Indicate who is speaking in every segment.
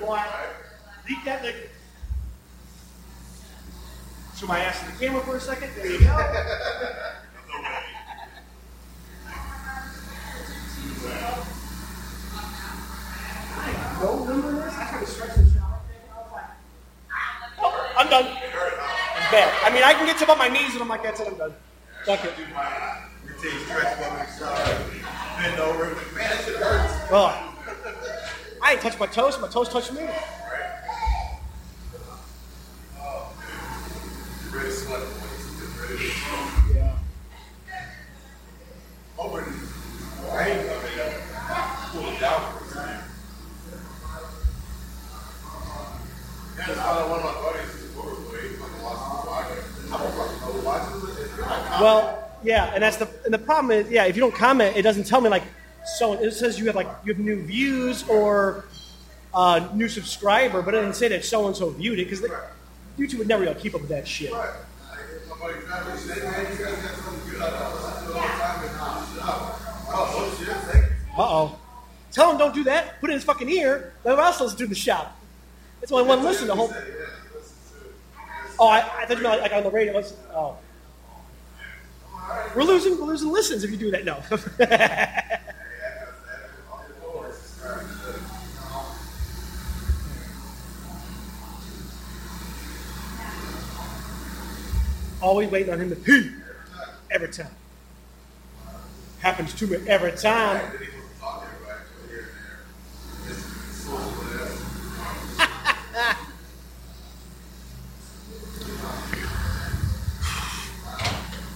Speaker 1: boy. Leak that liquor. Show my ass in the camera for a second. There you go. I don't remember this. I tried to stretch the shower thing. I was like, oh, I'm done. It's bad. I mean, I can get to about my knees, and I'm like, that's it. I'm done. Fuck it.
Speaker 2: Your team stretch one week, bend over, man, that shit hurts.
Speaker 1: Oh. I ain't touched my toast. My toast touched me.
Speaker 2: Really sweating when it's been ready.
Speaker 1: Yeah.
Speaker 2: Over the rain coming up, pull it down for a second. And I found out one of my buddies is overweight, like lost his body. I don't fucking know why this is.
Speaker 1: Well, yeah, and that's the and the problem is, yeah, if you don't comment, it doesn't tell me like so. It says you have like you have new views or uh, new subscriber, but it didn't say that so and so viewed it because YouTube would never be able to keep up with that shit.
Speaker 2: Right. I hit my buddy Travis, he said, man, you guys got something good. I thought I was doing all the time and not shut up. Oh, shit, thank you.
Speaker 1: Uh oh. Tell him don't do that. Put it in his fucking ear. Let us listen to the shop. It's only one listen. The whole. Oh, I, I thought you meant like, like on the radio. Listen. Oh. We're losing, we're losing listens if you do that. No. Always waiting on him to pee every time. Happens to me every time.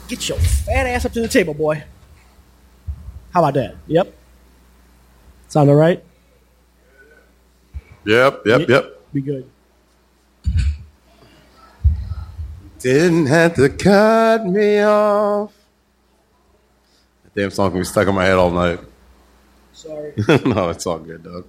Speaker 1: Get your fat ass up to the table, boy. How about that? Yep. Sound all right?
Speaker 2: Yep, yep, yep.
Speaker 1: Be good.
Speaker 2: Didn't have to cut me off. That damn song can be stuck in my head all night.
Speaker 1: Sorry.
Speaker 2: no, it's all good, dog.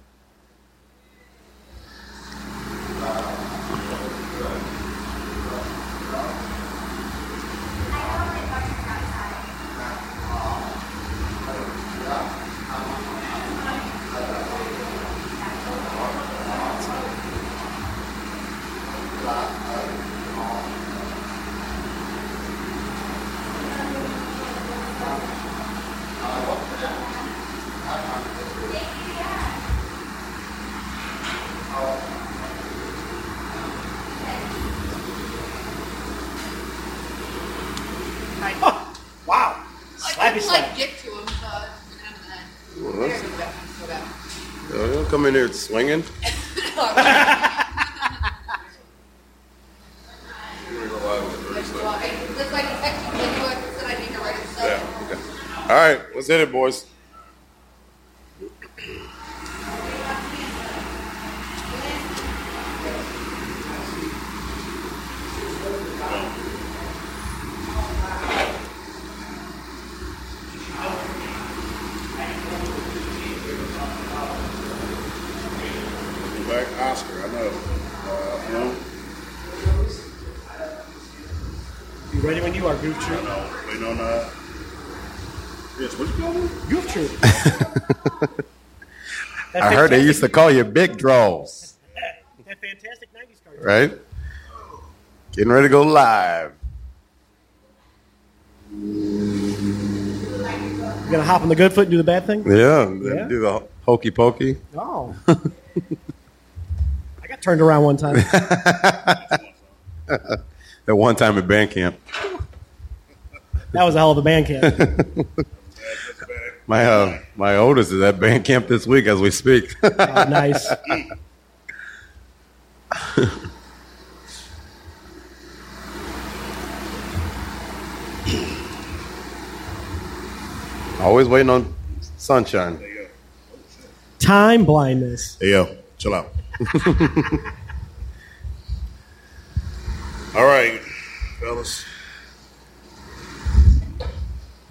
Speaker 1: wow.
Speaker 3: I
Speaker 1: Slappy
Speaker 3: can
Speaker 1: slap.
Speaker 3: like get to him, so I just gonna have that.
Speaker 2: Well,
Speaker 3: There
Speaker 2: that's-
Speaker 3: we go. Go back.
Speaker 2: You don't come in here swinging.
Speaker 3: Well, I, that's like technically what I said I need to write it, so.
Speaker 2: Yeah. Okay. All right, let's hit it, boys. Black Oscar, I know. Uh, you know,
Speaker 1: You ready when you are, Goof
Speaker 2: I
Speaker 1: Troop?
Speaker 2: know. Waiting on uh. Yes, what you call him?
Speaker 1: Goof Troop.
Speaker 2: I heard they used to call you Big Draws,
Speaker 1: That fantastic 90s cartoon.
Speaker 2: right? Getting ready to go live.
Speaker 1: You gonna hop on the good foot and do the bad thing?
Speaker 2: Yeah,
Speaker 1: Yeah.
Speaker 2: do the hokey pokey.
Speaker 1: No. I got turned around one time.
Speaker 2: At one time at band camp,
Speaker 1: That was a hell of a band camp.
Speaker 2: my uh, my oldest is at band camp this week as we speak.
Speaker 1: Oh, nice.
Speaker 2: Always waiting on sunshine.
Speaker 1: Time blindness.
Speaker 2: Hey, yo, chill out. All right, fellas.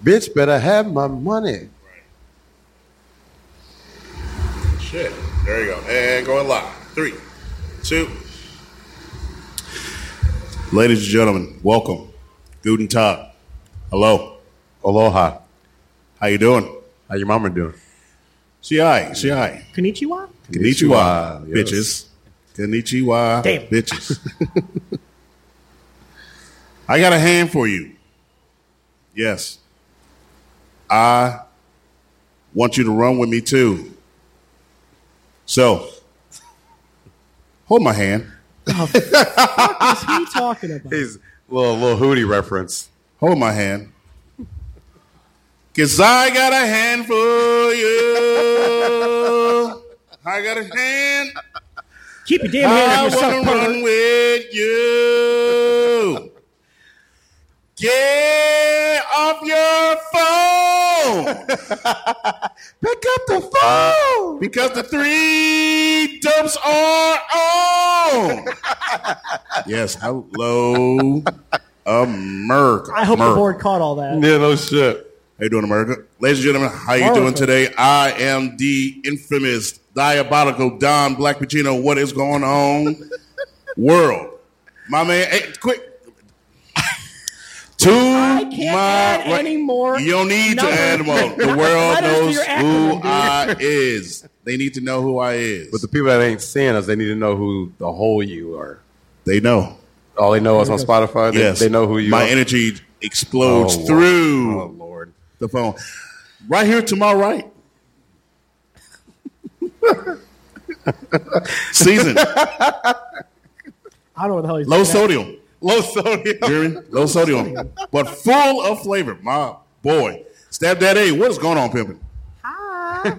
Speaker 2: Bitch, better have my money. Shit. There you go. And going live. Three, two. Ladies and gentlemen, welcome. Guten Tag. Hello. Aloha. How you doing? How your mama doing?
Speaker 4: CI, CI.
Speaker 1: Konnichiwa?
Speaker 4: Konnichiwa,
Speaker 2: Konnichiwa, yes.
Speaker 4: bitches.
Speaker 2: Konnichiwa,
Speaker 1: Damn.
Speaker 2: bitches. I got a hand for you. Yes. I want you to run with me too. So, hold my hand.
Speaker 1: What's he talking about?
Speaker 4: He's little little Hootie reference.
Speaker 2: Hold my hand. Cause I got a hand for you. I got a hand.
Speaker 1: Keep your damn hand
Speaker 2: I
Speaker 1: on
Speaker 2: want
Speaker 1: yourself,
Speaker 2: to
Speaker 1: pervert.
Speaker 2: run with you. Get off your phone.
Speaker 4: Pick up the phone.
Speaker 2: Because the three dumps are on. yes, hello, America.
Speaker 1: I hope the
Speaker 2: America.
Speaker 1: board caught all that.
Speaker 4: Yeah, no shit.
Speaker 2: How you doing, America? Ladies and gentlemen, how you doing
Speaker 1: America.
Speaker 2: today? I am the infamous, diabolical Don Black Pacino. What is going on, world? My man, hey, quick. to
Speaker 1: I can't add any more
Speaker 2: You don't need
Speaker 1: numbers.
Speaker 2: to add more. The
Speaker 1: Letters
Speaker 2: world
Speaker 1: to
Speaker 2: knows
Speaker 1: your
Speaker 2: who
Speaker 1: acronym, dude.
Speaker 2: I is. They need to know who I is.
Speaker 4: But the people that ain't seeing us, they need to know who the whole you are.
Speaker 2: they know.
Speaker 4: All they know is on Spotify. They,
Speaker 2: yes,
Speaker 4: they know who you
Speaker 2: My
Speaker 4: are.
Speaker 2: energy explodes
Speaker 4: Lord.
Speaker 2: through
Speaker 4: Oh Lord.
Speaker 2: the phone. Right here to my right. Season
Speaker 1: I don't know what the hell he's
Speaker 2: low
Speaker 1: talking about.
Speaker 2: sodium, low sodium, low sodium, but full of flavor. My boy, stab that A. What is going on, pimpin?
Speaker 1: Ah.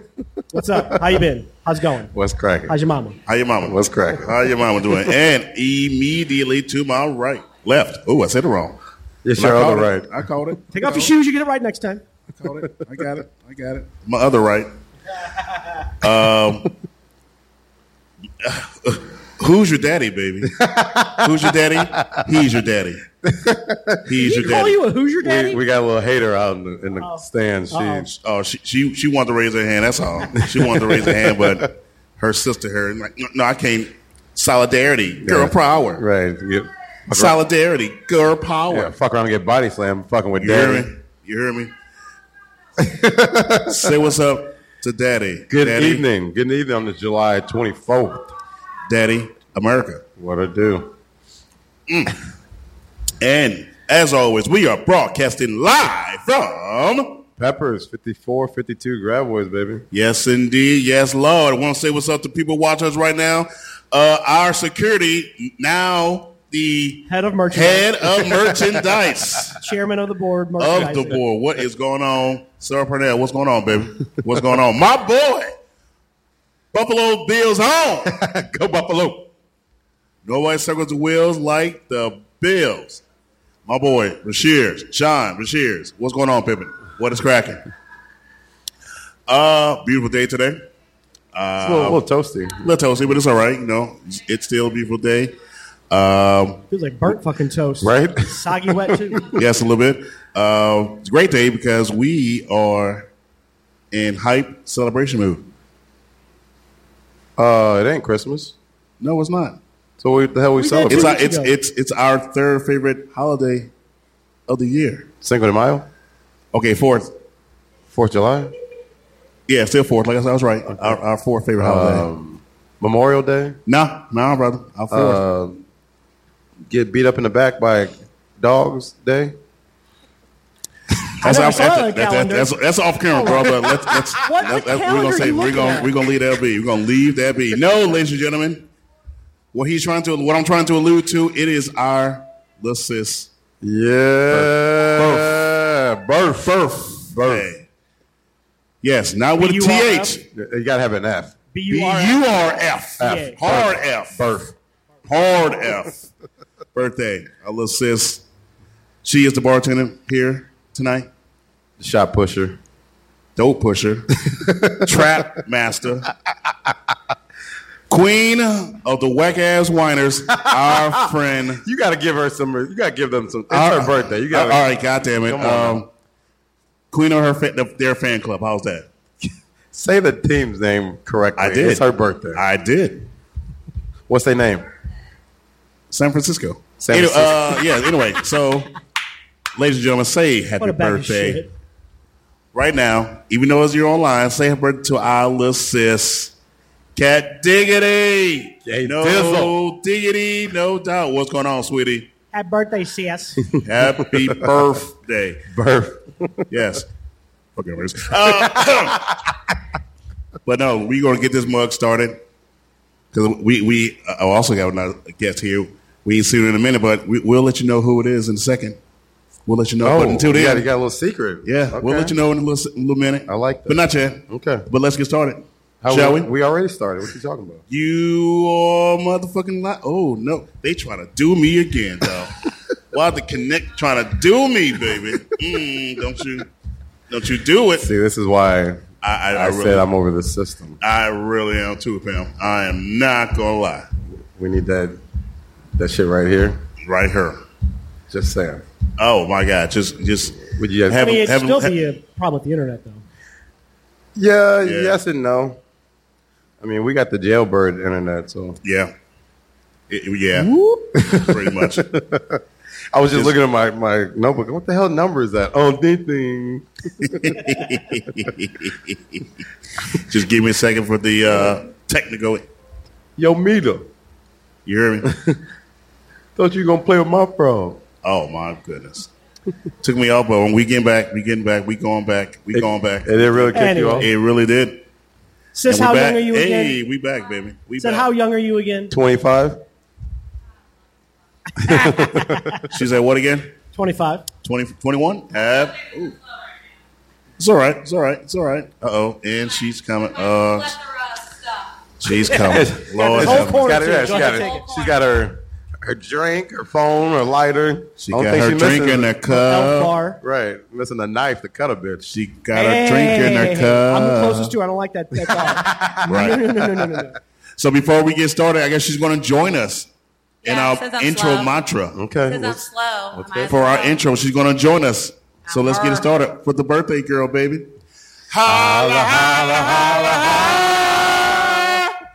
Speaker 1: What's up? How you been? How's it going?
Speaker 4: What's cracking?
Speaker 1: How's your mama?
Speaker 2: How your mama?
Speaker 4: What's cracking?
Speaker 2: How your mama doing? and immediately to my right, left. Oh, I said it wrong.
Speaker 4: It's
Speaker 2: But
Speaker 4: your
Speaker 2: I
Speaker 4: other
Speaker 2: caught
Speaker 4: right.
Speaker 2: it. I called it.
Speaker 1: Take off your shoes. You get it right next time.
Speaker 2: Caught it. I got it. I got it. My other right. Um, who's your daddy, baby? Who's your daddy? He's your daddy. He's
Speaker 1: Did
Speaker 2: your
Speaker 1: he call
Speaker 2: daddy.
Speaker 1: you a Hoosier daddy?
Speaker 4: We, we got a little hater out in the, in the
Speaker 1: Uh-oh.
Speaker 4: stands.
Speaker 1: Uh-oh.
Speaker 4: She,
Speaker 2: oh, she, she she wanted to raise her hand. That's all. She wanted to raise her hand, but her sister, her like, no, no, I can't. Solidarity, girl power.
Speaker 4: right. You,
Speaker 2: Solidarity, girl power.
Speaker 4: yeah, fuck around and get body slammed. Fucking with
Speaker 2: You hear
Speaker 4: daddy.
Speaker 2: me? You hear me? Say what's up to daddy.
Speaker 4: Good
Speaker 2: daddy,
Speaker 4: evening. Good evening on the July 24th.
Speaker 2: Daddy America.
Speaker 4: What I do?
Speaker 2: And as always, we are broadcasting live from.
Speaker 4: Peppers, 54, 52 graboids, baby.
Speaker 2: Yes, indeed. Yes, Lord. I want to say what's up to people watching us right now. Uh, our security, now the
Speaker 1: Head of merchandise.
Speaker 2: head of merchandise
Speaker 1: Chairman of the board.
Speaker 2: of the
Speaker 1: merchandising.
Speaker 2: board. What is going on? Sarah Purnell, what's going on, baby? What's going on? My boy, Buffalo Bills on.
Speaker 4: Go Buffalo.
Speaker 2: Nobody circles the wheels like the Bills. My boy, Rashears, Sean, Rashears. What's going on, Pippin? What is cracking? Uh, beautiful day today.
Speaker 4: It's a little, little toasty.
Speaker 2: A little toasty, but it's all right. You know, it's still a beautiful day. Um,
Speaker 1: Feels like burnt fucking toast.
Speaker 4: Right?
Speaker 1: Soggy wet too.
Speaker 2: yes, a little bit. Uh, it's a great day because we are in hype celebration mood.
Speaker 4: Uh, it ain't Christmas.
Speaker 2: No, it's not.
Speaker 4: So what the hell we,
Speaker 1: did.
Speaker 4: celebrating?
Speaker 2: It's
Speaker 1: Where
Speaker 2: our,
Speaker 1: did you
Speaker 2: it's
Speaker 1: go?
Speaker 2: it's it's our third favorite holiday of the year.
Speaker 4: Cinco de Mayo?
Speaker 2: Okay, fourth.
Speaker 4: Fourth of July?
Speaker 2: Yeah, still fourth. Like I said, I was right. Our, our fourth favorite holiday.
Speaker 4: Um, Memorial Day?
Speaker 2: No, no, brother. I'll forward.
Speaker 4: Uh, get beat up in the back by dogs day?
Speaker 2: that's,
Speaker 1: I never
Speaker 2: off,
Speaker 1: saw
Speaker 2: that's,
Speaker 1: that
Speaker 2: that's-
Speaker 1: calendar.
Speaker 2: that's- that's off camera, bro. But let's, let's,
Speaker 1: What
Speaker 2: that's-
Speaker 1: the
Speaker 2: that's- we're
Speaker 1: hell
Speaker 2: gonna
Speaker 1: are
Speaker 2: say
Speaker 1: you
Speaker 2: we're
Speaker 1: looking
Speaker 2: gonna
Speaker 1: at?
Speaker 2: we're gonna leave that be. We're gonna leave that be. No, ladies and gentlemen, what he's trying to what I'm trying to allude to, it is our the sis
Speaker 4: Yeah. Birth. Birth.
Speaker 2: birthday. Yes, not with a
Speaker 1: B-U-R-F?
Speaker 2: th.
Speaker 4: You gotta have an F.
Speaker 1: B
Speaker 2: B
Speaker 1: U
Speaker 2: u
Speaker 1: R.
Speaker 2: r f
Speaker 1: Yeah.
Speaker 2: hard f
Speaker 4: Birth.
Speaker 2: hard f birthday. Our little sis, she is the bartender here tonight.
Speaker 4: Shot pusher.
Speaker 2: dope pusher, trap master, queen of the whack ass whiners, our friend.
Speaker 4: You gotta give her some. You gotta give them some. It's her birthday. You gotta.
Speaker 2: all right, goddamn it.
Speaker 4: Come on.
Speaker 2: Um, queen of her fa- the- their fan club. How's that?
Speaker 4: Say the team's name correctly.
Speaker 2: I did.
Speaker 4: It's her birthday.
Speaker 2: I did.
Speaker 4: What's their name?
Speaker 2: San Francisco.
Speaker 4: San
Speaker 2: Any-
Speaker 4: Francisco.
Speaker 2: uh, yeah. Anyway, so ladies and gentlemen, say happy
Speaker 1: What a bag of
Speaker 2: birthday
Speaker 1: shit.
Speaker 2: right now. Even though it's your online, say happy birthday to our little sis, Cat Diggity.
Speaker 4: Hey,
Speaker 2: No
Speaker 4: Dizzle.
Speaker 2: diggity, no doubt. What's going on, sweetie?
Speaker 1: Happy birthday, CS.
Speaker 2: Happy birthday.
Speaker 4: Burp.
Speaker 2: Yes. Fucking words. Uh, but no, we're going to get this mug started because we we I also got another guest here. We ain't seen her in a minute, but we, we'll let you know who it is in a second. We'll let you know. but until then,
Speaker 4: yeah, Oh, you got a little secret.
Speaker 2: yeah, we'll let you know in a little, little minute.
Speaker 4: I like that.
Speaker 2: but not yet.
Speaker 4: Okay.
Speaker 2: but let's get started.
Speaker 4: How
Speaker 2: Shall we?
Speaker 4: We already started. What you talking about?
Speaker 2: You are motherfucking li Oh no, they trying to do me again though. Why the connect trying to do me, baby? Mm, don't you, don't you do it?
Speaker 4: See, this is why
Speaker 2: I, I, I,
Speaker 4: I
Speaker 2: really,
Speaker 4: said I'm over the system.
Speaker 2: I really am too, Pam. I am not gonna lie.
Speaker 4: We need that that shit right here.
Speaker 2: Right here.
Speaker 4: Just saying.
Speaker 2: Oh my God! Just, just.
Speaker 4: Would you have-
Speaker 1: I mean, it'd
Speaker 2: have-
Speaker 1: still
Speaker 2: have-
Speaker 1: be a problem with the internet, though.
Speaker 4: Yeah, Yes and no. I mean, we got the jailbird internet, so
Speaker 2: yeah, It- yeah, pretty much.
Speaker 4: I was just looking at my, my notebook. What the hell number is that? Oh, ding ding.
Speaker 2: just give me a second for the uh, technical.
Speaker 4: Yo, meter.
Speaker 2: You hear me?
Speaker 4: Thought you were gonna play with my pro.
Speaker 2: Oh my goodness. Took me off, but when we getting back, we getting back, we going back, we going back.
Speaker 4: And it really kicked you
Speaker 1: Anyway.
Speaker 4: off.
Speaker 2: It really did.
Speaker 1: Sis,
Speaker 2: And we
Speaker 1: how
Speaker 2: back.
Speaker 1: young are you again?
Speaker 2: Hey, we back, baby. We
Speaker 1: Said,
Speaker 2: back.
Speaker 1: how young are you again?
Speaker 4: Twenty five.
Speaker 2: she said what again?
Speaker 1: 25.
Speaker 2: 20, 21? Uh, ooh. It's all right. It's all right. It's all right. Uh oh. And she's coming. Uh,
Speaker 5: Plethora of stuff.
Speaker 2: she's coming.
Speaker 1: whole
Speaker 2: Lord, have
Speaker 4: She's
Speaker 2: mercy.
Speaker 1: corner
Speaker 4: got, her,
Speaker 1: too.
Speaker 4: yeah, she
Speaker 1: Go
Speaker 4: got,
Speaker 1: ahead,
Speaker 4: her,
Speaker 5: take it.
Speaker 4: she's got her her drink, her phone, her lighter.
Speaker 2: she
Speaker 4: I don't
Speaker 2: got
Speaker 4: think
Speaker 2: her
Speaker 4: she
Speaker 2: drink in
Speaker 4: missing-
Speaker 2: her
Speaker 1: Elf
Speaker 2: cup.
Speaker 1: bar.
Speaker 4: Right, missing a knife to cut a bitch.
Speaker 2: She got her drink in her
Speaker 1: Hey, I'm the
Speaker 2: cup.
Speaker 1: closest to her. I don't like that. That's all.
Speaker 2: Right.
Speaker 1: no, no, no, no, no, no, no.
Speaker 2: So before we get started, I guess she's going to join us in
Speaker 5: Yeah, since
Speaker 2: our
Speaker 5: I'm
Speaker 2: intro
Speaker 5: slow.
Speaker 2: mantra.
Speaker 4: Okay.
Speaker 5: Because I'm "Oh,
Speaker 4: let's-
Speaker 5: slow. I might as
Speaker 2: for our
Speaker 5: well.
Speaker 2: intro. She's going to join us. So let's get it started with the birthday girl, baby. Holla, holla,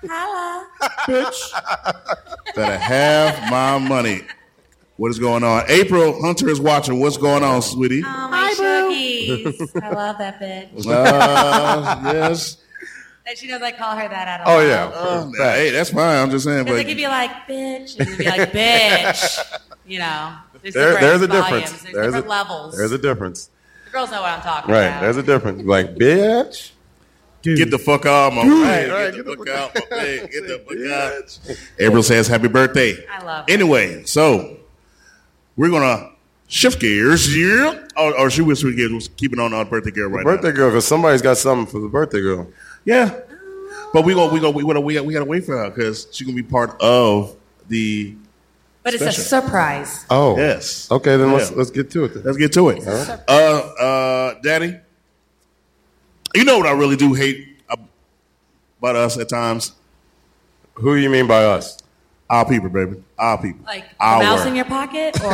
Speaker 2: holla,
Speaker 5: Holla.
Speaker 2: bitch. Better have my money. What is going on? April Hunter is watching. What's going on, sweetie?
Speaker 3: Um,
Speaker 5: Oh, my Shuggies. I love that bitch.
Speaker 2: Uh, yes.
Speaker 5: And she knows I call her that out.
Speaker 4: Oh yeah.
Speaker 2: Uh, hey, that's fine. I'm just saying.
Speaker 5: Because it
Speaker 2: But
Speaker 5: could be like, bitch. And it could be like, bitch. You know. There's,
Speaker 4: There,
Speaker 5: different
Speaker 4: there's a
Speaker 5: volumes.
Speaker 4: difference.
Speaker 5: There's,
Speaker 4: There's
Speaker 5: different
Speaker 4: a,
Speaker 5: levels.
Speaker 4: There's a difference.
Speaker 5: the girls know what I'm talking
Speaker 4: Right.
Speaker 5: about.
Speaker 4: There's a difference. Like, bitch.
Speaker 1: Dude.
Speaker 2: get the fuck out, my man.
Speaker 4: right,
Speaker 2: Get
Speaker 4: get
Speaker 2: the
Speaker 4: the
Speaker 2: fuck out, my man. Get the fuck out. April says happy birthday.
Speaker 5: I love it.
Speaker 2: Anyway, so we're gonna shift gears. Yeah, Oh, or, or should we switch gears? We'll keep it on our birthday gear right
Speaker 4: Birthday girl, because somebody's got something for the birthday girl.
Speaker 2: now. Yeah, but we gonna we gonna we gotta we gotta, we gotta wait for her because she's gonna be part of the.
Speaker 5: But it's a
Speaker 2: Special.
Speaker 5: surprise.
Speaker 4: Oh.
Speaker 2: Yes.
Speaker 4: Okay, then let's
Speaker 2: Yeah.
Speaker 4: let's get to it. Then.
Speaker 2: Let's get to it. Uh, uh, Daddy, you know what I really do hate ab- about us at times?
Speaker 4: Who do you mean by us?
Speaker 2: Our people, baby. Our people.
Speaker 5: Like a
Speaker 2: our
Speaker 5: mouse in your pocket or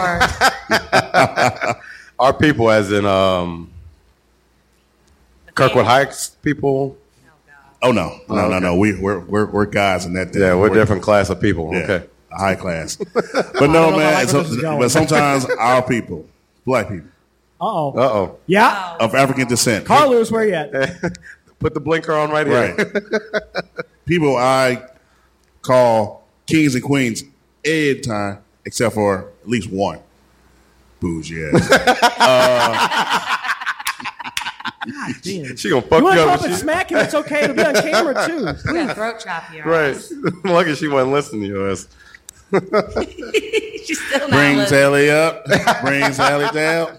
Speaker 4: Our people, as in um, Kirkwood Heights people.
Speaker 2: Oh no, no,
Speaker 4: Oh,
Speaker 2: no, no. We we're, we're we're guys in that.
Speaker 4: Yeah, we're a different class of people.
Speaker 2: Yeah,
Speaker 4: Okay.
Speaker 2: high class. But no,
Speaker 1: know if I
Speaker 2: man.
Speaker 1: like where this
Speaker 2: so-
Speaker 1: is going.
Speaker 2: but sometimes our people, black people
Speaker 1: Uh-oh.
Speaker 4: Uh oh.
Speaker 1: yeah.
Speaker 5: Oh,
Speaker 2: of African descent,
Speaker 1: Carl Lewis, where you at?
Speaker 4: Put the blinker on right here.
Speaker 2: right? people I call kings and queens every time, except for at least one. Bougie ass.
Speaker 1: Damn.
Speaker 4: She gonna fuck
Speaker 1: You want
Speaker 4: you,
Speaker 1: to come
Speaker 4: up.
Speaker 1: up
Speaker 4: if
Speaker 1: and
Speaker 4: she-
Speaker 1: smack him? It's okay. It'll be on camera, too.
Speaker 5: I'm gonna throat chop you.
Speaker 4: Right. Lucky she wasn't listening to you. ass.
Speaker 5: She's still not
Speaker 2: brings
Speaker 5: listening.
Speaker 2: Ellie up, brings Ellie down.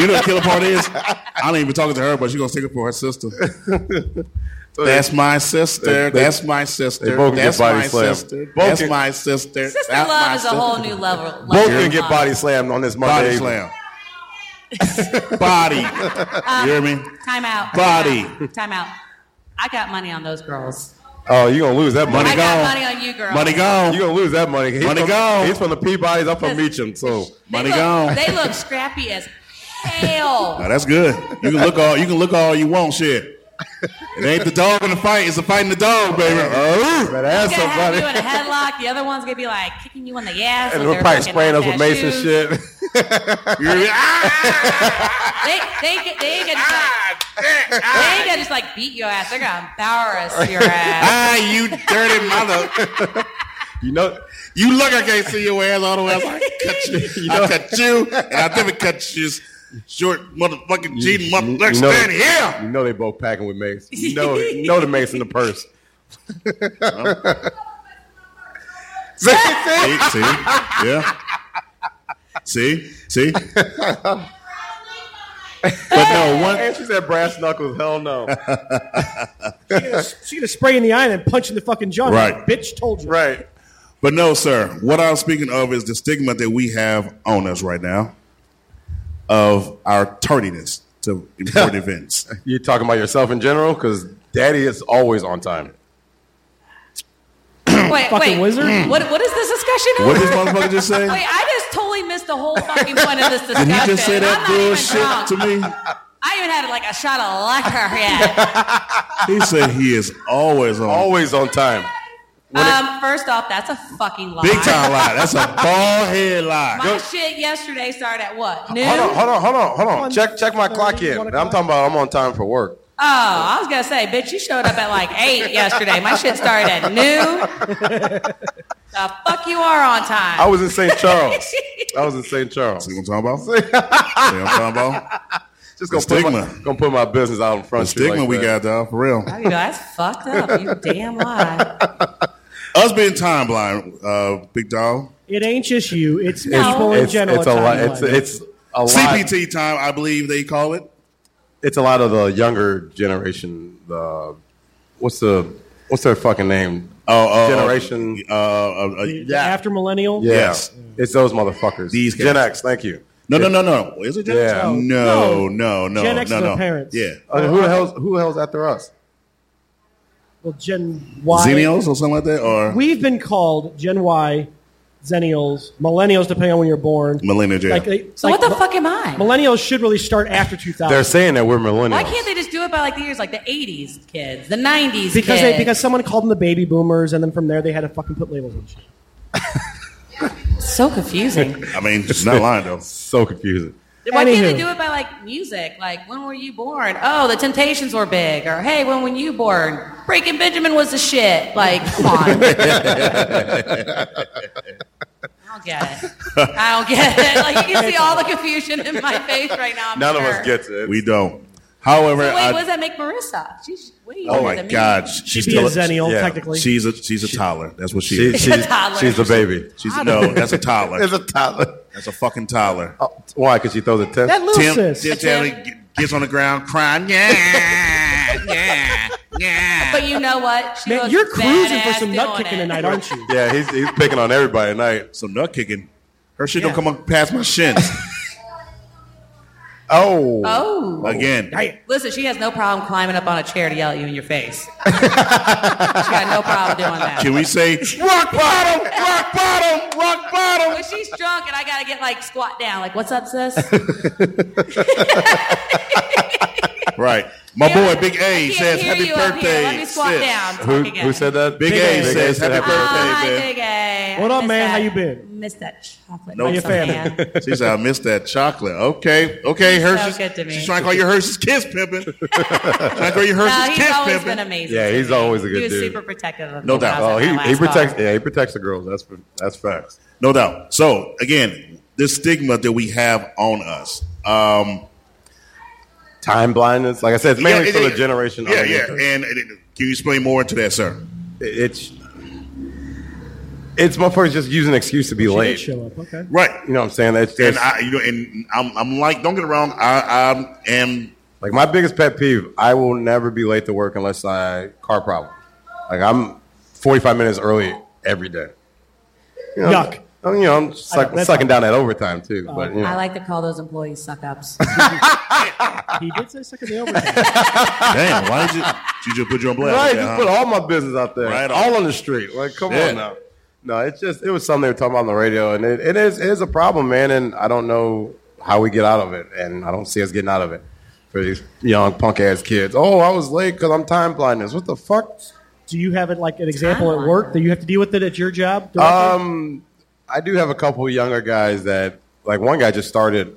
Speaker 2: you know the killer part is, I ain't even talking to her, but she's gonna stick up for her sister. That's my sister.
Speaker 4: They- they-
Speaker 2: That's my sister.
Speaker 4: they both get
Speaker 2: That's
Speaker 4: body
Speaker 2: my
Speaker 4: slammed.
Speaker 2: sister.
Speaker 4: Both
Speaker 2: That's
Speaker 4: get-
Speaker 2: my sister.
Speaker 5: Sister
Speaker 2: That's my
Speaker 5: love is a
Speaker 2: sister.
Speaker 5: whole new level.
Speaker 4: Both
Speaker 5: level
Speaker 4: can
Speaker 5: of
Speaker 4: get
Speaker 5: love.
Speaker 4: body slammed on this Monday.
Speaker 2: body slam. body. You hear me?
Speaker 5: Time out.
Speaker 2: Body.
Speaker 5: Time out. Time out. I got money on those girls.
Speaker 4: Oh, you gonna lose that money.
Speaker 2: Money
Speaker 5: I got
Speaker 2: gone.
Speaker 5: money on you, girl.
Speaker 2: Money gone.
Speaker 4: You gonna lose that money. He's
Speaker 2: Money
Speaker 4: from,
Speaker 2: gone.
Speaker 4: He's from the Peabody's. I'm from Meacham, so
Speaker 5: They
Speaker 2: Money
Speaker 5: look-
Speaker 2: gone.
Speaker 5: They look scrappy as
Speaker 2: Now,
Speaker 5: hell.
Speaker 2: that's good. You can look all you can look all you want, shit. It ain't the dog in the fight, it's the fight in the dog, baby. Oh.
Speaker 4: better ask
Speaker 5: They're gonna have you in
Speaker 4: somebody.
Speaker 5: a headlock. The other one's gonna be like kicking you in the ass.
Speaker 4: And
Speaker 5: with
Speaker 4: we're
Speaker 5: their
Speaker 4: probably
Speaker 5: fucking
Speaker 4: spraying us with
Speaker 5: half-ass
Speaker 4: mason
Speaker 5: shoes.
Speaker 4: shit.
Speaker 2: You're- ah,
Speaker 3: They, they, they, they ain't gonna just like, they ain't gonna just like beat your ass. They're gonna embarrass your ass.
Speaker 2: ah, you dirty mother.
Speaker 4: You know,
Speaker 2: You look, I can't see your ass all the way. I like, cut you. I cut you, and I never cut you. Short motherfucking G mother. Next
Speaker 4: know-
Speaker 2: man here.
Speaker 4: you know they both packing with Mace. You know, you know the Mace in the purse. See, see?
Speaker 2: See, see, yeah. See, see. But no, one.
Speaker 4: And she said brass knuckles. Hell no.
Speaker 1: She's gonna spray in the eye and then punch you in the fucking jaw.
Speaker 2: Right.
Speaker 1: Bitch told you.
Speaker 4: right.
Speaker 2: But no, sir. What I'm speaking of is the stigma that we have on us right now of our tardiness to important events.
Speaker 4: You're talking about yourself in general, because Daddy is always on time.
Speaker 3: Wait,
Speaker 1: Fucking
Speaker 3: wait. Mm.
Speaker 1: wizard?
Speaker 3: What, what is this discussion?
Speaker 2: What
Speaker 3: about?
Speaker 2: did this motherfucker just say?
Speaker 3: Wait, I just totally missed the whole fucking point of this discussion.
Speaker 2: Did he just say that
Speaker 3: I'm not even drunk.
Speaker 2: bullshit to me?
Speaker 3: I even had like a shot of liquor yet.
Speaker 2: He said he is always on.
Speaker 4: Always on time.
Speaker 3: um, first off, that's a fucking lie.
Speaker 2: Big time lie. That's a bald head
Speaker 3: My
Speaker 2: lie.
Speaker 3: shit yesterday started at what noon.
Speaker 4: Hold on, hold on, hold on, hold on.
Speaker 1: One
Speaker 4: Check, check my clock
Speaker 1: thirty,
Speaker 4: in.
Speaker 1: one
Speaker 4: I'm
Speaker 1: o'clock.
Speaker 4: talking about I'm on time for work.
Speaker 3: Oh, I was gonna say, bitch, you showed up at like eight yesterday. My shit started at noon. the fuck you are on time.
Speaker 4: I was in St. Charles. I was in St. Charles.
Speaker 2: See what I'm talking about? See what I'm talking about? The
Speaker 4: Just gonna put, my,
Speaker 2: stigma.
Speaker 4: gonna put my business out in front.
Speaker 2: The
Speaker 4: of you
Speaker 2: stigma
Speaker 4: like
Speaker 2: we
Speaker 4: that.
Speaker 2: got, dog, for real.
Speaker 3: You guys fucked up. You damn lie.
Speaker 2: Us being time blind, uh, big dog.
Speaker 1: It ain't just you. It's
Speaker 3: It's-
Speaker 1: people in
Speaker 4: It's,
Speaker 1: general.
Speaker 4: it's a
Speaker 1: are
Speaker 4: lot.
Speaker 1: timeline.
Speaker 4: It's, it's a lot.
Speaker 2: CPT time, I believe they call it.
Speaker 4: It's a lot of the younger generation. The what's the what's their fucking name?
Speaker 2: Oh, oh, oh,
Speaker 4: Generation.
Speaker 2: Uh, uh, uh,
Speaker 1: The After millennial.
Speaker 4: Yeah.
Speaker 2: yes.
Speaker 4: It's those motherfuckers.
Speaker 2: These
Speaker 4: Gen
Speaker 2: guys.
Speaker 4: X. Thank you.
Speaker 2: No, no, no, no. Is it Gen X?
Speaker 4: Yeah.
Speaker 2: No, no, no.
Speaker 1: Gen X
Speaker 2: no,
Speaker 1: is our
Speaker 2: no.
Speaker 1: parents.
Speaker 2: Yeah.
Speaker 4: Uh, who the hell's who the hell's after us?
Speaker 1: Well, Gen Y.
Speaker 2: Xenials or something like that? Or
Speaker 1: We've been called Gen Y, Zennials, Millennials, depending on when you're born.
Speaker 2: Millennial Jail.
Speaker 1: Like, they-
Speaker 3: So
Speaker 1: like,
Speaker 3: what the fuck am I?
Speaker 1: Millennials should really start after 2000.
Speaker 4: They're saying that we're millennials.
Speaker 3: Why can't they just do it by like the years, like the '80s kids, the '90s
Speaker 1: because
Speaker 3: kids?
Speaker 1: they, because someone called them the baby boomers, and then from there they had to fucking put labels on shit.
Speaker 3: it's so confusing.
Speaker 2: I mean, it's not lying, though.
Speaker 4: So confusing.
Speaker 3: Why can't they
Speaker 1: Anywho.
Speaker 3: do it by like music? Like when were you born? Oh, the Temptations were big. Or hey, when were you born? Breaking Benjamin was the shit. Like come on. I don't get it. I don't get it. Like you can see all the confusion in my face right now. I'm
Speaker 4: None of
Speaker 3: sure.
Speaker 4: us gets it.
Speaker 2: We don't. However,
Speaker 3: Wait,
Speaker 2: I,
Speaker 3: what does that make Marissa? She's way
Speaker 2: oh
Speaker 3: younger
Speaker 2: my
Speaker 3: than me.
Speaker 2: God, she's
Speaker 1: Be a
Speaker 2: still
Speaker 1: Zennial,
Speaker 4: yeah.
Speaker 1: technically.
Speaker 2: She's a she's a toddler. That's what she,
Speaker 4: She-
Speaker 2: is.
Speaker 4: she's,
Speaker 3: Toddler.
Speaker 4: she's the baby.
Speaker 2: She's no, that's a toddler.
Speaker 4: It's a toddler.
Speaker 2: That's a fucking toddler.
Speaker 4: Oh, why? Because she throws a test.
Speaker 1: that little
Speaker 2: Tim,
Speaker 1: sis.
Speaker 2: Tim Taylor g- gets on the ground crying. Yeah, yeah, yeah.
Speaker 3: But you know what? She
Speaker 1: Man,
Speaker 3: was
Speaker 1: you're cruising for
Speaker 3: badass
Speaker 1: some nut
Speaker 3: doing
Speaker 1: kicking
Speaker 3: it.
Speaker 1: tonight, aren't you?
Speaker 4: yeah, he's, he's picking on everybody tonight.
Speaker 2: So nut kicking. Her shit
Speaker 1: Yeah.
Speaker 2: don't come up past my shins
Speaker 4: Oh,
Speaker 3: Oh.
Speaker 2: again.
Speaker 3: Listen, she has no problem climbing up on a chair to yell at you in your face. she got no problem doing that.
Speaker 2: Can we say rock bottom, rock bottom, rock bottom?
Speaker 3: When she's drunk and I gotta get like squat down, like what's up, sis?
Speaker 2: Right. My
Speaker 3: Yeah,
Speaker 2: boy Big
Speaker 3: I
Speaker 2: A
Speaker 3: can't
Speaker 2: says
Speaker 3: hear
Speaker 2: happy
Speaker 3: you up here.
Speaker 2: birthday.
Speaker 3: Let me squat
Speaker 2: sis."
Speaker 3: down. Talk
Speaker 4: who,
Speaker 3: again.
Speaker 4: who said that?
Speaker 2: Big A says
Speaker 4: said
Speaker 2: happy
Speaker 3: Oh, hi,
Speaker 2: birthday, man.
Speaker 3: Big A.
Speaker 1: What
Speaker 3: I
Speaker 1: up,
Speaker 3: missed
Speaker 1: man?
Speaker 3: that-
Speaker 1: How you been?
Speaker 3: Missed that chocolate.
Speaker 2: No,
Speaker 3: No,
Speaker 1: your family.
Speaker 2: She said, I missed that chocolate. Okay, okay,
Speaker 3: Sounds
Speaker 2: Hershey's.
Speaker 3: good to me.
Speaker 2: She's trying to call you Hershey's Kiss Pimpin'. trying to call you
Speaker 3: No,
Speaker 2: Hershey's
Speaker 3: he's
Speaker 2: Kiss
Speaker 3: always
Speaker 2: Pimpin'.
Speaker 3: been amazing.
Speaker 4: Yeah,
Speaker 3: to
Speaker 4: he's
Speaker 3: me.
Speaker 4: always a good
Speaker 3: He was
Speaker 4: dude.
Speaker 3: super protective of
Speaker 2: No
Speaker 3: me when
Speaker 2: doubt.
Speaker 3: I was
Speaker 4: Oh,
Speaker 3: at my
Speaker 4: he, he
Speaker 3: last
Speaker 4: protects.
Speaker 3: bar.
Speaker 4: Yeah, he protects the girls. That's that's facts.
Speaker 2: No doubt. So again, this stigma that we have on us. Um,
Speaker 4: Time blindness. Like I said, it's mainly
Speaker 2: yeah,
Speaker 4: for
Speaker 2: it-
Speaker 4: the generation.
Speaker 2: Yeah, yeah.
Speaker 4: underneath us.
Speaker 2: And it- it- can you explain more into that, sir?
Speaker 4: It's it's motherfuckers just using an excuse to be
Speaker 1: She did
Speaker 4: late. You
Speaker 1: show up. Okay.
Speaker 2: Right.
Speaker 4: know what I'm saying? That's
Speaker 2: And
Speaker 4: just,
Speaker 2: I, you know, and I'm, I'm like, don't get it wrong. I, I am.
Speaker 4: like my biggest pet peeve. I will never be late to work unless I car problem. Like I'm 45 minutes early every day. You know,
Speaker 1: Yuck.
Speaker 4: I mean, you know, I'm suck,
Speaker 1: know, that's- Uh,
Speaker 4: sucking down that overtime too. But you know.
Speaker 3: I like to call those employees suck ups.
Speaker 1: He did say second day overtime.
Speaker 2: Damn. Why did you? Did you just put your own blast?
Speaker 4: Right,
Speaker 2: out there,
Speaker 4: just
Speaker 2: huh?
Speaker 4: put all my business out there,
Speaker 2: Right on.
Speaker 4: all on the street. Like, come
Speaker 2: Yeah.
Speaker 4: on now. No, it's just it was something they were talking about on the radio, and it, it is it is a problem, man. And I don't know how we get out of it, and I don't see us getting out of it for these young punk ass kids. Oh, I was late because I'm time blindness. What the fuck?
Speaker 1: Do you have it like an example at Um, work that you have to deal with it at your job? directly?
Speaker 4: I do have a couple younger guys that Like one guy just started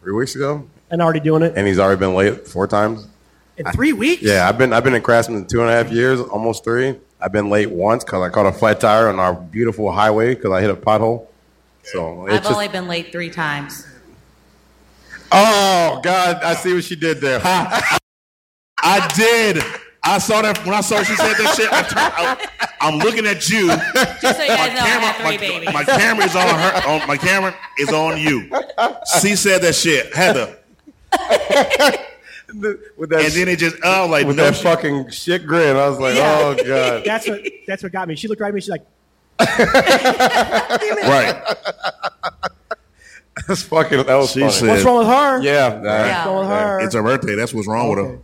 Speaker 4: three weeks ago,
Speaker 1: and already doing it
Speaker 4: and he's already been late four times.
Speaker 1: in three weeks.
Speaker 4: Yeah, I've been I've been in craftsman two and a half years, almost three. I've been late once because I caught a flat tire on our beautiful highway because I hit a pothole. So it's
Speaker 3: I've
Speaker 4: just,
Speaker 3: only been late three times.
Speaker 4: oh God, I see what she did there.
Speaker 2: I did. I saw that when I saw she said that shit. I turned, I, am looking at you.
Speaker 3: Just so you
Speaker 2: My
Speaker 3: guys know, I
Speaker 2: camera,
Speaker 3: had three
Speaker 2: my,
Speaker 3: babies.
Speaker 2: my camera is on her. On, my camera is on you. She said that shit, Heather,
Speaker 4: with that,
Speaker 2: and then it just oh like
Speaker 4: with
Speaker 2: no
Speaker 4: that
Speaker 2: shit.
Speaker 4: fucking shit grin, I was like,
Speaker 3: Yeah.
Speaker 4: oh God.
Speaker 1: That's what that's what got me. She looked right at me. She's like,
Speaker 2: right.
Speaker 4: That's fucking. That was
Speaker 2: She
Speaker 4: funny.
Speaker 2: said-
Speaker 1: "What's wrong with her?
Speaker 4: Yeah, nah.
Speaker 1: What's
Speaker 3: Yeah.
Speaker 1: wrong with her?"
Speaker 2: It's her birthday. That's what's wrong with her.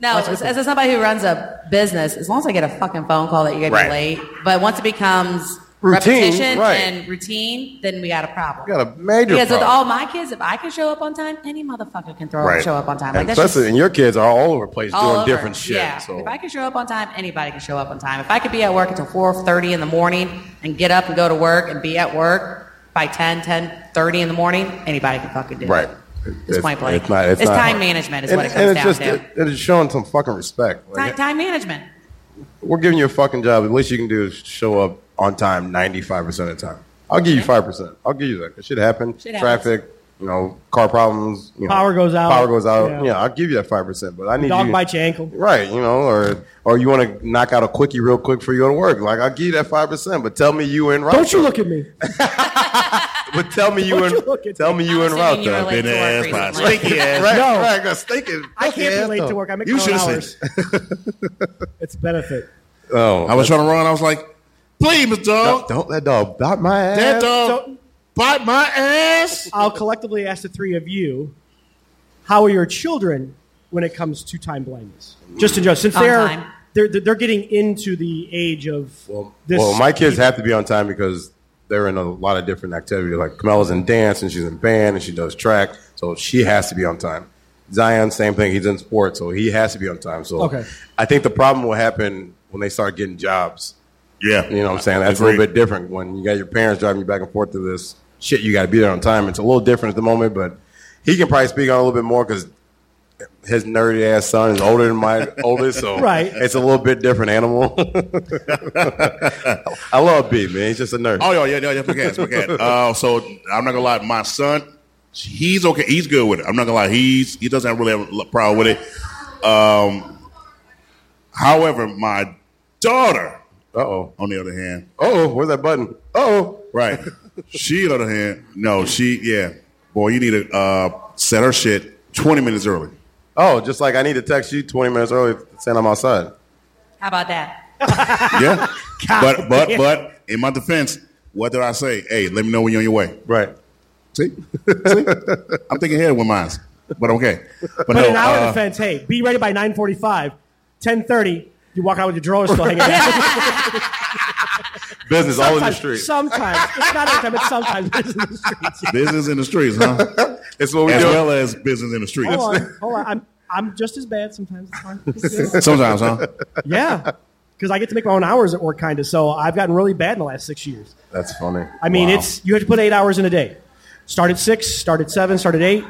Speaker 3: No, as, as a somebody who runs a business, as long as I get a fucking phone call that you gotta
Speaker 2: Right.
Speaker 3: be late, but once it becomes
Speaker 4: Routine,
Speaker 3: repetition
Speaker 4: right.
Speaker 3: and routine, then we got a problem.
Speaker 4: got a major.
Speaker 3: because with
Speaker 4: problem.
Speaker 3: all my kids, if I can show up on time, any motherfucker can throw
Speaker 2: Right.
Speaker 3: show up on time.
Speaker 4: and
Speaker 3: that's just
Speaker 4: especially, and your kids are all over the place
Speaker 3: all
Speaker 4: doing
Speaker 3: over.
Speaker 4: different shit.
Speaker 3: Yeah.
Speaker 4: So
Speaker 3: If I can show up on time, anybody can show up on time. If I could be at work until four thirty in the morning and get up and go to work and be at work by 10, 10, in the morning, anybody can fucking do
Speaker 4: right.
Speaker 3: it. It's point blank.
Speaker 4: It's, not, it's,
Speaker 3: It's
Speaker 4: not
Speaker 3: time
Speaker 4: hard.
Speaker 3: management is
Speaker 4: and,
Speaker 3: what it
Speaker 4: and
Speaker 3: comes
Speaker 4: it's
Speaker 3: down
Speaker 4: just, It, it's showing some fucking respect. Like,
Speaker 3: Time, time management.
Speaker 4: We're giving you a fucking job. The least you can do is show up on time 95% of the time. I'll give you 5%. I'll give you that. 'cause Shit happened.
Speaker 3: Shit happens.
Speaker 4: Traffic, you know, car problems. You know,
Speaker 1: Power goes out.
Speaker 4: Power goes out.
Speaker 1: Yeah.
Speaker 4: Yeah. I'll give you that 5%, but I need
Speaker 1: Dog
Speaker 4: you.
Speaker 1: bites your ankle.
Speaker 4: Right, you know, or or you want to knock out a quickie real quick before you go to work. Like I'll give you that five percent, but tell me you in route.
Speaker 1: Don't you
Speaker 4: though.
Speaker 1: look at me?
Speaker 4: But tell me you
Speaker 1: Don't
Speaker 4: in.
Speaker 1: you look at
Speaker 4: tell me you in
Speaker 3: I'm
Speaker 4: route.
Speaker 3: assuming you were
Speaker 4: though.
Speaker 3: late
Speaker 2: Been
Speaker 3: to
Speaker 2: ass
Speaker 3: work
Speaker 2: by
Speaker 3: recently.
Speaker 2: stinky ass.
Speaker 4: Right,
Speaker 1: No.
Speaker 4: right, I stinking.
Speaker 1: I can't be late to work. I make
Speaker 2: You
Speaker 1: my own
Speaker 2: should've said-
Speaker 1: hours. it's a benefit.
Speaker 4: Oh,
Speaker 2: I was trying to run. I was like, please, Miss Dog,
Speaker 4: don't, don't let dog bite my ass.
Speaker 2: that
Speaker 1: So-
Speaker 2: dog bite my ass.
Speaker 1: I'll collectively ask the three of you, how are your children when it comes to time blindness? Just in general, since
Speaker 3: On
Speaker 1: they're,
Speaker 3: time.
Speaker 1: they're they're getting into the age of
Speaker 4: Well,
Speaker 1: this.
Speaker 4: well, my kids have to be on time because they're in a lot of different activities. Like Camilla's in dance and she's in band and she does track, so she has to be on time. Zion, same thing. He's in sports, so he has to be on time. So
Speaker 1: Okay.
Speaker 4: I think the problem will happen when they start getting jobs.
Speaker 2: Yeah,
Speaker 4: You know what I'm saying? That's a
Speaker 2: Agreed.
Speaker 4: little bit different when you got your parents driving you back and forth to this shit. You got to be there on time. It's a little different at the moment, but he can probably speak on it a little bit more because his nerdy ass son is older than my oldest, so
Speaker 1: Right.
Speaker 4: it's a little bit different animal. I love B, man. He's just a nerd.
Speaker 2: Oh yeah, yeah, yeah, yeah. Look at, look at. Uh, so I'm not gonna lie, my son, he's okay. He's good with it. I'm not gonna lie, he's he doesn't really have a problem with it. Um, however, my daughter,
Speaker 4: Uh oh.
Speaker 2: on the other hand,
Speaker 4: Oh, where's that button? Oh,
Speaker 2: right, she on the other hand, no, she yeah, boy, you need to uh, set her shit 20 minutes early.
Speaker 4: oh, just like I need to text you 20 minutes early saying I'm outside.
Speaker 3: How about that?
Speaker 2: Yeah, but but but in my defense, what did I say? Hey, let me know when you're on your way.
Speaker 4: Right.
Speaker 2: See, See? I'm thinking ahead with mine, but okay. But,
Speaker 1: but
Speaker 2: no,
Speaker 1: in our
Speaker 2: uh,
Speaker 1: defense, hey, be ready by 9.45, 10.30, you walk out with your drawers still hanging out.
Speaker 4: Business all in the street.
Speaker 1: sometimes, sometimes. It's not every time, it's sometimes. It's in the streets.
Speaker 2: business in the streets, huh?
Speaker 4: It's what we
Speaker 2: as
Speaker 4: do.
Speaker 2: well as business in the streets.
Speaker 1: Hold on, hold on. I'm, I'm just as bad sometimes. It's fine. It's-
Speaker 2: Sometimes, huh?
Speaker 1: yeah, because I get to make my own hours at work, kind of. So I've gotten really bad in the last six years.
Speaker 4: That's funny.
Speaker 1: I mean,
Speaker 2: Wow.
Speaker 1: it's you have to put eight hours in a day. Start at six, start at seven, start at eight.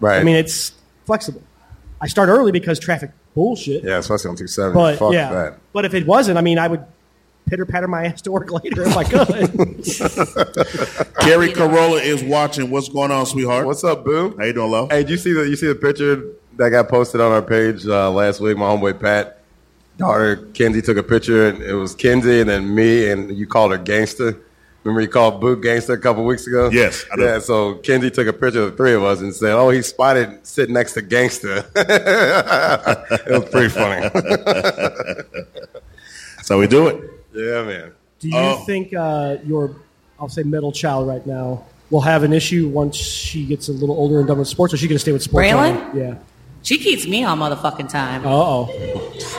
Speaker 4: right.
Speaker 1: I mean, it's flexible. I start early because traffic bullshit.
Speaker 4: yeah, especially on 270.
Speaker 1: But
Speaker 4: Fuck
Speaker 1: yeah,
Speaker 4: that.
Speaker 1: but if it wasn't, I mean, I would pitter patter my ass to work later if I could.
Speaker 2: Gary Carolla is watching. What's going on, sweetheart?
Speaker 4: What's up, boo?
Speaker 2: How you doing, love?
Speaker 4: Hey, do you see the you see the picture that got posted on our page uh, last week? My homeboy Pat, daughter Kenzie took a picture, and it was Kenzie and then me, and you called her gangster. Remember you called Boo gangster a couple weeks ago?
Speaker 2: Yes, I do.
Speaker 4: yeah. So Kenzie took a picture of the three of us and said, "Oh, he spotted sitting next to gangster." it was pretty funny.
Speaker 2: That's how we do it.
Speaker 4: yeah, man.
Speaker 1: Do you
Speaker 2: Oh.
Speaker 1: think uh, your, I'll say, middle child right now will have an issue once she gets a little older and done with sports, or is she going to stay with sports?
Speaker 3: Braylon?
Speaker 1: only? Yeah.
Speaker 3: She keeps me on motherfucking time.
Speaker 1: Uh oh.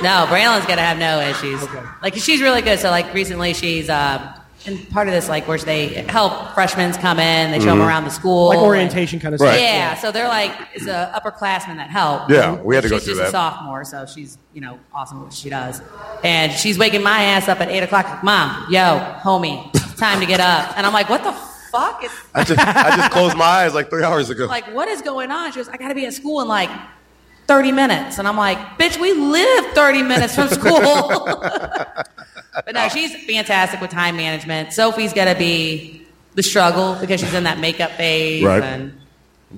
Speaker 3: No, Braylon's gonna have no issues.
Speaker 1: Okay.
Speaker 3: Like she's really good. So like recently she's uh, in part of this like where they help freshmen come in, they show them around the school,
Speaker 1: Like orientation kind of
Speaker 4: Mm-hmm. Right.
Speaker 1: stuff.
Speaker 3: Yeah, so they're like it's a upperclassmen that help.
Speaker 4: Yeah, we had to go
Speaker 3: she's
Speaker 4: through
Speaker 3: just
Speaker 4: that.
Speaker 3: a sophomore, so she's you know awesome at what she does, and she's waking my ass up at eight o'clock. Like, Mom, yo, homie, it's time to get up, and I'm like, what the fuck is
Speaker 4: I just I just closed my eyes like three hours ago.
Speaker 3: like what is going on? She goes, I gotta be at school in like 30 minutes. And I'm like, bitch, we live 30 minutes from school. but no, she's fantastic with time management. Sophie's gonna be the struggle because she's in that makeup phase
Speaker 2: Right.
Speaker 3: and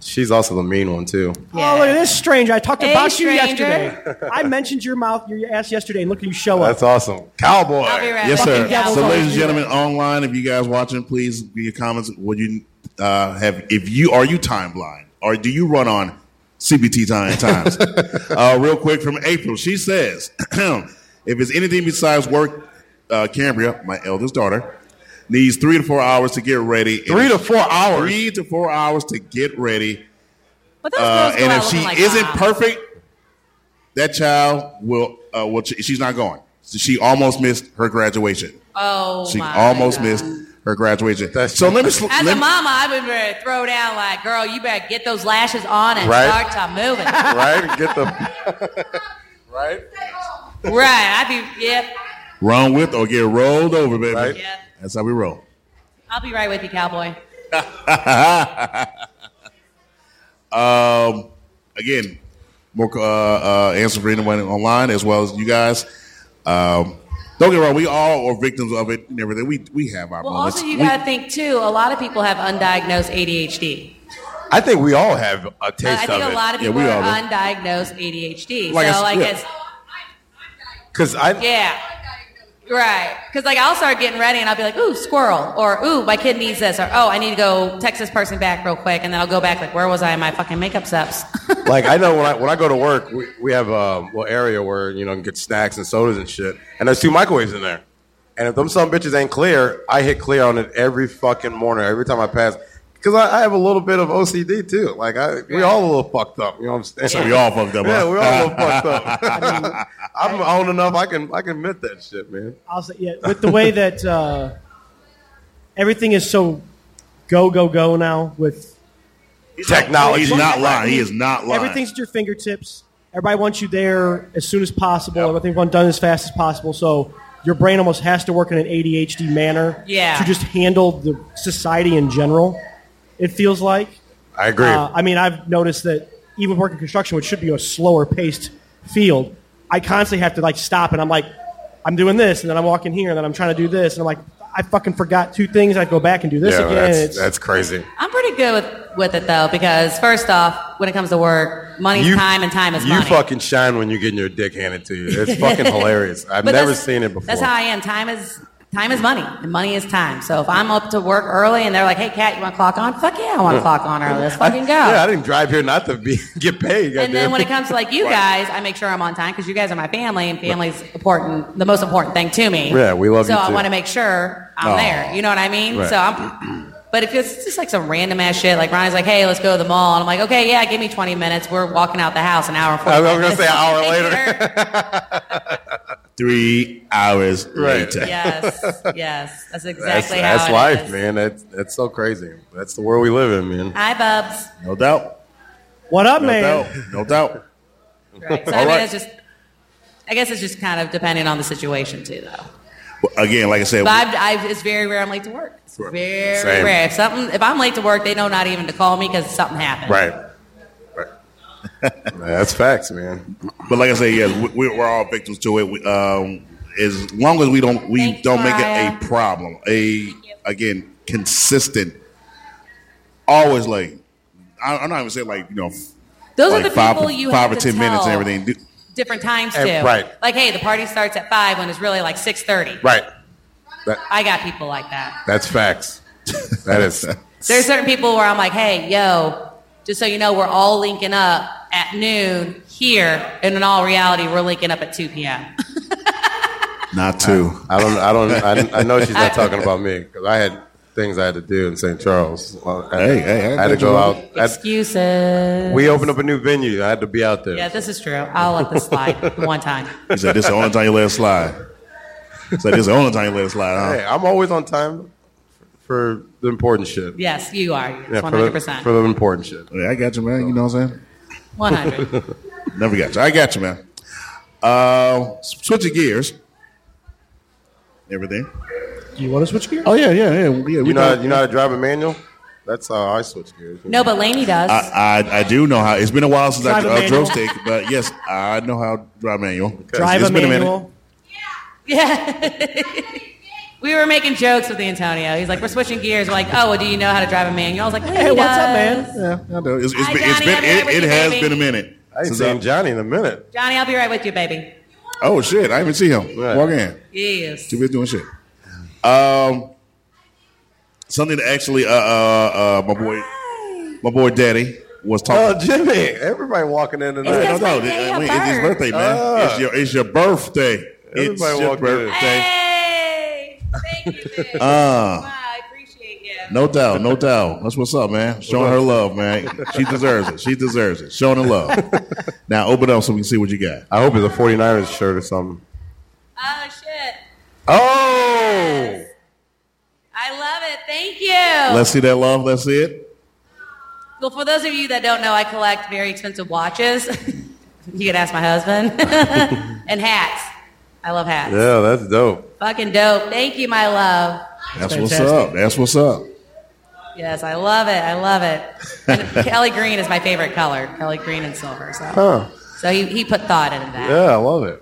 Speaker 4: She's also the mean one too.
Speaker 3: yeah.
Speaker 1: Oh, look at this stranger. I talked
Speaker 3: Hey,
Speaker 1: about you
Speaker 3: stranger.
Speaker 1: yesterday. I mentioned your mouth, your ass yesterday, and look at you show up.
Speaker 4: That's awesome, cowboy.
Speaker 3: I'll be right
Speaker 2: Yes, sir.
Speaker 3: back. Yeah,
Speaker 2: So,
Speaker 3: we'll
Speaker 2: ladies and
Speaker 1: do
Speaker 2: gentlemen, online, if you guys watching, please be your comments. Would you uh, have if you are you time blind or do you run on CBT time times? uh, real quick from April, she says, if it's anything besides work, uh, Cambria, my eldest daughter, needs three to four hours to get ready.
Speaker 4: Three to four hours?
Speaker 2: Three to four hours to get ready.
Speaker 3: But those
Speaker 2: Uh,
Speaker 3: girls go
Speaker 2: and
Speaker 3: out
Speaker 2: if she
Speaker 3: looking like
Speaker 2: isn't
Speaker 3: moms.
Speaker 2: perfect, that child will uh, will she's not going. She almost missed her graduation.
Speaker 3: Oh,
Speaker 2: She
Speaker 3: my
Speaker 2: almost
Speaker 3: God.
Speaker 2: missed her graduation.
Speaker 4: That's-
Speaker 2: so let me. Sl-
Speaker 3: As
Speaker 2: let
Speaker 3: a
Speaker 2: me-
Speaker 3: mama, I would be throw down like, girl, you better get those lashes on and
Speaker 4: Right.
Speaker 3: start to moving. right.
Speaker 4: Right? Get the right.
Speaker 3: I'd be, yeah,
Speaker 2: Run with or get rolled over, baby.
Speaker 4: Right.
Speaker 3: yeah.
Speaker 2: That's how we roll.
Speaker 3: I'll be right with you, cowboy.
Speaker 2: Um, again, more uh, uh, answer for anyone online as well as you guys. Um, don't get me wrong, we all are victims of it and everything. We we have our
Speaker 3: Well,
Speaker 2: moments.
Speaker 3: also, you
Speaker 2: We-
Speaker 3: got to think, too, a lot of people have undiagnosed ADHD.
Speaker 4: I think we all have a taste
Speaker 3: I think
Speaker 4: of
Speaker 3: a
Speaker 4: it.
Speaker 3: lot of
Speaker 2: Yeah,
Speaker 3: people
Speaker 2: we
Speaker 3: are
Speaker 2: all do.
Speaker 3: undiagnosed ADHD.
Speaker 2: Like I
Speaker 3: so,
Speaker 2: s-
Speaker 3: like,
Speaker 2: yeah.
Speaker 3: it's,
Speaker 4: Cause I
Speaker 3: yeah. Right. Because, like, I'll start getting ready and I'll be like, ooh, squirrel. Or, ooh, my kid needs this. Or, oh, I need to go text this person back real quick. And then I'll go back, like, where was I in my fucking makeup steps?
Speaker 4: like I know when I when I go to work, we, we have a little area where you know you can get snacks and sodas and shit, and there's two microwaves in there. And if them some bitches ain't clear, I hit clear on it every fucking morning, every time I pass, because I, I have a little bit of OCD too. Like I, we all a little fucked up. You know what I'm saying?
Speaker 2: we all fucked up.
Speaker 4: Yeah,
Speaker 2: huh?
Speaker 4: we all a little fucked up. I'm old enough. I can I can admit that shit, man.
Speaker 1: I'll say, yeah, with the way that uh, everything is so go go go now with
Speaker 4: Technology.
Speaker 2: He's not lying. He is not lying.
Speaker 1: everything's at your fingertips. Everybody wants you there as soon as possible. Everything wants done as fast as possible. So your brain almost has to work in an ADHD manner
Speaker 3: Yeah.
Speaker 1: to just handle the society in general. It feels like.
Speaker 4: I agree.
Speaker 1: Uh, I mean, I've noticed that even working construction, which should be a slower paced field, I constantly have to like stop and I'm like, I'm doing this, and then I'm walking here, and then I'm trying to do this, and I'm like, I fucking forgot two things. I go back and do this
Speaker 4: yeah,
Speaker 1: again.
Speaker 4: that's
Speaker 1: It's-
Speaker 4: that's crazy.
Speaker 3: I'm pretty good with, with it though, because first off, when it comes to work, money's time and time is
Speaker 4: you
Speaker 3: money.
Speaker 4: fucking shine when you're getting your dick handed to you. It's fucking hilarious. I've
Speaker 3: But
Speaker 4: never
Speaker 3: that's-
Speaker 4: seen it before.
Speaker 3: That's how I am. Time is time is money, and money is time. So if I'm up to work early and they're like, "Hey, Kat, you want to clock on?" Fuck yeah, I want to clock on early. Let's fucking go.
Speaker 4: Yeah, Mm. I didn't drive here not to be get paid.
Speaker 3: and then
Speaker 4: goddamn.
Speaker 3: when it comes to like you guys, I make sure I'm on time because you guys are my family, and family's important, the most important thing to me.
Speaker 4: Yeah, we love
Speaker 3: So
Speaker 4: you,
Speaker 3: I
Speaker 4: too.
Speaker 3: want to make sure I'm
Speaker 4: Aw.
Speaker 3: there. You know what I mean?
Speaker 4: Right.
Speaker 3: So I'm. But if it's just like some random ass shit, like Ronnie's like, "Hey, let's go to the mall," and I'm like, "Okay, yeah, give me 20 minutes. We're walking out the house an hour." and
Speaker 4: I was
Speaker 3: 45
Speaker 4: gonna say an hour
Speaker 3: minutes."
Speaker 2: Three hours
Speaker 4: Right.
Speaker 2: later.
Speaker 3: yes, yes, that's
Speaker 4: that's,
Speaker 3: exactly how
Speaker 4: that's
Speaker 3: it
Speaker 4: life,
Speaker 3: is.
Speaker 4: man. That's that's so crazy. That's the world we live in, man.
Speaker 3: Hi, Bubs.
Speaker 2: No doubt.
Speaker 1: what up,
Speaker 2: No
Speaker 1: man?
Speaker 2: doubt. No doubt.
Speaker 3: Right. So I
Speaker 2: All
Speaker 3: mean,
Speaker 2: right.
Speaker 3: it's just. I guess it's just kind of depending on the situation too, though.
Speaker 2: Well, Again, like I said,
Speaker 3: But I've, I've, it's very rare I'm late to work. It's very
Speaker 4: Same.
Speaker 3: rare. If something, if I'm late to work, they know not even to call me because something happened.
Speaker 4: Right. Right. that's facts, man.
Speaker 2: But like I say, yes, we, we- we're all victims to it. We, um, as long as we don't, we
Speaker 3: Thanks,
Speaker 2: don't make
Speaker 3: Mariah.
Speaker 2: it a problem. A again, consistent, always late. I, I'm not even saying like you know,
Speaker 3: Those
Speaker 2: like
Speaker 3: are the
Speaker 2: five,
Speaker 3: people
Speaker 2: or-
Speaker 3: you
Speaker 2: five
Speaker 3: have
Speaker 2: or
Speaker 3: to
Speaker 2: ten minutes and
Speaker 3: tell
Speaker 2: everything. Do-
Speaker 3: Different times too.
Speaker 4: Eh, right.
Speaker 3: Like, hey, the party starts at five when it's really like six thirty.
Speaker 4: Right. That,
Speaker 3: I got people like that.
Speaker 4: that's facts. That is.
Speaker 3: There's certain people where I'm like, hey, yo, just so you know, we're all linking up at noon here, and in all reality, we're linking up at two p.m.
Speaker 2: Not two.
Speaker 4: I don't. I don't. I, I know she's not talking about me because I had things I had to do in St. Charles. Well, I,
Speaker 2: Hey, hey, hey,
Speaker 4: I had to
Speaker 2: don't you
Speaker 4: go out.
Speaker 2: know?
Speaker 4: I had-
Speaker 3: Excuses.
Speaker 4: we opened up a new venue. I had to be out there.
Speaker 3: Yeah, this is true. I'll let this slide one time.
Speaker 2: He said, "This is the only time you let it slide." He said, "This is the only time you let it slide." Huh?
Speaker 4: Hey, I'm always on time for the important shit.
Speaker 3: Yes, you are. Yes,
Speaker 4: Yeah,
Speaker 3: one
Speaker 4: for the-
Speaker 3: hundred percent.
Speaker 4: for the important shit.
Speaker 2: Hey, I got you, man. You know what I'm saying?
Speaker 3: One hundred.
Speaker 2: Never got you. I got you, man. Uh, switching gears. everything.
Speaker 1: Do you want to switch gears?
Speaker 2: Oh yeah, yeah, yeah. yeah we
Speaker 4: You know, how-
Speaker 2: got-
Speaker 4: you know how to drive a manual? That's how I switch gears.
Speaker 3: No, but Laney does.
Speaker 2: I, I I do know how. It's been a while since
Speaker 1: Drive a
Speaker 2: I uh,
Speaker 1: manual.
Speaker 2: drove steak, but yes, I know how to drive manual.
Speaker 1: Drive
Speaker 2: It's
Speaker 1: a
Speaker 2: been minute.
Speaker 1: manual.
Speaker 3: yeah. we were making jokes with Antonio. He's like, we're switching gears. We're like, oh, well, do you know how to drive a manual? I was like,
Speaker 1: Hey, what's up, man?
Speaker 2: Yeah, I know. It's, it's
Speaker 3: Hi,
Speaker 2: been, it's
Speaker 3: Johnny,
Speaker 2: been-
Speaker 3: I know
Speaker 2: it, it
Speaker 3: everything,
Speaker 2: has
Speaker 3: baby.
Speaker 2: been a minute.
Speaker 4: I ain't
Speaker 2: since
Speaker 4: seen
Speaker 2: I-
Speaker 4: Johnny in a minute.
Speaker 3: Johnny, I'll be right with you, baby.
Speaker 2: oh shit! I didn't even see him.
Speaker 4: Right.
Speaker 2: Walk in.
Speaker 3: Yes.
Speaker 2: Too busy doing shit. Um, something that actually uh, uh, uh, my boy, my boy, Daddy was
Speaker 4: Oh,
Speaker 2: talking.
Speaker 4: Jimmy! Everybody walking in
Speaker 3: It's
Speaker 4: tonight.
Speaker 3: his
Speaker 2: no, no,
Speaker 3: birthday,
Speaker 2: I mean,
Speaker 3: a
Speaker 2: it's his
Speaker 3: bird.
Speaker 2: birthday, man.
Speaker 4: Ah.
Speaker 2: It's your it's your birthday. It's
Speaker 4: Everybody
Speaker 2: your
Speaker 4: walked in.
Speaker 2: birthday.
Speaker 3: Hey. Thank you,
Speaker 4: Uh.
Speaker 3: babe. wow,
Speaker 2: Ah.
Speaker 3: I appreciate you.
Speaker 2: No doubt, no doubt. That's what's up, man. Showing her love, man. She deserves it. She deserves it. Showing her love. now open up so we can see what you got.
Speaker 4: I hope it's a 49ers shirt or something.
Speaker 3: Oh, shit.
Speaker 4: Oh!
Speaker 3: I love it. Thank you.
Speaker 2: Let's see that love. Let's see it.
Speaker 3: well, for those of you that don't know, I collect very expensive watches. you could ask my husband. and hats. I love hats.
Speaker 4: Yeah, that's dope.
Speaker 3: Fucking dope. Thank you, my love.
Speaker 2: That's
Speaker 1: Fantastic.
Speaker 2: what's up. That's what's up.
Speaker 3: Yes, I love it. I love it. And Kelly green is my favorite color. Kelly green and silver. So,
Speaker 4: Huh.
Speaker 3: so he, he put thought into that.
Speaker 4: Yeah, I love it.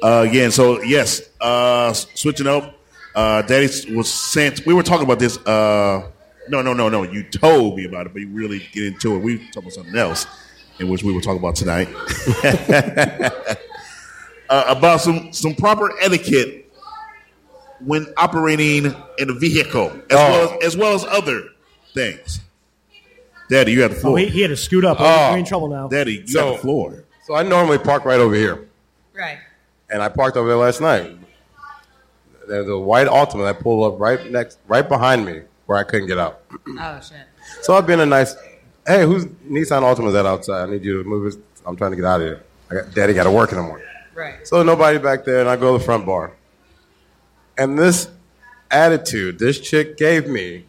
Speaker 2: Uh, again, so yes, uh, s- switching up. Uh, Daddy s- was sent. We were talking about this. Uh, no, no, no, no. You told me about it, but you really get into it. We talked about something else, in which we were talking about tonight. uh, about some some proper etiquette when operating in a vehicle, as
Speaker 4: Oh.
Speaker 2: well as, as well as other things. Daddy, you have the
Speaker 1: Oh,
Speaker 2: floor.
Speaker 1: he, he had to scoot up.
Speaker 4: Oh.
Speaker 1: We're in trouble now.
Speaker 2: Daddy, you
Speaker 4: So-
Speaker 2: have the floor.
Speaker 4: So I normally park right over here,
Speaker 3: Right.
Speaker 4: and I parked over there last night. There's a white Altima that pulled up right next, right behind me, where I couldn't get out.
Speaker 3: Oh, shit.
Speaker 4: So I've been a nice. Hey, whose Nissan Altima's that outside? I need you to move it. I'm trying to get out of here. I got, Daddy got to work in the morning.
Speaker 3: Right.
Speaker 4: So nobody back there, and I go to the front bar. And this attitude this chick gave me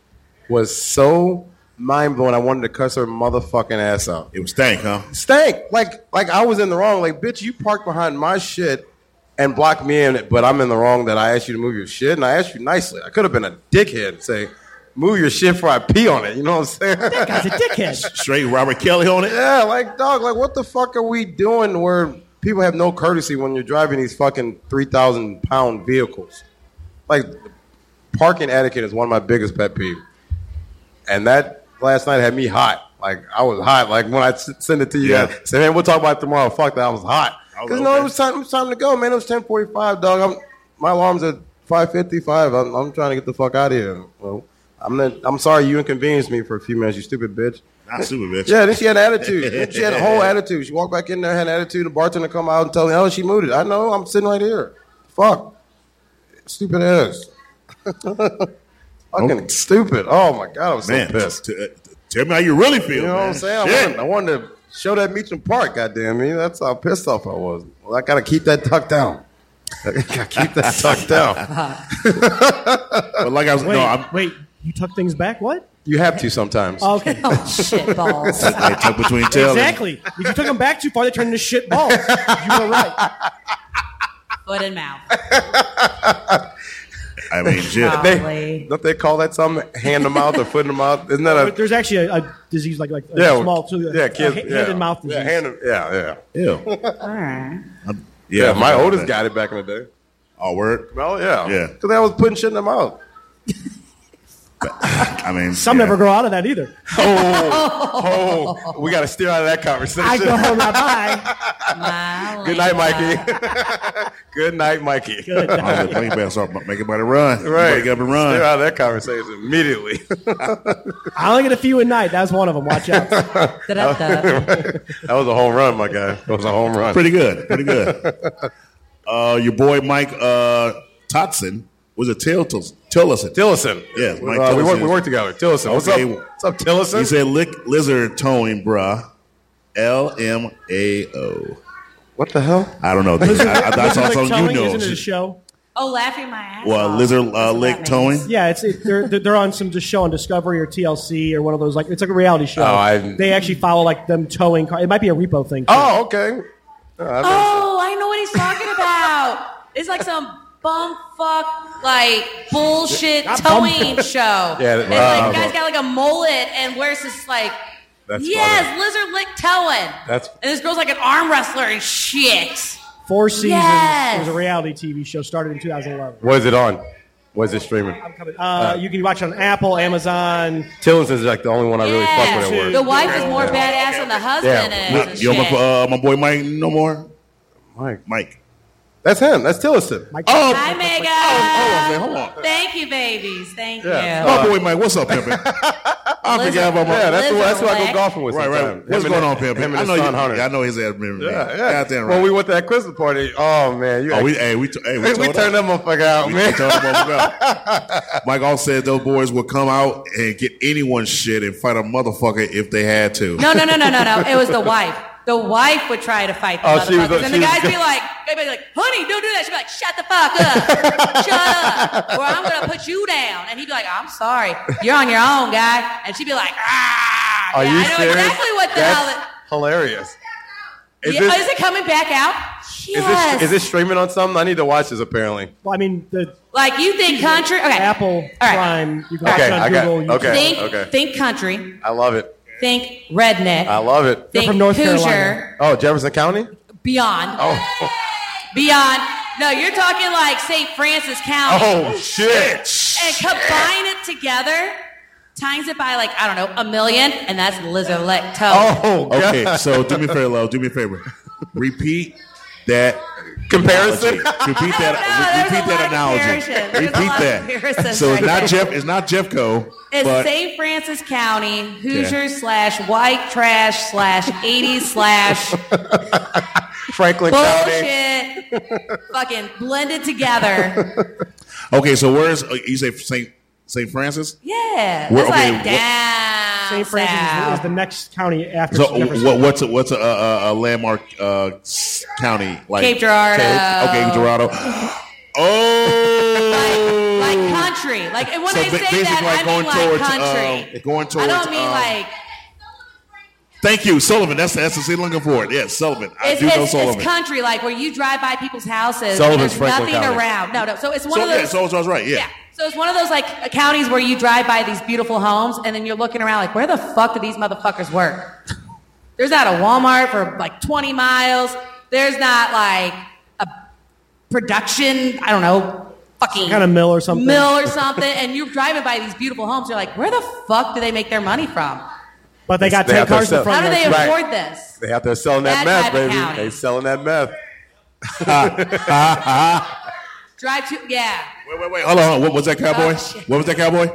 Speaker 4: was so mind blowing. I wanted to cuss her motherfucking ass out.
Speaker 2: It was stank, huh?
Speaker 4: Stank, like like I was in the wrong. Like bitch, you parked behind my shit and blocked me in, but I'm in the wrong that I asked you to move your shit, and I asked you nicely. I could have been a dickhead and say, "Move your shit before I pee on it." You know what I'm saying?
Speaker 1: Guy's a dickhead.
Speaker 2: Straight Robert Kelly on it.
Speaker 4: Yeah, like dog, like what the fuck are we doing where people have no courtesy when you're driving these fucking three thousand pound vehicles? Like parking etiquette is one of my biggest pet peeves. And that last night had me hot. Like I was hot. Like when I s- send it to you
Speaker 2: Yeah.
Speaker 4: guys, say, man, we'll talk about it tomorrow. Fuck that, I was hot.
Speaker 2: I was
Speaker 4: Because no,
Speaker 2: okay.
Speaker 4: it was time. It was time to go, man. It was ten forty five, dog. I'm, my alarm's at five fifty five. I'm, I'm trying to get the fuck out of here. Well, I'm not, I'm sorry you inconvenienced me for a few minutes, you stupid bitch.
Speaker 2: Not super bitch.
Speaker 4: Yeah, then she had an attitude. Then she had a whole attitude. She walked back in there, had an attitude. The bartender come out and tell me, "Oh, she moved it." I know. I'm sitting right here. Fuck, stupid ass. Fucking stupid. Oh my god, I was
Speaker 2: Man,
Speaker 4: so pissed.
Speaker 2: t- t- tell me how you really feel.
Speaker 4: You know what I'm saying? I wanted, I wanted to show that Meacham Park. Goddamn me, that's how pissed off I was. Well, I gotta keep that tucked down. I gotta keep that tucked down.
Speaker 2: But like I was,
Speaker 1: Wait,
Speaker 2: no, I'm
Speaker 1: wait. You tuck things back? What?
Speaker 4: You have to sometimes.
Speaker 1: Okay.
Speaker 3: Oh, shit balls.
Speaker 2: I tuck between tail.
Speaker 1: exactly. If you took them back too far, they turned into shit balls. You were right.
Speaker 3: Foot and mouth.
Speaker 2: And, I mean, shit.
Speaker 3: Wow.
Speaker 4: They,
Speaker 3: golly.
Speaker 4: don't they call that something? Hand them out or foot them out? Isn't that a
Speaker 1: But there's actually a, a disease like like a
Speaker 4: Uh, yeah, well,
Speaker 1: small too.
Speaker 4: yeah, kids,
Speaker 1: hand
Speaker 4: yeah.
Speaker 1: and mouth disease.
Speaker 4: Yeah, hand and, yeah, yeah.
Speaker 2: Ew.
Speaker 3: All right.
Speaker 2: I'm-
Speaker 4: Yeah, my
Speaker 2: I'm-
Speaker 4: oldest got it back in the day.
Speaker 2: Oh, word.
Speaker 4: Well, yeah.
Speaker 2: Yeah.
Speaker 4: Because I was putting shit in their mouth.
Speaker 2: I mean,
Speaker 1: Some
Speaker 2: yeah.
Speaker 1: never grow out of that either.
Speaker 4: Oh, oh we got to steer out of that
Speaker 1: I
Speaker 4: conversation.
Speaker 1: go home, I buy.
Speaker 3: My
Speaker 4: Good night,
Speaker 3: Lena.
Speaker 4: Mikey. Good night, Mikey.
Speaker 1: Good
Speaker 2: I
Speaker 1: night.
Speaker 2: was like, well, you better start making everybody run. You
Speaker 4: Right.
Speaker 2: better Get up and
Speaker 4: Steer
Speaker 2: run.
Speaker 4: out of that conversation immediately.
Speaker 1: I only get a few at night. That was one of them. Watch out.
Speaker 3: Da-da-da.
Speaker 4: that was a home run, my guy. That was a home run.
Speaker 2: Pretty good. Pretty good. uh, your boy Mike uh, Totson was a tail Tillison.
Speaker 4: Tillison.
Speaker 2: Yes, Mike
Speaker 4: Uh, we, work,
Speaker 2: Tillison.
Speaker 4: we work together. Tillison. What's
Speaker 2: Okay.
Speaker 4: up? What's up, Tillison?
Speaker 2: He said, "Lick lizard tone, bruh." L M A O.
Speaker 4: what the hell?
Speaker 2: I don't know. I, I, I saw
Speaker 1: Like
Speaker 2: something you
Speaker 1: towing,
Speaker 2: know.
Speaker 1: Isn't it a show?
Speaker 3: oh, laughing my ass
Speaker 2: Well,
Speaker 4: Oh,
Speaker 3: off.
Speaker 2: lizard
Speaker 3: That's
Speaker 2: uh,
Speaker 3: what
Speaker 2: lick
Speaker 3: that
Speaker 2: towing.
Speaker 3: means.
Speaker 1: Yeah, it's it, they're they're on some just show on Discovery or TLC or one of those like it's like a reality show.
Speaker 4: Oh, I-
Speaker 1: they actually follow like them towing car. It might be a repo thing. too.
Speaker 4: Oh, okay. Oh, I-
Speaker 3: Oh, I know what he's talking about. It's like some bumfuck like bullshit towing show.
Speaker 4: Yeah,
Speaker 3: and,
Speaker 4: wow.
Speaker 3: like the guy's got like a mullet and wears this like
Speaker 4: That's
Speaker 3: yes,
Speaker 4: funny.
Speaker 3: lizard lick towing.
Speaker 4: That's-
Speaker 3: and this girl's like an arm wrestler and shit.
Speaker 1: Four Seasons
Speaker 3: Yes.
Speaker 1: was a reality TV show started in 2011.
Speaker 4: What is it on? Was it streaming?
Speaker 1: Uh, you can watch it on Apple, Amazon.
Speaker 4: Tillinson's like the only one I really
Speaker 3: yeah,
Speaker 4: fuck with at
Speaker 1: Dude.
Speaker 3: the
Speaker 4: work.
Speaker 3: wife is more badass than the husband
Speaker 4: Yeah.
Speaker 3: is. and
Speaker 2: you know
Speaker 3: shit.
Speaker 2: my, uh, my boy Mike no more?
Speaker 4: Mike.
Speaker 2: Mike.
Speaker 4: That's him. That's Tillison.
Speaker 1: Mike-
Speaker 2: Oh,
Speaker 3: Hi, Megan.
Speaker 2: oh, hold on, man, hold on.
Speaker 3: Thank you, babies. Thank
Speaker 4: Yeah. Oh,
Speaker 3: you.
Speaker 2: My boy Mike, what's up, Pimpin? I
Speaker 3: Lizard-
Speaker 2: forgot about my
Speaker 4: Yeah, that's, the, that's who I go
Speaker 3: Lick.
Speaker 4: golfing with.
Speaker 2: Right, right.
Speaker 4: sometimes.
Speaker 2: What's
Speaker 4: Him
Speaker 2: going
Speaker 4: and-
Speaker 2: on, Pimpin?
Speaker 4: Him and
Speaker 2: I
Speaker 4: his
Speaker 2: know
Speaker 4: son Hunter.
Speaker 2: Yeah, I know his ass. remember me.
Speaker 4: Yeah, yeah.
Speaker 2: Goddamn right.
Speaker 4: When we went to that Christmas party, oh man, you
Speaker 2: oh, we, hey, we, t- hey, we,
Speaker 4: we
Speaker 2: told
Speaker 4: turned
Speaker 2: him.
Speaker 4: that motherfucker out,
Speaker 2: We
Speaker 4: man.
Speaker 2: told him what we got. Mike all said those boys would come out and get anyone's shit and fight a motherfucker if they had to.
Speaker 3: No, no, no, no, no, no. It was the wife. The wife would try to fight the
Speaker 4: Oh, she was-
Speaker 3: motherfuckers, and the
Speaker 4: she was
Speaker 3: guys
Speaker 4: good.
Speaker 3: be like, they'd be like, "Honey, don't do that." She'd be like, "Shut the fuck up, shut up, or I'm gonna put you down." And he'd be like, "I'm sorry, you're on your own, guy." And she'd be like, "Ah,
Speaker 4: Are
Speaker 3: yeah,
Speaker 4: you
Speaker 3: I know
Speaker 4: serious?
Speaker 3: exactly what the
Speaker 4: That's
Speaker 3: hell." It,
Speaker 4: hilarious. Is,
Speaker 3: Yeah,
Speaker 4: this,
Speaker 3: is it coming back out?
Speaker 4: is this-
Speaker 3: Yes.
Speaker 4: is this streaming on something? I need to watch this. Apparently,
Speaker 1: Well, I mean, the
Speaker 3: like you think country? Okay.
Speaker 1: Apple
Speaker 3: All right.
Speaker 1: Prime. You can
Speaker 4: Okay,
Speaker 1: watch it on
Speaker 4: I got-
Speaker 1: Google. YouTube.
Speaker 4: okay.
Speaker 3: Think,
Speaker 4: okay.
Speaker 3: think country.
Speaker 4: I love it.
Speaker 3: Think redneck.
Speaker 4: I love it.
Speaker 3: think
Speaker 1: from North
Speaker 3: Hoosier.
Speaker 1: Carolina.
Speaker 4: Oh, Jefferson County.
Speaker 3: Beyond.
Speaker 4: Oh,
Speaker 3: Beyond. No, you're talking like St. Francis County.
Speaker 4: oh shit.
Speaker 3: and combine it together, times it by like I don't know a million, and that's lizard lick toe.
Speaker 4: Oh, God.
Speaker 2: Okay, so do me a favor, love. Do me a favor. Repeat that
Speaker 4: Comparison.
Speaker 2: analogy. Repeat
Speaker 3: I don't know,
Speaker 2: that.
Speaker 3: there's
Speaker 2: repeat
Speaker 3: a lot
Speaker 2: that
Speaker 3: of
Speaker 2: analogy.
Speaker 3: comparison. There's a lot of
Speaker 2: Repeat that.
Speaker 3: comparisons
Speaker 2: So it's
Speaker 3: right
Speaker 2: not
Speaker 3: there.
Speaker 2: Jeff. It's not Jeffco.
Speaker 3: It's
Speaker 2: but
Speaker 3: St. Francis County, Hoosier slash white trash slash 80s slash
Speaker 4: Franklin County.
Speaker 3: bullshit, fucking blended together.
Speaker 2: okay. So where's uh, you say Saint Saint Francis?
Speaker 3: Yeah,
Speaker 2: Well,
Speaker 3: it's
Speaker 2: okay,
Speaker 3: like
Speaker 2: what-
Speaker 3: down
Speaker 1: St. Francis is,
Speaker 3: south.
Speaker 1: is the next county after
Speaker 2: So
Speaker 1: Jefferson.
Speaker 2: what, what's a, what's a, a, a landmark uh, s- county like
Speaker 3: Cape Girardeau.
Speaker 2: Okay, Dorado. Oh,
Speaker 3: like, like country. Like and when
Speaker 2: So
Speaker 3: I
Speaker 2: ba-
Speaker 3: say
Speaker 2: basically
Speaker 3: that,
Speaker 2: like
Speaker 3: I
Speaker 2: going
Speaker 3: mean
Speaker 2: towards,
Speaker 3: like country.
Speaker 2: um, going
Speaker 3: I
Speaker 2: towards,
Speaker 3: don't mean
Speaker 2: um,
Speaker 3: like
Speaker 2: Thank you, Sullivan. That's that's the city looking for it. Yes, Sullivan. I
Speaker 3: it's,
Speaker 2: do know
Speaker 3: it's,
Speaker 2: Sullivan.
Speaker 3: it's country, like where you drive by people's houses. and
Speaker 4: Sullivan's
Speaker 3: there's
Speaker 4: Franklin
Speaker 3: nothing
Speaker 4: County.
Speaker 3: around. No, no. So it's one
Speaker 2: so
Speaker 3: of those.
Speaker 2: yeah, so I was right. Yeah.
Speaker 3: yeah. So it's one of those like counties where you drive by these beautiful homes, and then you're looking around like, where the fuck do these motherfuckers work? There's not a Walmart for like 20 miles. There's not like a production. I don't know. Fucking
Speaker 1: kind of mill or something.
Speaker 3: Mill or something, and you're driving by these beautiful homes. You're like, where the fuck do they make their money from?
Speaker 1: but they got
Speaker 4: They
Speaker 1: ten
Speaker 4: have to
Speaker 1: cars in
Speaker 4: sell-
Speaker 1: front
Speaker 3: How do
Speaker 1: of
Speaker 3: they
Speaker 1: them.
Speaker 4: Right.
Speaker 3: afford this?
Speaker 4: They out there selling that,
Speaker 3: That
Speaker 4: meth,
Speaker 3: type of
Speaker 4: baby.
Speaker 3: county.
Speaker 4: They selling that meth.
Speaker 3: Drive to yeah.
Speaker 2: Wait, wait, wait. Hold on. hold on. What was that cowboy?
Speaker 3: Oh, shit.
Speaker 2: what was that cowboy?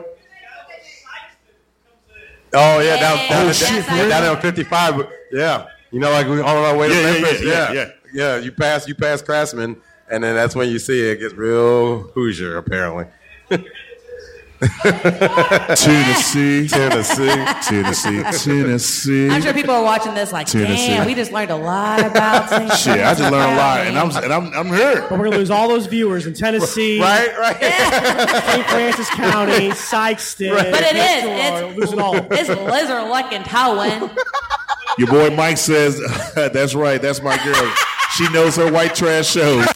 Speaker 4: Oh yeah, down,
Speaker 3: Yeah,
Speaker 4: down,
Speaker 3: that's
Speaker 4: down,
Speaker 3: shit, really?
Speaker 4: down on 55. but- Yeah, you know, like we on our way
Speaker 2: Yeah,
Speaker 4: to
Speaker 2: yeah,
Speaker 4: Memphis.
Speaker 2: yeah, yeah,
Speaker 4: Yeah, yeah. You pass, you pass Craftsman, and then that's when you see it gets real Hoosier, apparently.
Speaker 2: Tennessee,
Speaker 4: Tennessee.
Speaker 2: Tennessee, Tennessee.
Speaker 3: I'm sure people are watching this like,
Speaker 2: Tennessee.
Speaker 3: damn, we just learned a lot about St.
Speaker 2: Shit, I just learned a lot, and I'm and I'm I'm here.
Speaker 1: But we're gonna lose all those viewers in Tennessee,
Speaker 4: right, right.
Speaker 1: St. Francis County, Sykeston.
Speaker 3: But it is.
Speaker 1: Mitchell,
Speaker 3: It's-
Speaker 1: losing all.
Speaker 3: It's lizard looking Towin.
Speaker 2: Your boy Mike says that's right. That's my girl. She knows her white trash shows.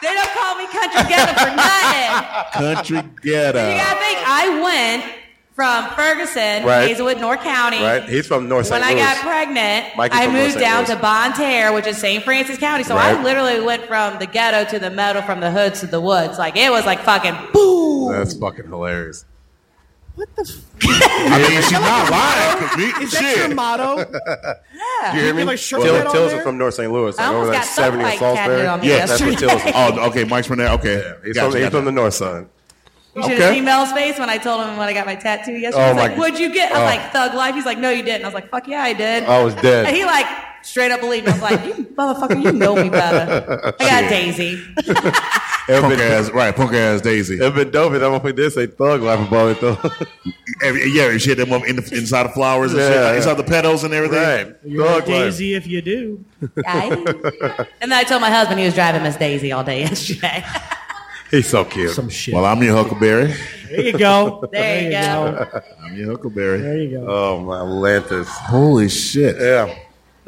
Speaker 3: They don't call me country ghetto for nothing.
Speaker 2: Country ghetto.
Speaker 3: You gotta think I went from Ferguson,
Speaker 4: Right.
Speaker 3: Hazelwood, North County.
Speaker 4: Right. He's from North
Speaker 3: When
Speaker 4: St.
Speaker 3: I
Speaker 4: Louis.
Speaker 3: got pregnant,
Speaker 4: Mike is
Speaker 3: I
Speaker 4: from North
Speaker 3: moved
Speaker 4: St.
Speaker 3: down
Speaker 4: Louis.
Speaker 3: to Bon Terre, which is St. Francis County. So
Speaker 4: Right.
Speaker 3: I literally went from the ghetto to the metal, from the hoods to the woods. Like it was like fucking boom.
Speaker 4: That's fucking hilarious.
Speaker 2: I mean, she's not lying. 'cause we-
Speaker 1: Is that your
Speaker 2: shit.
Speaker 1: motto?
Speaker 4: You hear me?
Speaker 1: like, shirt
Speaker 4: Till-
Speaker 1: that on
Speaker 4: Tillis
Speaker 1: there?
Speaker 4: is from North St. Louis.
Speaker 3: I
Speaker 4: over
Speaker 3: almost
Speaker 4: like
Speaker 3: got
Speaker 4: 70 in
Speaker 3: something like
Speaker 4: Salisbury.
Speaker 3: tattooed on me
Speaker 4: yeah, that's what
Speaker 3: yesterday.
Speaker 4: Tillis is.
Speaker 2: Oh, okay. Mike's from there. Okay,
Speaker 4: He's,
Speaker 2: Gotcha,
Speaker 4: from, he's
Speaker 2: gotcha.
Speaker 4: from the North Side.
Speaker 3: You should
Speaker 2: Okay.
Speaker 3: have seen Mel's face when I told him when I got my tattoo yesterday.
Speaker 4: Oh
Speaker 3: He's
Speaker 4: my-
Speaker 3: like, "What'd you get?" I
Speaker 4: oh.
Speaker 3: was like, "Thug life." He's like, "No, you didn't." I was like, "Fuck yeah, I did."
Speaker 4: I was dead.
Speaker 3: And he like straight up believed me. I was like, "You motherfucker, you know me better." I got Daisy.
Speaker 4: It would
Speaker 2: Punk
Speaker 4: have
Speaker 2: ass, right? Punk ass Daisy.
Speaker 4: been dope if that motherfucker did say thug life above it, though.
Speaker 2: Every- yeah, she had them up in the, inside the flowers and
Speaker 4: Yeah,
Speaker 2: shit,
Speaker 4: yeah.
Speaker 2: inside the petals and everything.
Speaker 4: right.
Speaker 1: You're
Speaker 4: Thug life.
Speaker 1: Daisy if you do.
Speaker 3: I- and then I told my husband he was driving Miss Daisy all day yesterday.
Speaker 4: He's so cute.
Speaker 1: Some shit.
Speaker 2: Well, I'm your Huckleberry.
Speaker 1: there you go.
Speaker 3: There you go.
Speaker 2: I'm your Huckleberry.
Speaker 1: There you go.
Speaker 4: Oh my Atlantis.
Speaker 2: Holy shit!
Speaker 4: Yeah.
Speaker 2: Uh,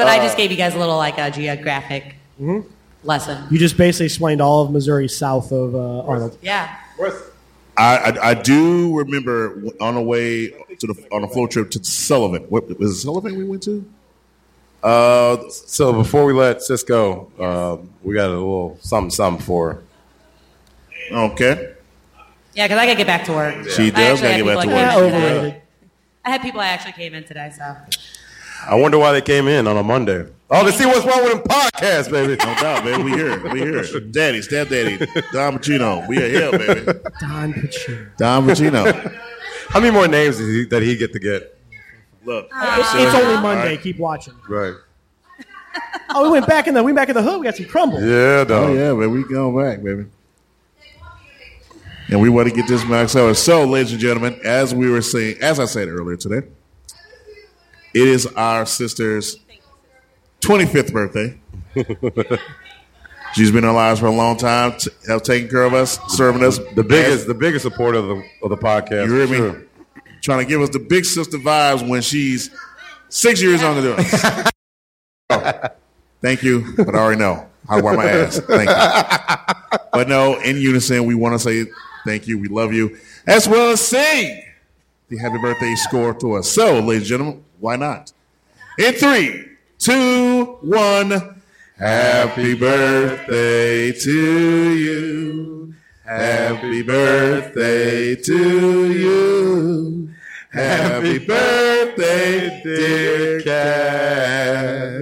Speaker 2: Mm-hmm.
Speaker 3: But I just gave you guys a little like a geographic lesson.
Speaker 1: You just basically explained all of Missouri south of uh, Arnold.
Speaker 3: Yeah.
Speaker 2: I, I I do remember on the way to the on a float trip to Sullivan. What was it Sullivan we went to? Uh,
Speaker 4: So before we let Cisco, um, we got a little something something for. her.
Speaker 2: okay.
Speaker 3: Yeah, because I got to get back to work.
Speaker 2: She
Speaker 3: I
Speaker 2: does gotta get
Speaker 3: actually had
Speaker 2: back to
Speaker 3: people I
Speaker 1: Yeah,
Speaker 2: work.
Speaker 3: came in today.
Speaker 1: overrated.
Speaker 3: I had people I actually came in today, so.
Speaker 4: I wonder why they came in on a Monday. Oh, to see what's wrong with them podcasts, baby.
Speaker 2: No doubt, man. We here. We here. Daddy, stepdaddy, Don Pacino. We are here, baby.
Speaker 1: Don Pacino.
Speaker 2: Don Pacino.
Speaker 4: How many more names did he, that he get to get?
Speaker 2: Look.
Speaker 1: It's, it's only Monday. Keep watching.
Speaker 4: Right.
Speaker 1: Oh, we went back in the we went back in the hood. We got some crumbles.
Speaker 4: Yeah, dog.
Speaker 2: Oh, yeah, man. We going back, baby. And we want to get this max out. So, ladies and gentlemen, as we were saying, as I said earlier today, it is our sister's 25th birthday. She's been in our lives for a long time, t- have taken care of us, serving us.
Speaker 4: The biggest, the biggest supporter of the of the podcast.
Speaker 2: You hear me?
Speaker 4: Sure.
Speaker 2: Trying to give us the big sister vibes when she's six years younger than us. Oh, Thank you, but I already know how to wipe my ass. Thank you. But no, in unison, we want to say thank you. We love you. As well as sing the happy birthday score to us. So, ladies and gentlemen, why not? In three, two, one. Happy birthday to you. Happy birthday to you. Happy birthday, dear cat.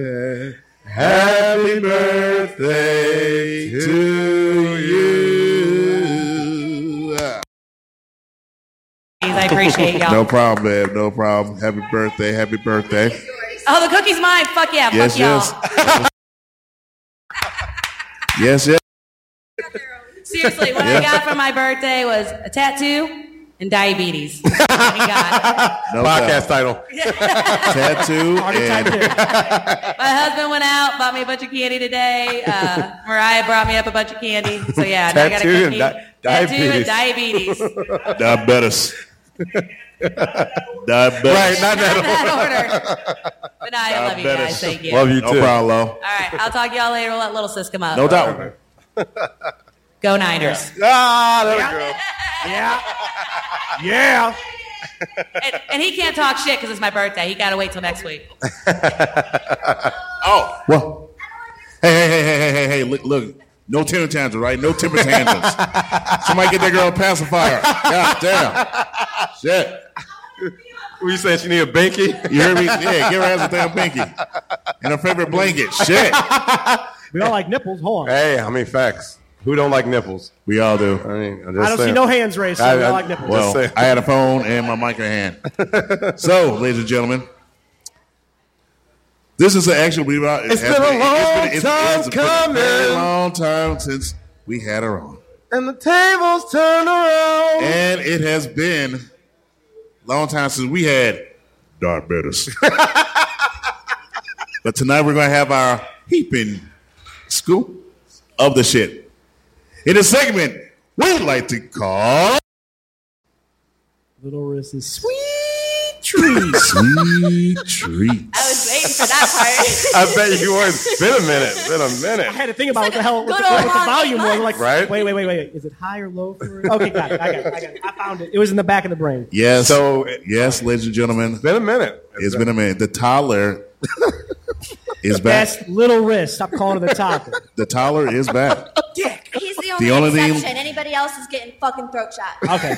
Speaker 2: Happy birthday to you.
Speaker 3: Please, I appreciate y'all.
Speaker 2: No problem, babe. No problem. Happy birthday. Happy birthday.
Speaker 3: Oh, the cookie's mine. Fuck yeah.
Speaker 2: Yes,
Speaker 3: fuck y'all.
Speaker 2: yes. yes, yes.
Speaker 3: Seriously, what I got for my birthday was a tattoo and diabetes. Thank God.
Speaker 2: No
Speaker 4: Podcast title.
Speaker 2: doubt. tattoo and
Speaker 3: My husband went out, bought me a bunch of candy today. Uh, Mariah brought me up a bunch of candy. So yeah, now I got a
Speaker 4: Tattoo
Speaker 3: cookie.
Speaker 4: and di-
Speaker 3: Tattoo and diabetes.
Speaker 2: diabetes. diabetes.
Speaker 4: Right. Not
Speaker 3: Not
Speaker 4: that.
Speaker 3: that order. But no, I love you guys.
Speaker 2: Diabetes.
Speaker 3: Thank you.
Speaker 4: Love you
Speaker 2: No
Speaker 4: too.
Speaker 2: problem, Lo.
Speaker 3: All right, I'll talk to y'all later. We'll let little sis come up.
Speaker 2: No doubt.
Speaker 3: Go Niners.
Speaker 4: Ah, there we go.
Speaker 1: Yeah.
Speaker 3: And, and he can't talk shit because it's my birthday. He got to wait till next week.
Speaker 2: Oh. Well. Hey, hey, hey, hey, hey, hey, hey. Look, look. No timber tantrums, right? No timber tantrums. Somebody get that girl a pacifier. God damn. Shit.
Speaker 4: We said she need a binky.
Speaker 2: You hear me? Yeah, give her ass a damn pinky. And her favorite blanket. Shit.
Speaker 1: We all like nipples. Hold on.
Speaker 4: Hey, I mean facts. Who don't like nipples?
Speaker 2: We all do.
Speaker 4: I mean, I'm just
Speaker 1: I don't see
Speaker 4: saying.
Speaker 1: no hands raised. So
Speaker 4: I-
Speaker 1: we
Speaker 4: I-
Speaker 1: all like nipples.
Speaker 2: Well,
Speaker 4: Well- Just saying.
Speaker 2: I had a phone and my mic in hand. so, ladies and gentlemen, this is an actual believe it or not, it
Speaker 4: It's
Speaker 2: has
Speaker 4: been a
Speaker 2: it's been-
Speaker 4: long
Speaker 2: it's- it's been a
Speaker 4: time
Speaker 2: very
Speaker 4: coming.
Speaker 2: long time since we had her on,
Speaker 4: And the tables turn around.
Speaker 2: and it has been a long time since we had diabetes. but tonight we're gonna have our heaping scoop of the shit in a segment we like to call.
Speaker 1: Little wrist is sweet treat.
Speaker 2: Sweet treats.
Speaker 3: I was waiting for that part.
Speaker 4: I bet you were. It's been a minute. It's Been a
Speaker 1: I
Speaker 4: minute.
Speaker 1: had to think about what the hell what the,
Speaker 3: Good old
Speaker 1: what the volume was. I'm Like,
Speaker 4: Right?
Speaker 1: Wait, wait, wait, wait. Is it high or low? For it? Okay, got it. I got it. I got it. I found it. It was in the back of the brain.
Speaker 2: Yes.
Speaker 4: So it's
Speaker 2: yes, ladies and gentlemen,
Speaker 4: been a minute.
Speaker 2: it's been a minute. The toddler is back.
Speaker 1: That's little wrist. Stop calling it the topic.
Speaker 2: The toddler is back.
Speaker 6: He's the only,
Speaker 2: The only thing-
Speaker 6: exception. Anybody else is getting fucking throat shot.
Speaker 1: Okay.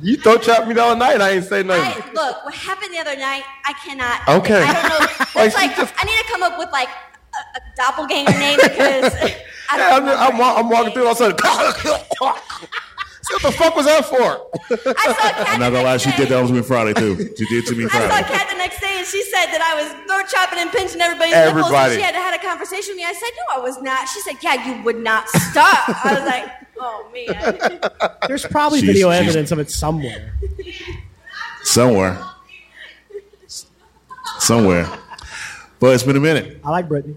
Speaker 4: You throat chopped me all night. I ain't say
Speaker 6: I,
Speaker 4: nothing.
Speaker 6: look, what happened the other night, I cannot.
Speaker 4: Okay.
Speaker 6: I don't know. That's
Speaker 4: Like,
Speaker 6: like,
Speaker 4: she just-
Speaker 6: I need to come up with like a, a doppelganger name because I don't
Speaker 4: Yeah, I'm,
Speaker 6: remember
Speaker 4: I'm, wa- I'm walking through.
Speaker 6: anything.
Speaker 4: All of a sudden, See, what the fuck was that for?
Speaker 6: I saw Kat
Speaker 2: I'm not
Speaker 6: the
Speaker 2: gonna lie,
Speaker 6: next
Speaker 2: she did
Speaker 6: day.
Speaker 2: that to me Friday too. She did to me
Speaker 6: I saw
Speaker 2: Friday.
Speaker 6: Kat the next day, and she said that I was throat chopping and pinching everybody's nipples.
Speaker 4: Everybody.
Speaker 6: And she had had a conversation with me. I said, "No, I was not." She said, "Yeah, you would not stop." I was like, "Oh man."
Speaker 1: There's probably
Speaker 2: She's-
Speaker 1: video
Speaker 2: she's-
Speaker 1: evidence of it somewhere.
Speaker 2: Somewhere. Somewhere. But it's been a minute.
Speaker 1: I like Brittany.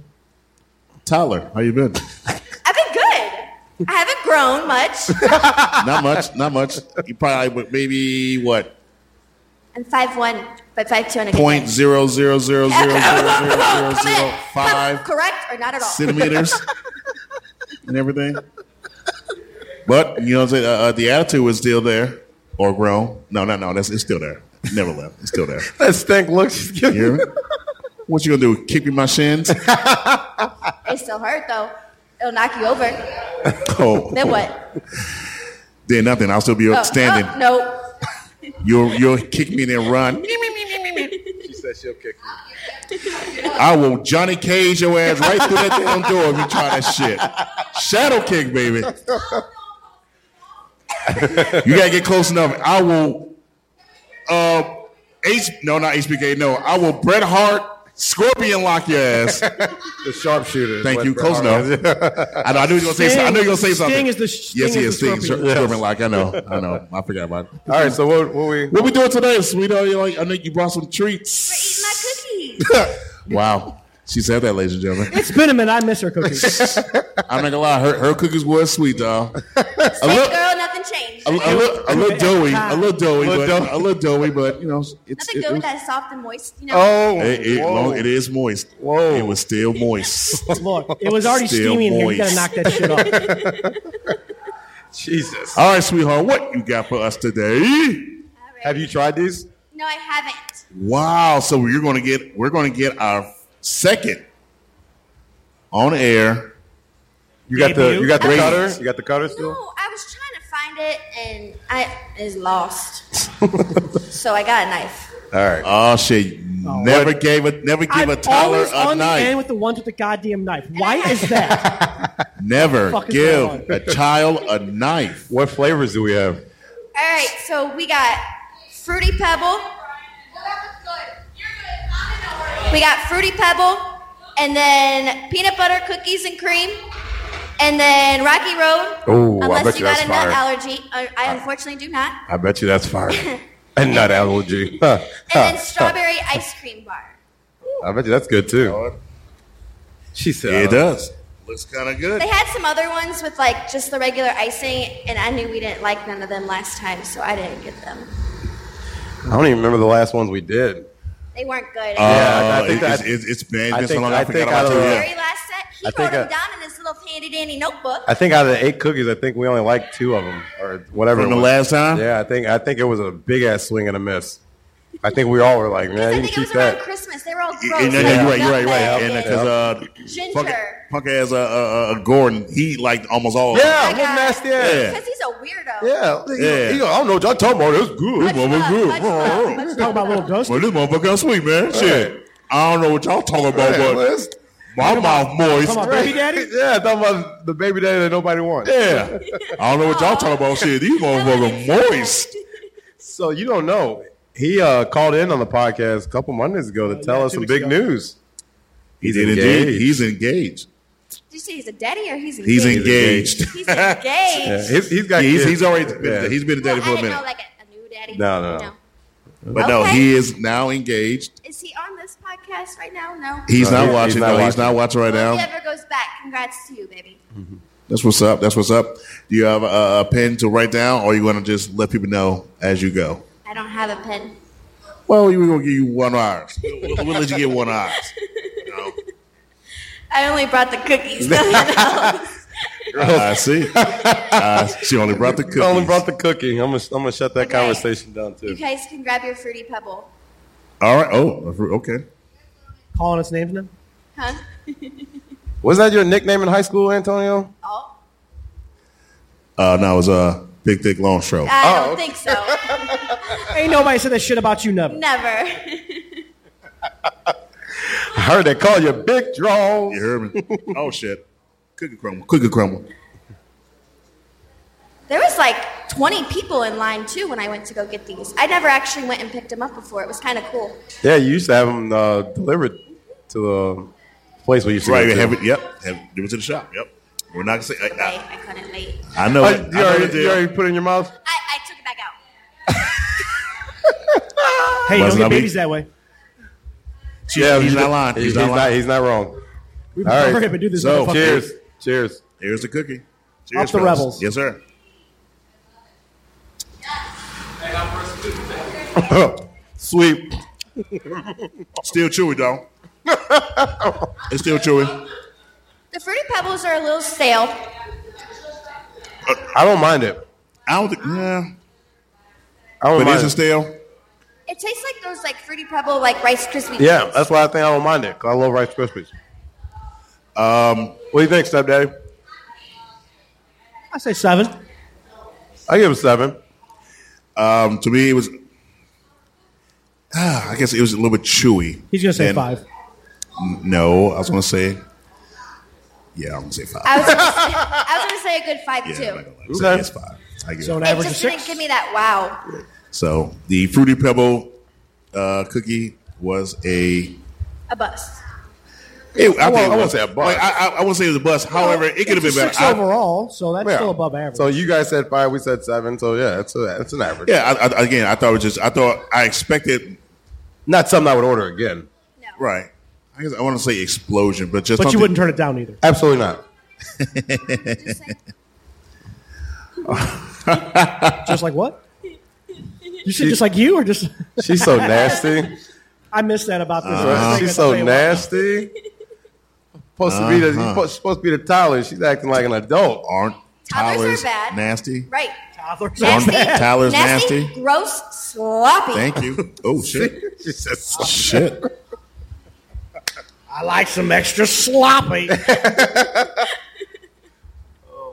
Speaker 2: Tyler, how you been?
Speaker 6: I've been good. I haven't grown much.
Speaker 2: Not much, not much. You probably maybe what
Speaker 6: I'm five one, but five two and a good
Speaker 2: point
Speaker 6: day.
Speaker 2: zero zero zero zero zero zero
Speaker 6: Come
Speaker 2: zero
Speaker 6: in.
Speaker 2: five
Speaker 6: Correct or not at all?
Speaker 2: centimeters. and everything. But you know, what I'm saying? Uh, uh, the attitude was still there or grown. No, no, no. That's it's still there. Never left. It's still there.
Speaker 4: That stink looks.
Speaker 2: You hear me? What you gonna do? Kick me in my shins?
Speaker 6: It still hurt though. It'll knock you over.
Speaker 2: Oh,
Speaker 6: Then what?
Speaker 2: Then nothing. I'll still be
Speaker 6: Oh,
Speaker 2: up standing.
Speaker 6: oh, no.
Speaker 2: You'll you'll kick me and then run.
Speaker 4: she said she'll kick me.
Speaker 2: I will Johnny Cage your ass right through that damn door if you try that shit. Shadow kick, baby. you gotta get close enough. I will. Uh, H no, not HBK. No, I will Bret Hart scorpion lock your ass.
Speaker 4: The sharpshooter.
Speaker 2: Thank you. Close enough. I know. I knew you were gonna say. something. I knew you were gonna say
Speaker 1: Sting-
Speaker 2: something.
Speaker 1: Sting is the- Sting
Speaker 2: yes, he
Speaker 1: is
Speaker 2: is.
Speaker 1: the
Speaker 2: Sting,
Speaker 1: scorpion.
Speaker 2: scorpion lock. I know. I know. I forgot about it.
Speaker 4: All right. So what? What we?
Speaker 2: What we doing today, sweetheart? You like? I know you brought some treats.
Speaker 6: Eat my cookies.
Speaker 2: Wow. She said that, ladies and gentlemen.
Speaker 1: It's been a minute. I miss her cookies.
Speaker 2: I'm not gonna lie, her, her cookies were sweet, dog. A little,
Speaker 6: Girl, nothing changed.
Speaker 2: a, li- a li- a little doughy, a little doughy, but a little doughy, but you know, it's
Speaker 6: Nothing
Speaker 2: it,
Speaker 6: good
Speaker 2: it,
Speaker 6: with that soft and moist. You know.
Speaker 4: Oh,
Speaker 2: it- it-
Speaker 4: whoa.
Speaker 2: long- it is moist.
Speaker 4: Whoa.
Speaker 2: it was still moist.
Speaker 1: Look, it was already
Speaker 2: Still
Speaker 1: steamy in here. You gotta
Speaker 2: moist.
Speaker 1: knock that shit off.
Speaker 4: Jesus.
Speaker 2: All right, sweetheart, what you got for us today?
Speaker 6: All right.
Speaker 4: Have you tried these?
Speaker 6: No, I haven't.
Speaker 2: Wow, so you're gonna get we're gonna get our second on air.
Speaker 4: You got the
Speaker 1: Debut?
Speaker 4: you got the
Speaker 2: Raisins.
Speaker 4: cutter. You got the cutter
Speaker 6: No,
Speaker 4: still.
Speaker 6: I was trying to find it and I is lost. so I got a knife.
Speaker 4: All right.
Speaker 2: Oh shit! Never gave a never give a
Speaker 1: I'm
Speaker 2: Tyler
Speaker 1: always
Speaker 2: a
Speaker 1: on the end
Speaker 2: knife.
Speaker 1: with the ones with the goddamn knife. Why is that?
Speaker 2: Never
Speaker 1: fuck is
Speaker 2: give a
Speaker 1: going
Speaker 2: child a knife.
Speaker 4: What flavors do we have?
Speaker 6: All right, so we got fruity pebble. We got fruity pebble, and then peanut butter cookies and cream, and then Rocky Road.
Speaker 4: Ooh, I
Speaker 6: unless
Speaker 4: bet
Speaker 6: you
Speaker 4: you
Speaker 6: got
Speaker 4: that's
Speaker 6: a
Speaker 4: fire.
Speaker 6: nut allergy, I, I unfortunately do not.
Speaker 4: I bet you that's fire. and nut allergy. Huh,
Speaker 6: And
Speaker 4: huh,
Speaker 6: then strawberry ice cream bar.
Speaker 4: huh. I bet you that's good too. She said.
Speaker 2: It does. Looks kind of good.
Speaker 6: They had some other ones with like just the regular icing, and I knew we didn't like none of them last time, so I didn't get them.
Speaker 4: I don't even remember the last ones we did.
Speaker 6: They weren't good.
Speaker 4: Yeah, I
Speaker 2: Uh,
Speaker 4: think
Speaker 2: it's,
Speaker 4: that-
Speaker 2: it's, it's been,
Speaker 4: I
Speaker 2: been so
Speaker 4: think-
Speaker 2: long.
Speaker 4: I
Speaker 2: I, forgot
Speaker 4: think
Speaker 2: about
Speaker 4: I-
Speaker 2: you.
Speaker 6: The
Speaker 2: Yeah.
Speaker 6: very last set, he
Speaker 4: I
Speaker 6: wrote
Speaker 4: think I-
Speaker 6: them down in his little handy dandy notebook.
Speaker 4: I think out of the eight cookies, I think we only liked two of them or whatever.
Speaker 2: From
Speaker 4: it
Speaker 2: the last
Speaker 4: was.
Speaker 2: time?
Speaker 4: Yeah, I think I think it was a big ass swing and a miss. I think we all were like,
Speaker 6: I
Speaker 4: man, you
Speaker 6: think it
Speaker 4: can
Speaker 6: was
Speaker 4: keep
Speaker 6: around
Speaker 4: that.
Speaker 6: Christmas. They were all gross.
Speaker 2: Yeah, yeah,
Speaker 6: like
Speaker 2: you're right, you're right, you're right.
Speaker 6: nutmeg
Speaker 2: And
Speaker 6: and-
Speaker 2: because uh,
Speaker 6: Ginger.
Speaker 2: punk, punk ass uh, uh, uh, Gordon, he liked almost all. of
Speaker 4: Yeah,
Speaker 6: I
Speaker 4: what
Speaker 6: got-
Speaker 4: nasty ass.
Speaker 6: Because he's a weirdo.
Speaker 4: Yeah, yeah.
Speaker 2: Yeah.
Speaker 4: He go, I don't know what y'all talking about. It was good.
Speaker 6: Much
Speaker 2: Well, we're
Speaker 6: love,
Speaker 2: good.
Speaker 6: much
Speaker 4: oh,
Speaker 6: love, much
Speaker 1: Talk about little ghost.
Speaker 2: Well, this motherfucker sweet, man. Shit, I don't know what y'all talking about,
Speaker 4: Yeah,
Speaker 2: but
Speaker 4: let's-
Speaker 2: my mouth moist.
Speaker 1: Come on, baby daddy.
Speaker 4: Yeah, talking about the baby daddy that nobody wants.
Speaker 2: Yeah, I don't know what y'all talking about. Shit, these motherfuckers moist.
Speaker 4: So you don't know. He uh, called in on the podcast a couple Mondays ago to tell
Speaker 1: yeah,
Speaker 4: us
Speaker 1: two
Speaker 4: some
Speaker 1: weeks
Speaker 4: big
Speaker 1: ago.
Speaker 4: news.
Speaker 2: He
Speaker 4: He's
Speaker 2: did
Speaker 4: engaged.
Speaker 2: indeed. He's engaged.
Speaker 6: Did you say he's a daddy or he's engaged?
Speaker 2: He's engaged.
Speaker 6: He's engaged.
Speaker 4: Yeah, he's, he's got.
Speaker 2: Yeah, he's,
Speaker 4: kids.
Speaker 2: he's already been,
Speaker 4: Yeah.
Speaker 2: he's been a
Speaker 6: Well,
Speaker 2: daddy
Speaker 6: I
Speaker 2: for a
Speaker 6: didn't know
Speaker 2: minute,
Speaker 6: like a, a new daddy.
Speaker 4: No, no, no.
Speaker 2: but no,
Speaker 6: Okay.
Speaker 2: he is now engaged.
Speaker 6: Is he on this podcast right now? No.
Speaker 2: He's
Speaker 4: No,
Speaker 2: not
Speaker 4: he's-
Speaker 2: watching.
Speaker 4: he's not
Speaker 2: no, he's not watching right
Speaker 6: Well, if
Speaker 2: now.
Speaker 6: he ever goes back, congrats to you, baby.
Speaker 2: That's what's up. That's what's up. Do you have a, a pen to write down, or you want to just let people know as you go?
Speaker 6: I don't have a pen.
Speaker 2: Well, we're gonna give you one hour. We'll, we'll let you get one hour. You know?
Speaker 6: I only brought the cookies. I
Speaker 2: I see. Uh, she only brought the cookies.
Speaker 4: I only brought the cookie. I'm gonna I'm gonna shut that
Speaker 6: Okay.
Speaker 4: conversation down too.
Speaker 6: You guys can grab your fruity pebble.
Speaker 2: All right. Oh, okay.
Speaker 1: Calling us names now.
Speaker 6: Huh?
Speaker 4: Was that your nickname in high school, Antonio?
Speaker 6: Oh,
Speaker 2: Uh, no, it was a uh, big, thick, long show.
Speaker 6: I
Speaker 4: Oh,
Speaker 6: don't think so.
Speaker 1: Ain't nobody said that shit about you, never.
Speaker 6: Never.
Speaker 4: I heard they call you Big Draw.
Speaker 2: You heard me? Oh shit! Cookie crumble. Cookie crumble.
Speaker 6: There was like 20 people in line too when I went to go get these. I never actually went and picked them up before. It was kind of cool.
Speaker 4: Yeah, you used to have them uh, delivered to the place where you used to
Speaker 2: Right.
Speaker 4: go to.
Speaker 2: Have it. Yep. Have it to the shop. Yep. We're not gonna say.
Speaker 6: Okay,
Speaker 2: I,
Speaker 6: I couldn't wait.
Speaker 2: I, I know.
Speaker 4: Oh,
Speaker 2: it. I know
Speaker 4: you,
Speaker 2: the
Speaker 4: already,
Speaker 2: deal.
Speaker 4: you already put it in your mouth.
Speaker 6: I, I took it back out.
Speaker 1: Hey,
Speaker 2: Wasn't
Speaker 1: don't get
Speaker 2: that me?
Speaker 1: babies that way.
Speaker 2: She's- he's not lying.
Speaker 4: He's, not,
Speaker 2: lying.
Speaker 4: he's not wrong.
Speaker 1: We've
Speaker 4: All
Speaker 1: never
Speaker 4: right.
Speaker 1: been do this.
Speaker 2: So,
Speaker 1: motherfucker.
Speaker 4: Cheers. Cheers.
Speaker 2: Here's the cookie.
Speaker 1: Up the
Speaker 2: fellas.
Speaker 1: rebels.
Speaker 2: Yes, sir.
Speaker 4: Sweet.
Speaker 2: Still chewy, dog. it's still chewy.
Speaker 6: The fruity pebbles are a little stale.
Speaker 4: I don't mind it.
Speaker 2: I don't think, yeah.
Speaker 4: I don't
Speaker 2: But
Speaker 4: mind
Speaker 2: is
Speaker 4: it.
Speaker 2: it stale?
Speaker 6: It tastes like those like fruity pebble like Rice Krispie.
Speaker 4: yeah,
Speaker 6: treats.
Speaker 4: that's why I think I don't mind it. 'cause I love Rice Krispies. Um, what do you think, stepdaddy?
Speaker 1: I say seven.
Speaker 4: I give it a seven.
Speaker 2: Um, to me, it was. Ah, I guess it was a little bit chewy.
Speaker 1: He's gonna say
Speaker 2: And-
Speaker 1: five.
Speaker 2: No, I was gonna say. Yeah, I'm gonna say five.
Speaker 6: I was, gonna say, I was gonna say a good five
Speaker 2: yeah,
Speaker 6: too.
Speaker 2: I'm not gonna
Speaker 6: It
Speaker 2: lie. So,
Speaker 4: Okay.
Speaker 2: yes, five. I give
Speaker 1: So
Speaker 2: it.
Speaker 1: an average of
Speaker 6: just
Speaker 1: six.
Speaker 6: didn't give me that wow.
Speaker 2: So the fruity pebble uh, cookie was a.
Speaker 6: A bust.
Speaker 2: It, I, think
Speaker 4: won't-
Speaker 2: it
Speaker 4: I won't
Speaker 2: was-
Speaker 4: say a bust.
Speaker 2: Like, I, I, I won't say it was a bust. However, it could have
Speaker 1: It's a
Speaker 2: been better.
Speaker 1: Six
Speaker 2: I-
Speaker 1: overall, so that's
Speaker 4: Yeah.
Speaker 1: still above average.
Speaker 4: So you guys said five, we said seven. So yeah, that's a, that's an average.
Speaker 2: yeah, I, I, again, I thought it was just. I thought I expected.
Speaker 4: Not something I would order again.
Speaker 2: Right. I guess I want to say explosion, but just.
Speaker 1: but you
Speaker 2: something-
Speaker 1: wouldn't turn it down either.
Speaker 4: Absolutely not.
Speaker 1: Just like what? You said just like you, or just
Speaker 4: She's so nasty.
Speaker 1: I missed that about this.
Speaker 4: Uh, She's so nasty. Supposed to be the
Speaker 1: Uh-huh.
Speaker 4: you're supposed- supposed to be the Tyler. She's acting like an adult.
Speaker 2: aren't
Speaker 6: Toddlers are
Speaker 2: Tyler's
Speaker 6: bad.
Speaker 2: nasty?
Speaker 6: Right.
Speaker 2: Aren't
Speaker 1: nasty.
Speaker 6: Nasty.
Speaker 2: Tyler's
Speaker 6: Nasty,
Speaker 2: nasty?
Speaker 6: Gross. Sloppy.
Speaker 2: Thank you. Oh shit!
Speaker 4: She's just
Speaker 2: shit.
Speaker 1: I like some extra sloppy.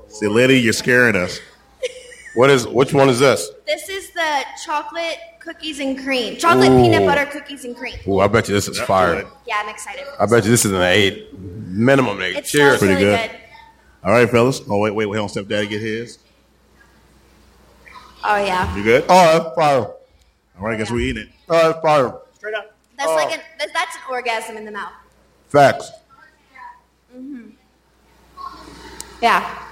Speaker 2: See, lady, you're scaring us.
Speaker 4: What is which one is this?
Speaker 6: This is the chocolate cookies and cream. Chocolate peanut
Speaker 4: Ooh.
Speaker 6: butter cookies and cream.
Speaker 4: Ooh, I bet you this is fire.
Speaker 6: Yeah, I'm excited.
Speaker 4: I bet you this is an eight minimum. Nigga.
Speaker 6: It
Speaker 4: Cheers.
Speaker 6: smells
Speaker 2: Pretty
Speaker 6: really
Speaker 2: good.
Speaker 6: good.
Speaker 2: All right, fellas. Oh wait, wait, wait. Hold on, stepdaddy, get his.
Speaker 6: Oh yeah.
Speaker 2: You good? All
Speaker 4: Oh, that's fire. Oh,
Speaker 2: right, I guess we eating it.
Speaker 4: that's fire.
Speaker 1: Straight up.
Speaker 6: That's
Speaker 4: Oh.
Speaker 6: like an that- that's an orgasm in the mouth.
Speaker 4: Facts.
Speaker 6: Yeah.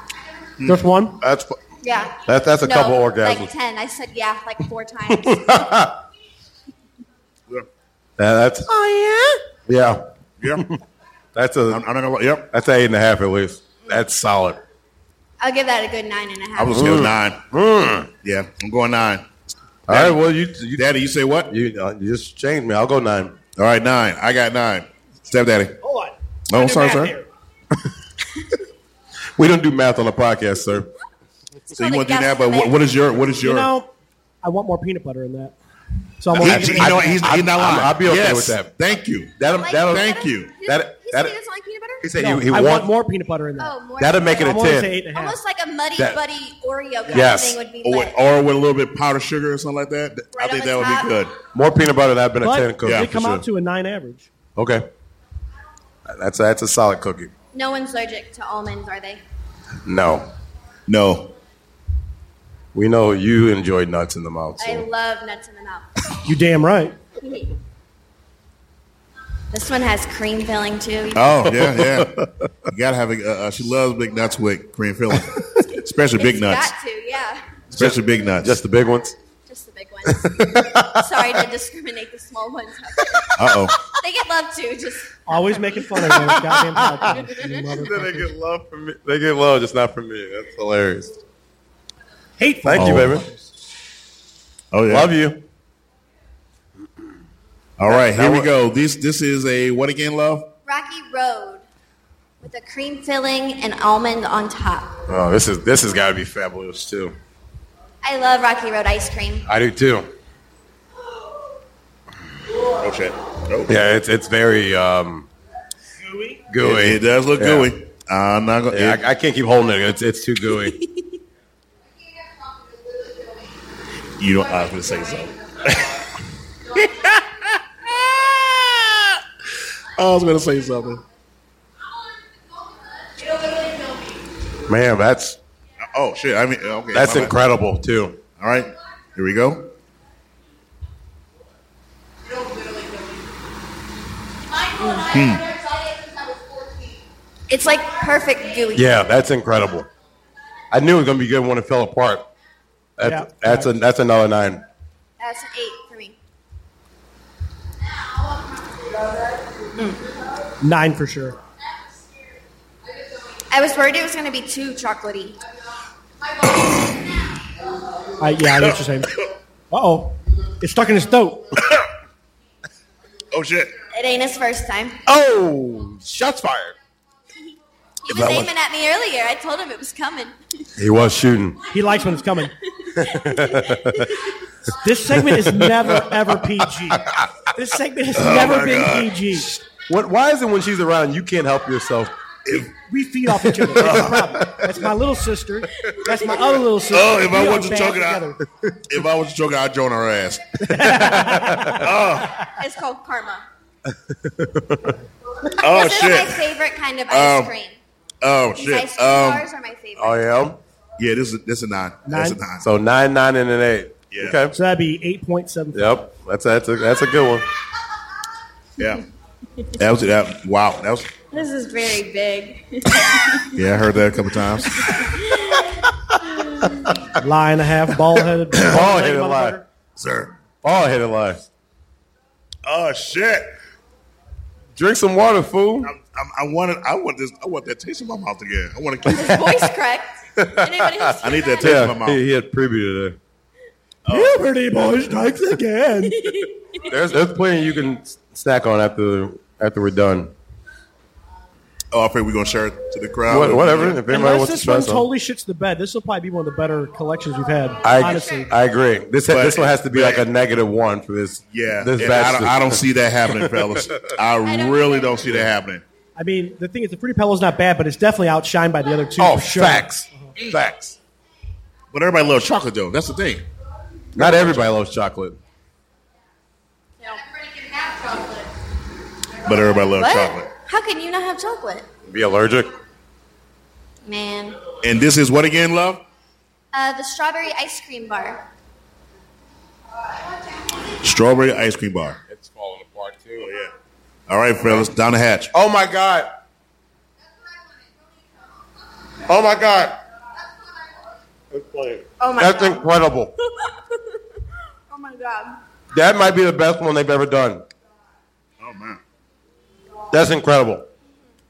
Speaker 1: Just one.
Speaker 4: That's fu-
Speaker 6: Yeah.
Speaker 4: That- that's a
Speaker 6: No,
Speaker 4: couple
Speaker 6: Like
Speaker 4: orgasms.
Speaker 6: ten. I said yeah, like four times.
Speaker 4: yeah, that's
Speaker 1: Oh
Speaker 4: yeah.
Speaker 2: Yeah, I'm,
Speaker 4: That's a
Speaker 2: I'm not gonna. lie. Yep,
Speaker 4: that's an eight and a half at least. That's solid.
Speaker 6: I'll give that a good nine and a half.
Speaker 2: I was going nine.
Speaker 4: Mm.
Speaker 2: Yeah, I'm going nine.
Speaker 4: All right. Well, you you
Speaker 2: Daddy, you say what?
Speaker 4: you, uh, you just changed me. I'll go nine.
Speaker 2: All right, nine. I got nine. Stepdaddy.
Speaker 1: Hold on.
Speaker 2: Oh,
Speaker 1: I do
Speaker 2: sorry,
Speaker 1: math
Speaker 2: sir.
Speaker 1: here.
Speaker 4: We don't do math on the podcast, sir.
Speaker 2: So you
Speaker 6: called
Speaker 2: want
Speaker 6: a
Speaker 2: to do that? But
Speaker 6: guesstimate.
Speaker 2: what, what is your? What is your?
Speaker 1: You know, I want more peanut butter in that. So I'm
Speaker 2: He-
Speaker 1: only
Speaker 2: you
Speaker 1: giving
Speaker 2: know
Speaker 1: it-
Speaker 2: what? He's, he's not
Speaker 4: I-
Speaker 2: lying.
Speaker 4: I'll be okay
Speaker 2: Yes.
Speaker 4: with that.
Speaker 2: Thank you.
Speaker 4: That'll
Speaker 6: Like
Speaker 4: that'll
Speaker 6: peanut
Speaker 4: thank
Speaker 6: butter?
Speaker 4: you.
Speaker 6: He- He,
Speaker 4: That
Speaker 6: said
Speaker 4: that
Speaker 6: he doesn't like peanut butter.
Speaker 4: he said
Speaker 1: no,
Speaker 4: he, he
Speaker 1: I
Speaker 4: wants
Speaker 1: want more peanut butter in that.
Speaker 6: Oh, more.
Speaker 4: That'll make it a
Speaker 1: I'm only
Speaker 4: ten.
Speaker 1: say eight and a half.
Speaker 6: almost like a muddy
Speaker 4: That-
Speaker 6: buddy Oreo kind
Speaker 4: Yes. Oh,
Speaker 6: of thing would be
Speaker 2: Or,
Speaker 6: lit.
Speaker 2: with- or with a little bit of powdered sugar or something like that. Th-
Speaker 6: Right
Speaker 2: I think
Speaker 6: on
Speaker 2: that
Speaker 6: the
Speaker 2: would
Speaker 6: top.
Speaker 2: be good.
Speaker 4: more peanut butter than I've been a ten
Speaker 1: But
Speaker 4: cookie.
Speaker 2: Yeah,
Speaker 1: they
Speaker 2: for
Speaker 1: come
Speaker 2: sure.
Speaker 1: out to a nine average.
Speaker 4: Okay. That's that's a solid cookie.
Speaker 6: no one's allergic to almonds, are they?
Speaker 4: No,
Speaker 2: No,
Speaker 4: we know you enjoy nuts in the mouth.
Speaker 6: I
Speaker 4: So.
Speaker 6: love nuts in the mouth.
Speaker 1: You damn right.
Speaker 6: This one has cream filling too.
Speaker 2: Oh yeah, yeah. You gotta have a. Uh, uh, she loves big nuts with cream filling, especially big
Speaker 6: It's
Speaker 2: nuts,
Speaker 6: Got to, yeah.
Speaker 2: especially big nuts.
Speaker 4: Just the big ones.
Speaker 6: Just the big ones. Sorry to discriminate the small ones.
Speaker 2: uh oh.
Speaker 6: They get love too. Just
Speaker 1: Always making fun of those goddamn podcasts. you
Speaker 4: they
Speaker 1: motherfucker.
Speaker 4: get love from me. They get love, just not from me. That's hilarious.
Speaker 1: Hateful.
Speaker 4: Thank you,
Speaker 2: Oh.
Speaker 4: baby.
Speaker 2: Oh yeah.
Speaker 4: Love you.
Speaker 2: All right, here
Speaker 4: Now
Speaker 2: we
Speaker 4: what-
Speaker 2: go. This this is a what again, love?
Speaker 6: Rocky Road with a cream filling and almond on top.
Speaker 4: Oh, this is this has got to be fabulous too.
Speaker 6: I love Rocky Road ice cream.
Speaker 4: I do too.
Speaker 2: Oh shit. Oh.
Speaker 4: Yeah, it's it's very um,
Speaker 1: Gooey.
Speaker 4: gooey.
Speaker 2: It, it does look
Speaker 4: Yeah.
Speaker 2: gooey. I'm not gonna.
Speaker 4: Yeah,
Speaker 2: it-
Speaker 4: I, I can't keep holding it. It's it's too gooey.
Speaker 2: you don't. I was gonna say something. I was gonna say something.
Speaker 4: Man, that's
Speaker 2: Oh shit. I mean, okay.
Speaker 4: that's
Speaker 2: my bad.
Speaker 4: incredible too.
Speaker 2: All right, here we go.
Speaker 5: Michael and I had our diet since I was 14.
Speaker 6: It's like perfect gooey.
Speaker 4: Yeah, that's incredible. I knew it was gonna be good when it fell apart. That's,
Speaker 1: Yeah.
Speaker 4: that's a that's another nine.
Speaker 6: That's an eight for me.
Speaker 1: Nine for sure.
Speaker 6: I was worried it was going to be too chocolatey.
Speaker 1: I, yeah, I know what you're saying. Uh oh. It's stuck in his throat.
Speaker 2: Oh shit.
Speaker 6: It ain't his first time.
Speaker 4: Oh, shots fired!
Speaker 6: He
Speaker 4: If
Speaker 6: was
Speaker 4: I was-
Speaker 6: aiming at me earlier. I told him it was coming.
Speaker 4: He was shooting.
Speaker 1: He likes when it's coming. this segment is never ever PG. This segment
Speaker 2: Oh
Speaker 1: has never been PG.
Speaker 4: What? Why is it when she's around you can't help yourself?
Speaker 1: We feed off each other. That's the problem. That's my little sister. That's my other little sister.
Speaker 2: Oh, if
Speaker 1: We
Speaker 2: I
Speaker 1: are
Speaker 2: wasn't
Speaker 1: bad
Speaker 2: choking, I,
Speaker 1: together.
Speaker 2: if I wasn't choking, I'd join her ass.
Speaker 6: It's called karma.
Speaker 2: Oh
Speaker 6: this is my
Speaker 2: shit!
Speaker 6: favorite kind of ice
Speaker 2: Um,
Speaker 6: cream.
Speaker 2: Oh
Speaker 6: These
Speaker 2: shit!
Speaker 6: ice cream
Speaker 2: Um,
Speaker 6: bars are my favorite.
Speaker 4: Oh yeah.
Speaker 2: yeah, this is this a nine. That's a
Speaker 1: Nine?
Speaker 2: nine.
Speaker 4: So nine, nine, and an eight.
Speaker 2: Yeah.
Speaker 4: Okay.
Speaker 1: So that'd be eight point seven.
Speaker 4: Yep. That's that's a that's a good one.
Speaker 2: Yeah. That was that. Wow. That was.
Speaker 6: This is very big.
Speaker 2: Yeah, I heard that a couple times.
Speaker 1: Lie and a half, bald headed,
Speaker 4: Bald headed lie.
Speaker 2: Sir.
Speaker 4: Ball headed lie.
Speaker 2: Oh shit!
Speaker 4: Drink some water, fool.
Speaker 2: I'm, I'm, I wanted. I want this. I want that taste in my mouth again. I want to keep.
Speaker 6: His voice cracked. Anybody else
Speaker 2: I need
Speaker 6: hear
Speaker 2: that taste in my
Speaker 4: Yeah.
Speaker 2: mouth. Oh.
Speaker 4: He, he had preview today.
Speaker 1: Puberty boy strikes again.
Speaker 4: There's there's plenty you can s- snack on after after we're done.
Speaker 2: Oh, I think we're gonna share it to the crowd.
Speaker 4: What, whatever. If anybody
Speaker 1: Unless
Speaker 4: wants
Speaker 1: this
Speaker 4: to try
Speaker 1: one
Speaker 4: some.
Speaker 1: totally shits the bed, this will probably be one of the better collections we've had.
Speaker 4: I,
Speaker 1: honestly,
Speaker 4: I agree. This
Speaker 2: But-
Speaker 4: this one has to be like a
Speaker 2: but-
Speaker 4: negative one for this.
Speaker 2: Yeah,
Speaker 4: This
Speaker 2: and I,
Speaker 4: batch.
Speaker 2: don't, I don't see that happening, fellas. I,
Speaker 6: don't
Speaker 2: really
Speaker 6: either.
Speaker 2: don't see that happening.
Speaker 1: I mean, the thing is, the fruity pebble is not bad, but it's definitely outshined by the other two.
Speaker 4: oh,
Speaker 1: for sure.
Speaker 4: facts, facts.
Speaker 2: But everybody loves chocolate, though. That's the thing.
Speaker 4: Not everybody loves chocolate.
Speaker 5: Everybody can have chocolate.
Speaker 2: But everybody loves
Speaker 6: What?
Speaker 2: chocolate.
Speaker 6: How can you not have chocolate?
Speaker 4: Be allergic.
Speaker 6: Man.
Speaker 2: And this is what again, love?
Speaker 6: Uh, the strawberry ice cream bar.
Speaker 2: Strawberry ice cream bar.
Speaker 4: It's falling apart too.
Speaker 2: Yeah. All right, fellas, down the hatch.
Speaker 4: Oh my god. Oh my god.
Speaker 6: Oh my
Speaker 4: That's
Speaker 6: god.
Speaker 4: incredible.
Speaker 6: Oh my god.
Speaker 4: That might be the best one they've ever done.
Speaker 2: Oh man,
Speaker 4: That's incredible.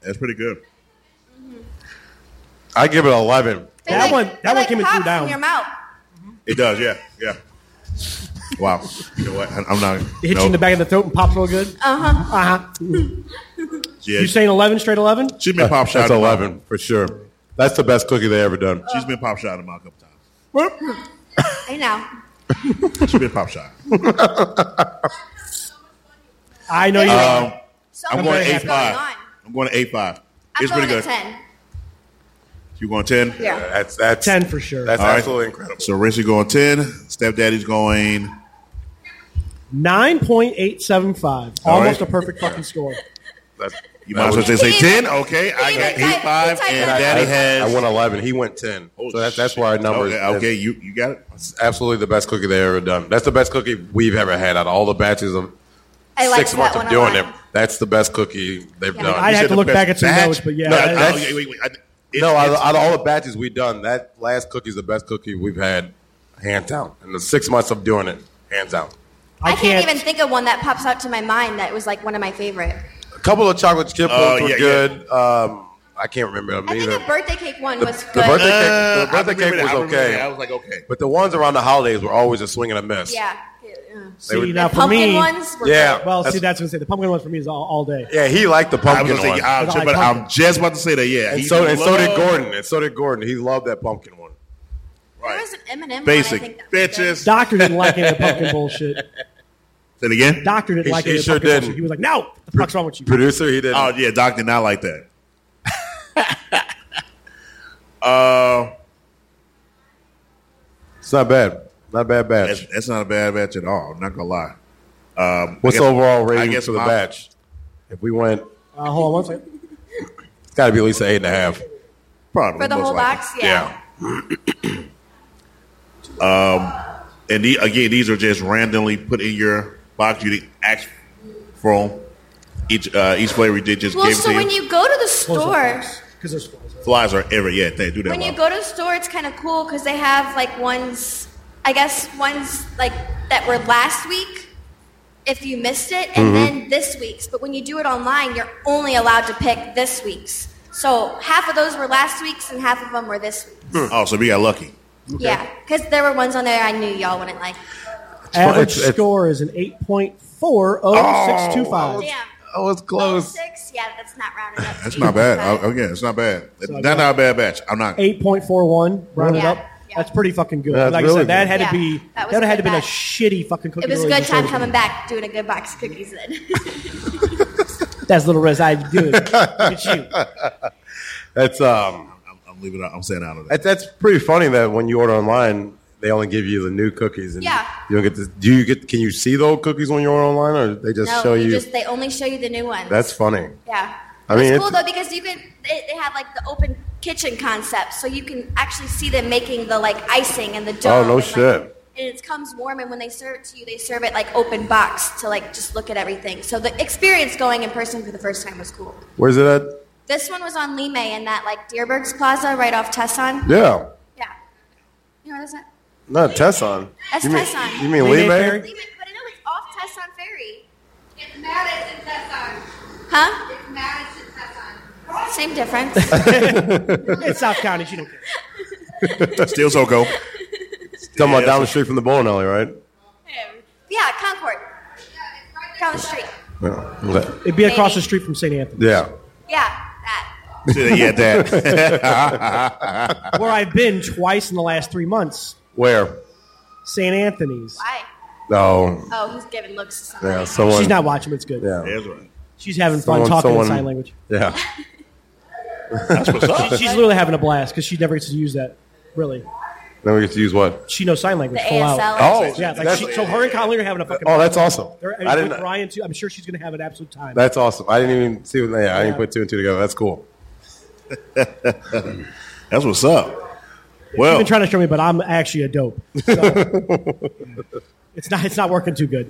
Speaker 2: that's pretty good.
Speaker 4: I give it an eleven.
Speaker 1: That one- that one came in two
Speaker 6: pops
Speaker 1: down.
Speaker 6: In your mouth.
Speaker 2: It does. Yeah. Yeah. Wow. You know what? I- I'm not.
Speaker 1: It hits
Speaker 2: no.
Speaker 1: you in the back of the throat and pops real good.
Speaker 6: Uh huh.
Speaker 1: Uh huh.
Speaker 2: Yeah.
Speaker 1: You saying eleven straight eleven?
Speaker 2: She's been pop shot.
Speaker 4: That's eleven for sure. That's the best cookie they ever done.
Speaker 2: She's been pop shot in my a couple times.
Speaker 6: I know.
Speaker 2: She's been pop Um, shot.
Speaker 1: I know you.
Speaker 4: Uh,
Speaker 1: are.
Speaker 2: Um,
Speaker 6: So
Speaker 2: I'm
Speaker 6: much
Speaker 2: going
Speaker 1: very
Speaker 2: eight
Speaker 6: is
Speaker 1: happy.
Speaker 6: going
Speaker 2: five.
Speaker 6: on.
Speaker 2: I'm going eight five.
Speaker 6: I'm
Speaker 2: It's
Speaker 6: going
Speaker 2: pretty good.
Speaker 6: to 10.
Speaker 2: You going ten?
Speaker 6: Yeah.
Speaker 4: That's that's
Speaker 1: Ten for sure.
Speaker 4: That's
Speaker 2: All right.
Speaker 4: absolutely incredible.
Speaker 2: So Richie going ten. Stepdaddy's going.
Speaker 1: Nine point eight seven five.
Speaker 2: All
Speaker 1: Almost
Speaker 2: right.
Speaker 1: a perfect fucking score.
Speaker 4: That's,
Speaker 2: You might as well just say ten. Okay, I got eight five, and Daddy
Speaker 4: I, I
Speaker 2: has. Oh,
Speaker 4: went eleven. He went ten. so that's that's why our numbers.
Speaker 2: Okay, okay, you you got it.
Speaker 4: It's absolutely the best cookie they ever done. That's the best cookie we've ever had out of all the batches of
Speaker 6: I like
Speaker 4: six
Speaker 6: that
Speaker 4: months
Speaker 6: one
Speaker 4: of
Speaker 6: a
Speaker 4: doing
Speaker 6: lot.
Speaker 4: it. That's the best cookie they've
Speaker 6: Yeah.
Speaker 4: done.
Speaker 1: I have
Speaker 2: You said
Speaker 1: to
Speaker 2: the
Speaker 1: look
Speaker 2: best
Speaker 1: back at some
Speaker 2: batch?
Speaker 1: notes, but yeah,
Speaker 2: No,
Speaker 1: that-
Speaker 2: I- I-
Speaker 4: that's-
Speaker 2: wait, wait, wait. I- it's-
Speaker 4: no, out of,
Speaker 2: it's-
Speaker 4: out of all the batches we've done, that last cookie is the best cookie we've had, hands down. In the six months of doing it, hands down.
Speaker 6: I can't, even think of one that pops out to my mind that was like one of my favorite.
Speaker 4: A couple of chocolate chip
Speaker 2: Oh,
Speaker 4: ones were
Speaker 2: yeah, yeah.
Speaker 4: good. Um, I can't remember them
Speaker 6: I think
Speaker 4: either.
Speaker 6: a birthday cake one
Speaker 4: The-
Speaker 6: was
Speaker 4: the
Speaker 6: good.
Speaker 4: birthday cake-
Speaker 2: Uh,
Speaker 4: the birthday
Speaker 2: I remember
Speaker 4: cake was
Speaker 2: that, I remember
Speaker 4: okay.
Speaker 2: that. I was like, okay.
Speaker 4: but the ones around the holidays were always a swing and a miss.
Speaker 6: yeah. Yeah.
Speaker 1: See,
Speaker 4: would-
Speaker 1: now for
Speaker 6: Pumpkin
Speaker 1: me,
Speaker 6: ones. Were
Speaker 4: Yeah.
Speaker 1: well,
Speaker 4: That's-
Speaker 1: see, that's what I'm saying. The pumpkin ones for me is all, all day.
Speaker 4: Yeah, he liked the
Speaker 2: I was
Speaker 4: pumpkin
Speaker 2: gonna say,
Speaker 4: one.
Speaker 2: I'm, ju-
Speaker 1: I
Speaker 2: but
Speaker 1: like
Speaker 2: I'm just about to say that. Yeah,
Speaker 4: and
Speaker 2: he
Speaker 4: so and so did
Speaker 2: loved-
Speaker 4: Gordon. And so did Gordon. He loved that pumpkin one.
Speaker 6: Good. There
Speaker 2: Right.
Speaker 6: was an M&M one, I think
Speaker 2: Basic
Speaker 6: that was good.
Speaker 2: bitches. Say
Speaker 1: Doctor didn't like any of the pumpkin bullshit.
Speaker 2: it again.
Speaker 1: Doctor didn't
Speaker 4: He-
Speaker 1: like
Speaker 4: he
Speaker 1: any of the
Speaker 4: sure
Speaker 1: pumpkin
Speaker 4: didn't.
Speaker 1: bullshit. He was like, "No, what the fuck's wrong with you?"
Speaker 4: Producer, he did.
Speaker 2: Oh
Speaker 4: not
Speaker 2: yeah, Doc did not like that. uh,
Speaker 4: it's not bad. Not bad
Speaker 2: that's,
Speaker 4: batch.
Speaker 2: that's not a bad batch at all. I'm not gonna lie. Um,
Speaker 4: What's
Speaker 2: I guess-
Speaker 4: the overall
Speaker 2: I
Speaker 4: rating
Speaker 2: guess
Speaker 4: for the
Speaker 2: my-
Speaker 4: batch? If we went,
Speaker 1: Uh, hold on one second.
Speaker 4: it's got to be at least an eight and a half.
Speaker 2: Probably
Speaker 6: For the
Speaker 2: most
Speaker 6: whole
Speaker 2: likely.
Speaker 6: box, yeah.
Speaker 2: Um, And the, again, these are just randomly put in your box. You didn't ask for them. Each uh, each flavor you did just
Speaker 6: Well,
Speaker 2: gave it
Speaker 6: so
Speaker 2: to
Speaker 6: when
Speaker 2: you.
Speaker 6: you go to the store,
Speaker 1: because there's scores.
Speaker 2: Flies are ever yeah. They do that.
Speaker 6: when you
Speaker 2: Bob.
Speaker 6: go to the store, it's kind of cool because they have like ones, I guess ones like that were last week if you missed it,
Speaker 2: Mm-hmm.
Speaker 6: and then this week's. But when you do it online, you're only allowed to pick this week's. So half of those were last week's, and half of them were this week's.
Speaker 2: oh, so we got lucky.
Speaker 6: Yeah, because there were ones on there I knew y'all wouldn't like.
Speaker 1: Average
Speaker 4: it's- it's-
Speaker 1: score is an eight point four oh six two five.
Speaker 6: Damn.
Speaker 4: I was close.
Speaker 6: Oh, Six? Yeah, that's not rounded up.
Speaker 2: That's not bad. I, again, it's not bad.
Speaker 1: So I
Speaker 2: That's
Speaker 1: got-
Speaker 2: not a bad batch. I'm not.
Speaker 1: Eight point four one, round it
Speaker 6: Yeah,
Speaker 1: up.
Speaker 6: yeah.
Speaker 1: That's pretty fucking good.
Speaker 4: That's
Speaker 1: like I
Speaker 4: really
Speaker 1: said, that
Speaker 4: good.
Speaker 1: had
Speaker 6: Yeah,
Speaker 1: to be
Speaker 6: that
Speaker 1: that,
Speaker 6: was a
Speaker 1: had to
Speaker 6: good
Speaker 1: been a
Speaker 6: batch.
Speaker 1: shitty fucking cookie.
Speaker 6: it was a
Speaker 1: roll
Speaker 6: good
Speaker 1: you
Speaker 6: time
Speaker 1: showed me.
Speaker 6: coming back doing a good box of cookies then.
Speaker 1: That's little res. I do. Look at you.
Speaker 4: That's um.
Speaker 2: I'm, I'm leaving. Out, I'm staying out of that.
Speaker 4: That, that's pretty funny that when you order online, they only give you the new cookies. And
Speaker 6: Yeah.
Speaker 4: You don't get to. Do you get? Can you see the old cookies when you order online, or they just
Speaker 6: no,
Speaker 4: show
Speaker 6: you
Speaker 4: you?
Speaker 6: just they only show you the new ones.
Speaker 4: that's funny.
Speaker 6: yeah.
Speaker 4: I mean,
Speaker 6: it's cool
Speaker 4: it's-
Speaker 6: though because you can they, they have like the open kitchen concept, so you can actually see them making the like icing and the dough.
Speaker 4: Oh, no
Speaker 6: and, like,
Speaker 4: shit.
Speaker 6: and it comes warm, and when they serve it to you, they serve it like open box to like just look at everything. So the experience going in person for the first time was cool.
Speaker 4: Where's it at?
Speaker 6: This one was on Lime in that like Deerberg's Plaza right off Tesson.
Speaker 4: Yeah.
Speaker 6: Yeah. You know what is that?
Speaker 4: No, Tesson.
Speaker 6: That's
Speaker 4: you mean,
Speaker 6: Tesson.
Speaker 4: You mean
Speaker 1: Lee May
Speaker 4: Lee May?
Speaker 1: Ferry?
Speaker 6: Lime, but I know it's off Tesson Ferry.
Speaker 5: It's Madison that's on.
Speaker 6: Huh?
Speaker 5: It's Madison that's on.
Speaker 6: Same difference.
Speaker 1: It's South County. She don't care.
Speaker 2: Still so go.
Speaker 4: Talking about
Speaker 2: Yeah,
Speaker 4: down the
Speaker 2: that's-
Speaker 4: street from the bowling alley, right?
Speaker 6: yeah, Concord.
Speaker 5: Yeah, it's right there.
Speaker 6: Down the street.
Speaker 4: Yeah. That-
Speaker 1: It'd be across
Speaker 6: Maybe.
Speaker 1: the street from St. Anthony,
Speaker 4: Yeah.
Speaker 6: Yeah, that.
Speaker 2: yeah, that.
Speaker 1: where I've been twice in the last three months.
Speaker 4: Where?
Speaker 1: St. Anthony's.
Speaker 6: Why?
Speaker 4: Oh.
Speaker 6: Oh, he's giving looks to somebody.
Speaker 4: Yeah. Someone.
Speaker 1: She's not watching. It's good.
Speaker 4: Yeah.
Speaker 2: That's right.
Speaker 1: She's having fun
Speaker 4: Someone-
Speaker 1: talking in
Speaker 4: someone-
Speaker 1: sign language.
Speaker 4: Yeah.
Speaker 1: She's literally having a blast because she never gets to use that. Really,
Speaker 4: Then we get to use what?
Speaker 1: she knows sign
Speaker 6: The
Speaker 1: language full
Speaker 6: ASL.
Speaker 1: out.
Speaker 4: Oh,
Speaker 1: Yeah, it's like
Speaker 4: that's-
Speaker 1: she, so her and Colleen are having a fucking.
Speaker 4: Oh, that's awesome.
Speaker 1: They're-
Speaker 4: I
Speaker 1: and
Speaker 4: didn't.
Speaker 1: with Ryan too. I'm sure she's gonna have an absolute time.
Speaker 4: That's awesome. I didn't even see. Yeah, I
Speaker 1: Yeah.
Speaker 4: didn't put two and two together. That's cool.
Speaker 2: That's what's up.
Speaker 1: You've
Speaker 2: Well,
Speaker 1: been trying to show me, but I'm actually a dope. So. it's not. It's not working too good.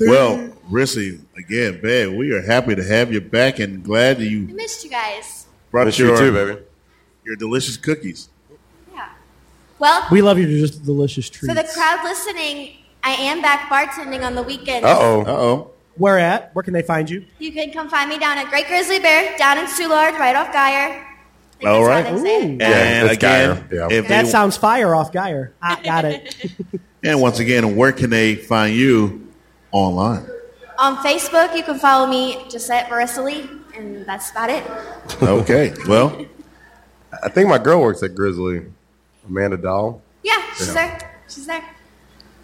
Speaker 2: well, Rissy, again, babe, we are happy to have you back and glad that
Speaker 6: I
Speaker 2: you
Speaker 6: missed you guys.
Speaker 2: brought
Speaker 4: Miss
Speaker 2: your
Speaker 4: you too, baby.
Speaker 2: your delicious cookies.
Speaker 6: Yeah. Well,
Speaker 1: We love you. You're just a delicious treat.
Speaker 6: for the crowd listening, I am back bartending on the weekends.
Speaker 4: Uh oh.
Speaker 2: Uh oh.
Speaker 1: Where at? Where can they find you?
Speaker 6: You can come find me down at Great Grizzly Bear, down in Soulard, right off Geyer. I think
Speaker 2: All
Speaker 6: that's
Speaker 2: right.
Speaker 6: how they say it.
Speaker 1: Ooh.
Speaker 4: Yeah,
Speaker 2: and
Speaker 4: it's
Speaker 2: again,
Speaker 4: Geyer. Yeah.
Speaker 2: if
Speaker 1: That
Speaker 2: they-
Speaker 1: sounds fire off Geyer. I got it.
Speaker 2: and once again, where can they find you online?
Speaker 6: On Facebook, you can follow me just at Marissa Lee, and that's about it.
Speaker 2: Okay. Well,
Speaker 4: I think my girl works at Grizzly. Amanda Doll.
Speaker 6: Yeah, she's there. She's there.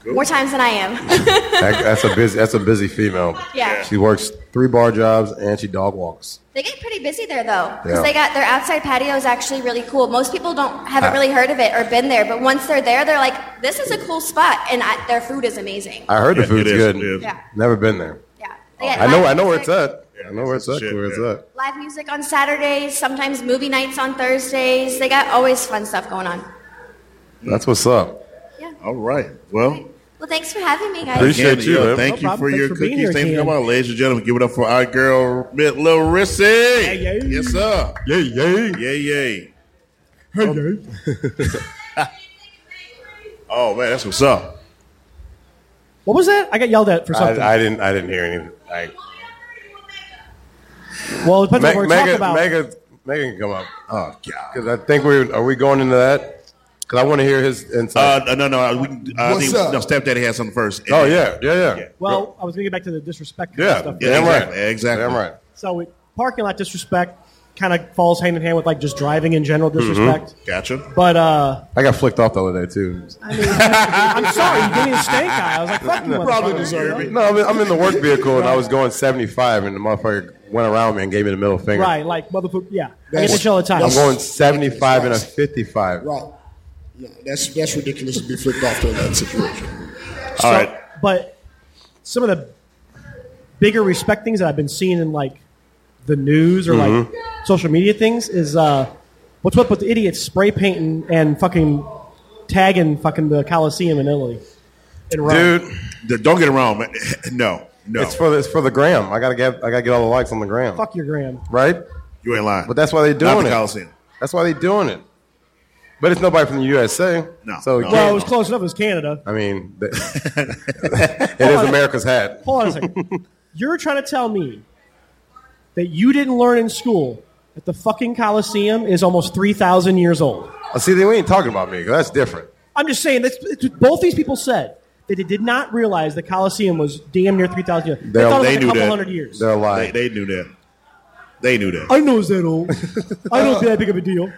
Speaker 6: More times than I am.
Speaker 4: That, that's a busy. That's a busy female.
Speaker 6: Yeah.
Speaker 4: She works three bar jobs and she dog walks.
Speaker 6: They get pretty busy there though, because
Speaker 4: Yeah.
Speaker 6: they got their outside patio is actually really cool. Most people don't
Speaker 4: Ah.
Speaker 6: haven't really heard of it or been there, but once they're there, they're like, "This is a cool spot," and I, their food is amazing.
Speaker 4: I heard
Speaker 2: Yeah,
Speaker 4: the food's
Speaker 2: it is,
Speaker 4: good.
Speaker 2: it is.
Speaker 6: Yeah.
Speaker 4: Never been there.
Speaker 6: yeah, They got
Speaker 4: I know.
Speaker 6: live
Speaker 4: I know where it's
Speaker 6: music-
Speaker 4: at. I know where it's at.
Speaker 2: Shit,
Speaker 4: Where it's
Speaker 2: yeah.
Speaker 4: at.
Speaker 6: Live music on Saturdays, sometimes movie nights on Thursdays. They got always fun stuff going on.
Speaker 2: Mm.
Speaker 4: That's what's up.
Speaker 2: all right. Well,
Speaker 6: Well, thanks for having me, guys.
Speaker 4: Oh. Appreciate-
Speaker 2: Again,
Speaker 4: you,
Speaker 2: yeah,
Speaker 4: man.
Speaker 2: Thank
Speaker 1: No
Speaker 2: you for
Speaker 1: problem.
Speaker 2: your
Speaker 1: Thanks for being
Speaker 2: cookies.
Speaker 1: here,
Speaker 2: Thanks for
Speaker 1: Ken.
Speaker 2: coming on, ladies and gentlemen. Give it up for our girl, Little Rissy.
Speaker 1: yeah.
Speaker 2: Yes, sir.
Speaker 4: Yay! Yay!
Speaker 2: Yay, yay. Um,
Speaker 1: Hey,
Speaker 2: Oh man, that's what's up.
Speaker 1: what was that? I got yelled at for something.
Speaker 4: I, I didn't. I didn't hear anything. I,
Speaker 1: well, it depends on what we're talking
Speaker 4: Meg, Megan,
Speaker 1: about.
Speaker 4: Megan, Megan can come up
Speaker 2: Oh god.
Speaker 4: because I think we are we going into that because I want to hear his insight.
Speaker 2: Uh, no, no. We, can- uh, I
Speaker 4: What's
Speaker 2: think,
Speaker 4: up?
Speaker 2: no, Stepdaddy has something first.
Speaker 4: oh yeah, yeah, yeah,
Speaker 2: Yeah.
Speaker 1: well, I was going to get back to the disrespect kind of
Speaker 4: yeah.
Speaker 1: stuff.
Speaker 2: Yeah,
Speaker 4: damn
Speaker 2: exactly,
Speaker 4: right,
Speaker 2: exactly.
Speaker 4: damn right.
Speaker 1: So it, parking lot disrespect kind of falls hand in hand with like just driving in general disrespect.
Speaker 2: Gotcha.
Speaker 1: But uh,
Speaker 4: I got flicked off the other day too.
Speaker 1: I'm sorry, you gave me a stank eye. I was like, fuck you,
Speaker 2: Probably
Speaker 1: motherfucker.
Speaker 2: deserve it.
Speaker 4: No, I'm in, I'm in the work vehicle and I was going 75 and the motherfucker went around me and gave me the middle finger.
Speaker 1: Right, like motherfucker. Yeah, I get
Speaker 7: That's-
Speaker 1: this all the time.
Speaker 4: I'm going 75 and a 55.
Speaker 7: Right. No, that's that's ridiculous to be flipped off to in that situation.
Speaker 2: All right.
Speaker 1: But some of the bigger respect things that I've been seeing in like the news or like social media things is uh, what's up with the idiots spray painting and fucking tagging fucking the Coliseum in Italy. In Rome.
Speaker 4: Dude,
Speaker 2: D- Don't get it wrong, man. No, no.
Speaker 4: it's for the, it's for the gram. I gotta get I gotta get all the likes on the gram,
Speaker 1: fuck your gram.
Speaker 4: right?
Speaker 2: you ain't lying.
Speaker 4: But that's why they're
Speaker 2: Not
Speaker 4: doing
Speaker 2: the
Speaker 4: it.
Speaker 2: Coliseum.
Speaker 4: That's why they're doing it. But it's nobody from the USA.
Speaker 2: No,
Speaker 4: So
Speaker 2: no.
Speaker 4: again,
Speaker 1: Well, it was close enough. It was Canada.
Speaker 4: I mean, th- it is America's hat.
Speaker 1: Hold on a second. You're trying to tell me that you didn't learn in school that the fucking Coliseum is almost 3,000 years old.
Speaker 4: Oh, Uh, See, they we ain't talking about me. 'cause That's different.
Speaker 1: I'm just saying that's it's what both these people said that they did not realize the Coliseum was damn near 3,000 years. They,
Speaker 4: They'll-
Speaker 1: thought
Speaker 2: they
Speaker 1: it was like
Speaker 2: knew
Speaker 1: a couple
Speaker 2: that.
Speaker 1: hundred years.
Speaker 4: They're
Speaker 2: They,
Speaker 4: lying.
Speaker 2: they knew that. They knew that.
Speaker 1: I know it's that old. I don't think that big of a deal.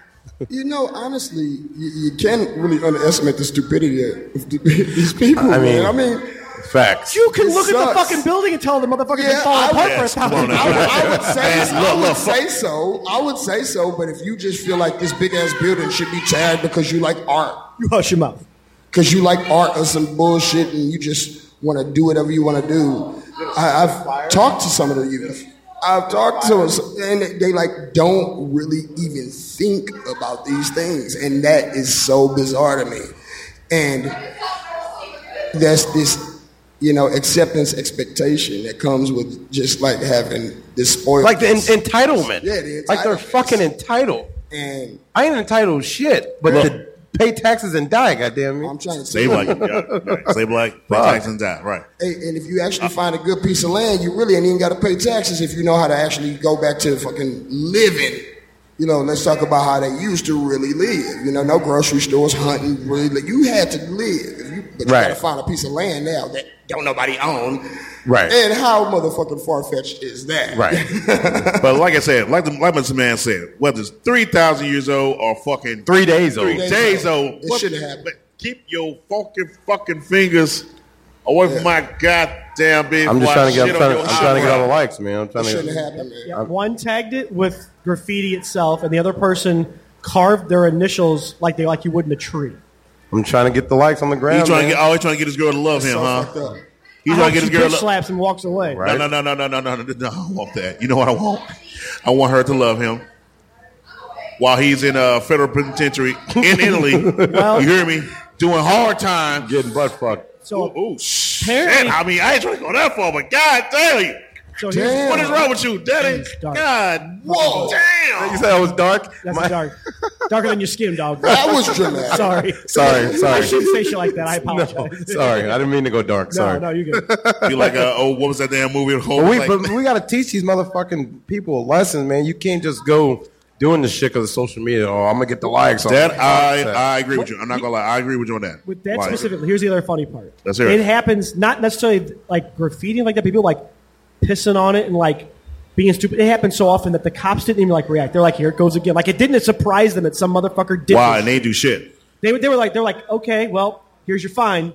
Speaker 7: You know, honestly, you, you can't really underestimate the stupidity of th- these people.
Speaker 4: I mean-
Speaker 7: man. I mean,
Speaker 4: Facts.
Speaker 1: You can
Speaker 7: It
Speaker 1: look at the
Speaker 7: sucks.
Speaker 1: fucking building and tell the motherfuckers
Speaker 7: Yeah,
Speaker 1: they fall
Speaker 7: I
Speaker 1: apart
Speaker 7: would-
Speaker 1: for a
Speaker 2: Yes, come
Speaker 1: thousand
Speaker 2: on now.
Speaker 1: years.
Speaker 7: I would, I would say,
Speaker 2: Man,
Speaker 7: I
Speaker 2: look,
Speaker 7: would
Speaker 2: look, fuck.
Speaker 7: say so. I would say so. But if you just feel like this big ass building should be tagged because you like art,
Speaker 1: You hush him up.
Speaker 7: because you like art or some bullshit, and you just want to do whatever you want to do, I, I've talked to some of the youth. I've talked to them, and they, they like don't really even think about these things, and that is so bizarre to me. And that's this you know acceptance expectation that comes with just like having this spoiled
Speaker 4: Like the en- entitlement.
Speaker 7: Yeah, the
Speaker 4: Like they're
Speaker 7: entitlement.
Speaker 4: fucking entitled.
Speaker 7: and
Speaker 4: I ain't entitled shit, but
Speaker 2: Well-
Speaker 4: to pay taxes and die, goddamn me.
Speaker 7: i'm trying to say
Speaker 2: Say black. yeah, right. Say black. Pay
Speaker 4: Fuck.
Speaker 2: tax and die. Right.
Speaker 7: Hey, and if you actually find a good piece of land you really ain't even got to pay taxes if you know how to actually go back to fucking living you know let's talk about how they used to really live you know no grocery stores hunting really li- you had to live if you, but you
Speaker 4: Right.
Speaker 7: gotta find a piece of land now that don't nobody own
Speaker 4: Right.
Speaker 7: and how motherfucking far-fetched is that
Speaker 4: Right.
Speaker 2: but like I said, like the like Mr. Man said, whether it's three thousand years old or fucking
Speaker 4: Three days
Speaker 2: three
Speaker 4: old.
Speaker 7: days
Speaker 2: days
Speaker 7: old.
Speaker 2: old,
Speaker 7: It
Speaker 2: what-
Speaker 7: shouldn't happen.
Speaker 2: But keep your fucking fucking fingers away from my goddamn big.
Speaker 4: I'm just
Speaker 2: black
Speaker 4: trying to get. I'm
Speaker 2: shit
Speaker 4: trying,
Speaker 2: on
Speaker 4: to-
Speaker 2: your
Speaker 4: I'm trying to get all the
Speaker 2: eyebrow.
Speaker 4: likes, man. I'm trying
Speaker 7: it shouldn't
Speaker 4: to.
Speaker 7: happen man.
Speaker 1: Yeah, one tagged it with graffiti itself, and the other person carved their initials like they like you would in a tree.
Speaker 4: I'm trying to get the likes on the ground.
Speaker 2: He's trying to
Speaker 4: man.
Speaker 2: get. Always trying to get his girl to love him,
Speaker 7: So
Speaker 4: Uh-huh.
Speaker 7: fucked
Speaker 2: huh?
Speaker 7: up.
Speaker 2: He's
Speaker 1: I hope
Speaker 2: trying to get his
Speaker 1: she
Speaker 2: girl.
Speaker 1: bitch
Speaker 2: to-
Speaker 1: slaps and walks away.
Speaker 4: Right.
Speaker 2: No, no, no, no, no, no, no, no, no. I don't want that. You know what I want? I want her to love him while he's in a federal penitentiary in Italy. you hear me? Doing hard time.
Speaker 4: getting butt fucked.
Speaker 1: So,
Speaker 2: Ooh, ooh, Oh, shit.
Speaker 1: Apparently-
Speaker 2: I mean, I ain't trying to go that far, but God damn you.
Speaker 1: so here's
Speaker 2: What is wrong with you, Daddy?
Speaker 1: It's dark.
Speaker 2: God, whoa,
Speaker 4: You
Speaker 2: damn.
Speaker 4: said I was dark.
Speaker 1: That's
Speaker 4: My-
Speaker 1: dark. Darker than your skin, dog.
Speaker 7: that was dramatic
Speaker 1: Sorry.
Speaker 4: Sorry,
Speaker 1: I
Speaker 4: sorry.
Speaker 1: shouldn't say shit like that. I
Speaker 4: No,
Speaker 1: apologize.
Speaker 4: sorry. I didn't mean to go dark.
Speaker 1: No,
Speaker 4: Sorry.
Speaker 1: no, you good.
Speaker 2: You like, uh, oh, what was that damn movie?
Speaker 4: But we,
Speaker 2: like,
Speaker 4: but we got to teach these motherfucking people lessons, man. You can't just go doing this shit because of social media. Oh, I'm gonna get the likes. on
Speaker 2: that
Speaker 4: it.
Speaker 2: I, I agree with you. I'm not gonna lie, I agree with you on that.
Speaker 1: With that
Speaker 2: Why?
Speaker 1: specifically, here's the other funny part.
Speaker 2: Let's hear it.
Speaker 1: it. happens not necessarily like graffiti like that. People like pissing on it and like being stupid. It happens so often that the cops didn't even like react. They're like, "Here it goes again." Like it didn't surprise them that some motherfucker did.
Speaker 2: Why?
Speaker 1: this.
Speaker 2: And they do shit.
Speaker 1: They, they were like, they're like, okay, well, here's your fine.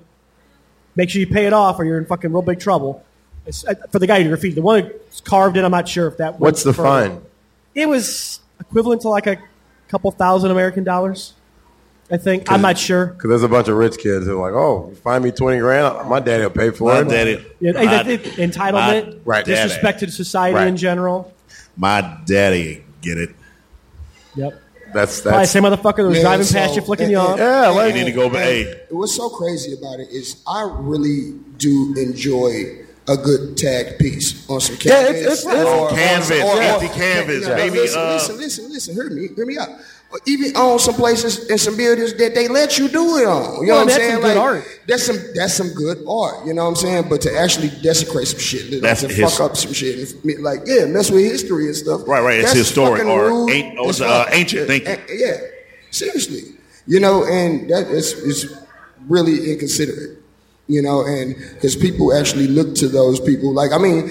Speaker 1: Make sure you pay it off, or you're in fucking real big trouble. It's, uh, for the guy who graffiti, the one who carved it, I'm not sure if that.
Speaker 4: What's the
Speaker 1: went further.
Speaker 4: fine?
Speaker 1: It was equivalent to like a couple thousand American dollars, I think. I'm not sure.
Speaker 4: Because there's a bunch of rich kids who are like, oh, you find me 20 grand, my daddy will pay for
Speaker 2: My
Speaker 4: it.
Speaker 2: daddy,
Speaker 1: Yeah,
Speaker 2: my,
Speaker 1: it- it- entitlement,
Speaker 4: right, daddy.
Speaker 1: disrespect to society
Speaker 4: Right.
Speaker 1: in general.
Speaker 2: my daddy, get it.
Speaker 1: Yep.
Speaker 4: That's
Speaker 1: Probably the
Speaker 4: that's
Speaker 1: same motherfucker that was
Speaker 7: Man,
Speaker 1: driving
Speaker 7: so-
Speaker 1: past you, flicking
Speaker 7: and-
Speaker 1: you
Speaker 7: and-
Speaker 1: off.
Speaker 4: Yeah,
Speaker 7: and-
Speaker 4: like-
Speaker 2: You need to go back.
Speaker 7: and
Speaker 2: Hey.
Speaker 7: What's so crazy about it is I really do enjoy a good tag piece on some
Speaker 4: Yeah,
Speaker 7: canvas.
Speaker 4: it's- it's- it's-
Speaker 2: Oh, Canvas, empty canvas,
Speaker 7: yeah,
Speaker 2: baby,
Speaker 7: Listen,
Speaker 2: uh,
Speaker 7: listen, listen, listen. Hear me, hear me out. Or Even on some places and some buildings that they let you do it on. You know
Speaker 1: Well,
Speaker 7: what I'm
Speaker 1: that's
Speaker 7: saying?
Speaker 1: some good
Speaker 7: like,
Speaker 1: art.
Speaker 7: That's some that's some good art. You know what I'm saying? But to actually desecrate some shit, you know,
Speaker 2: That's
Speaker 7: to
Speaker 2: his-
Speaker 7: fuck up some shit, and f- like yeah, mess with history and stuff.
Speaker 2: Right, right, it's
Speaker 7: That's
Speaker 2: historic
Speaker 7: fucking
Speaker 2: or
Speaker 7: rude
Speaker 2: an- or
Speaker 7: as
Speaker 2: it's, uh,
Speaker 7: fuck.
Speaker 2: ancient thinking.
Speaker 7: A- yeah, seriously. You know, and that is, is really inconsiderate. You know, and because people actually look to those people. Like, I mean,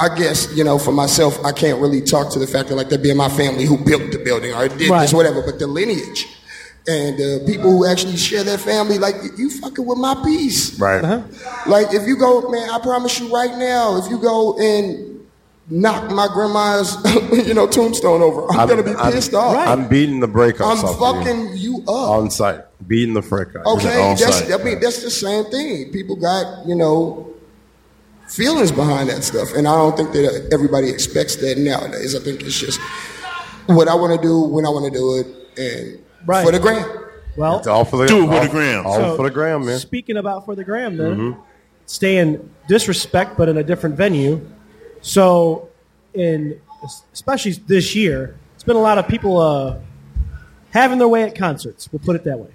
Speaker 7: I guess you know, for myself, I can't really talk to the fact that like that being my family who built the building or did
Speaker 1: Right.
Speaker 7: this, whatever. But the lineage and uh, people who actually share their family, like you, you fucking with my piece.
Speaker 4: right.
Speaker 1: Uh-huh.
Speaker 7: Like if you go, man, I promise you right now, if you go and knock my grandma's, you know, tombstone over, I'm, gonna be pissed off.
Speaker 4: I'm beating the break
Speaker 7: I'm
Speaker 4: off something.
Speaker 7: fucking you up.
Speaker 4: on site, beating the frick out.
Speaker 7: Okay,
Speaker 4: on
Speaker 7: that's
Speaker 4: site.
Speaker 7: I mean that's the same thing. People got you know feelings behind that stuff, and I don't think that everybody expects that nowadays. I think it's just what I want to do when I want to do it, and
Speaker 1: Right.
Speaker 7: for the grand.
Speaker 1: Well,
Speaker 4: It's all for the
Speaker 2: Do it for
Speaker 4: all-
Speaker 2: the gram.
Speaker 4: All
Speaker 1: So,
Speaker 4: for the gram, man. Mm-hmm.
Speaker 1: Speaking about for the gram, then staying disrespect, but in a different venue. So, in especially this year, it's been a lot of people uh, having their way at concerts. We'll put it that way.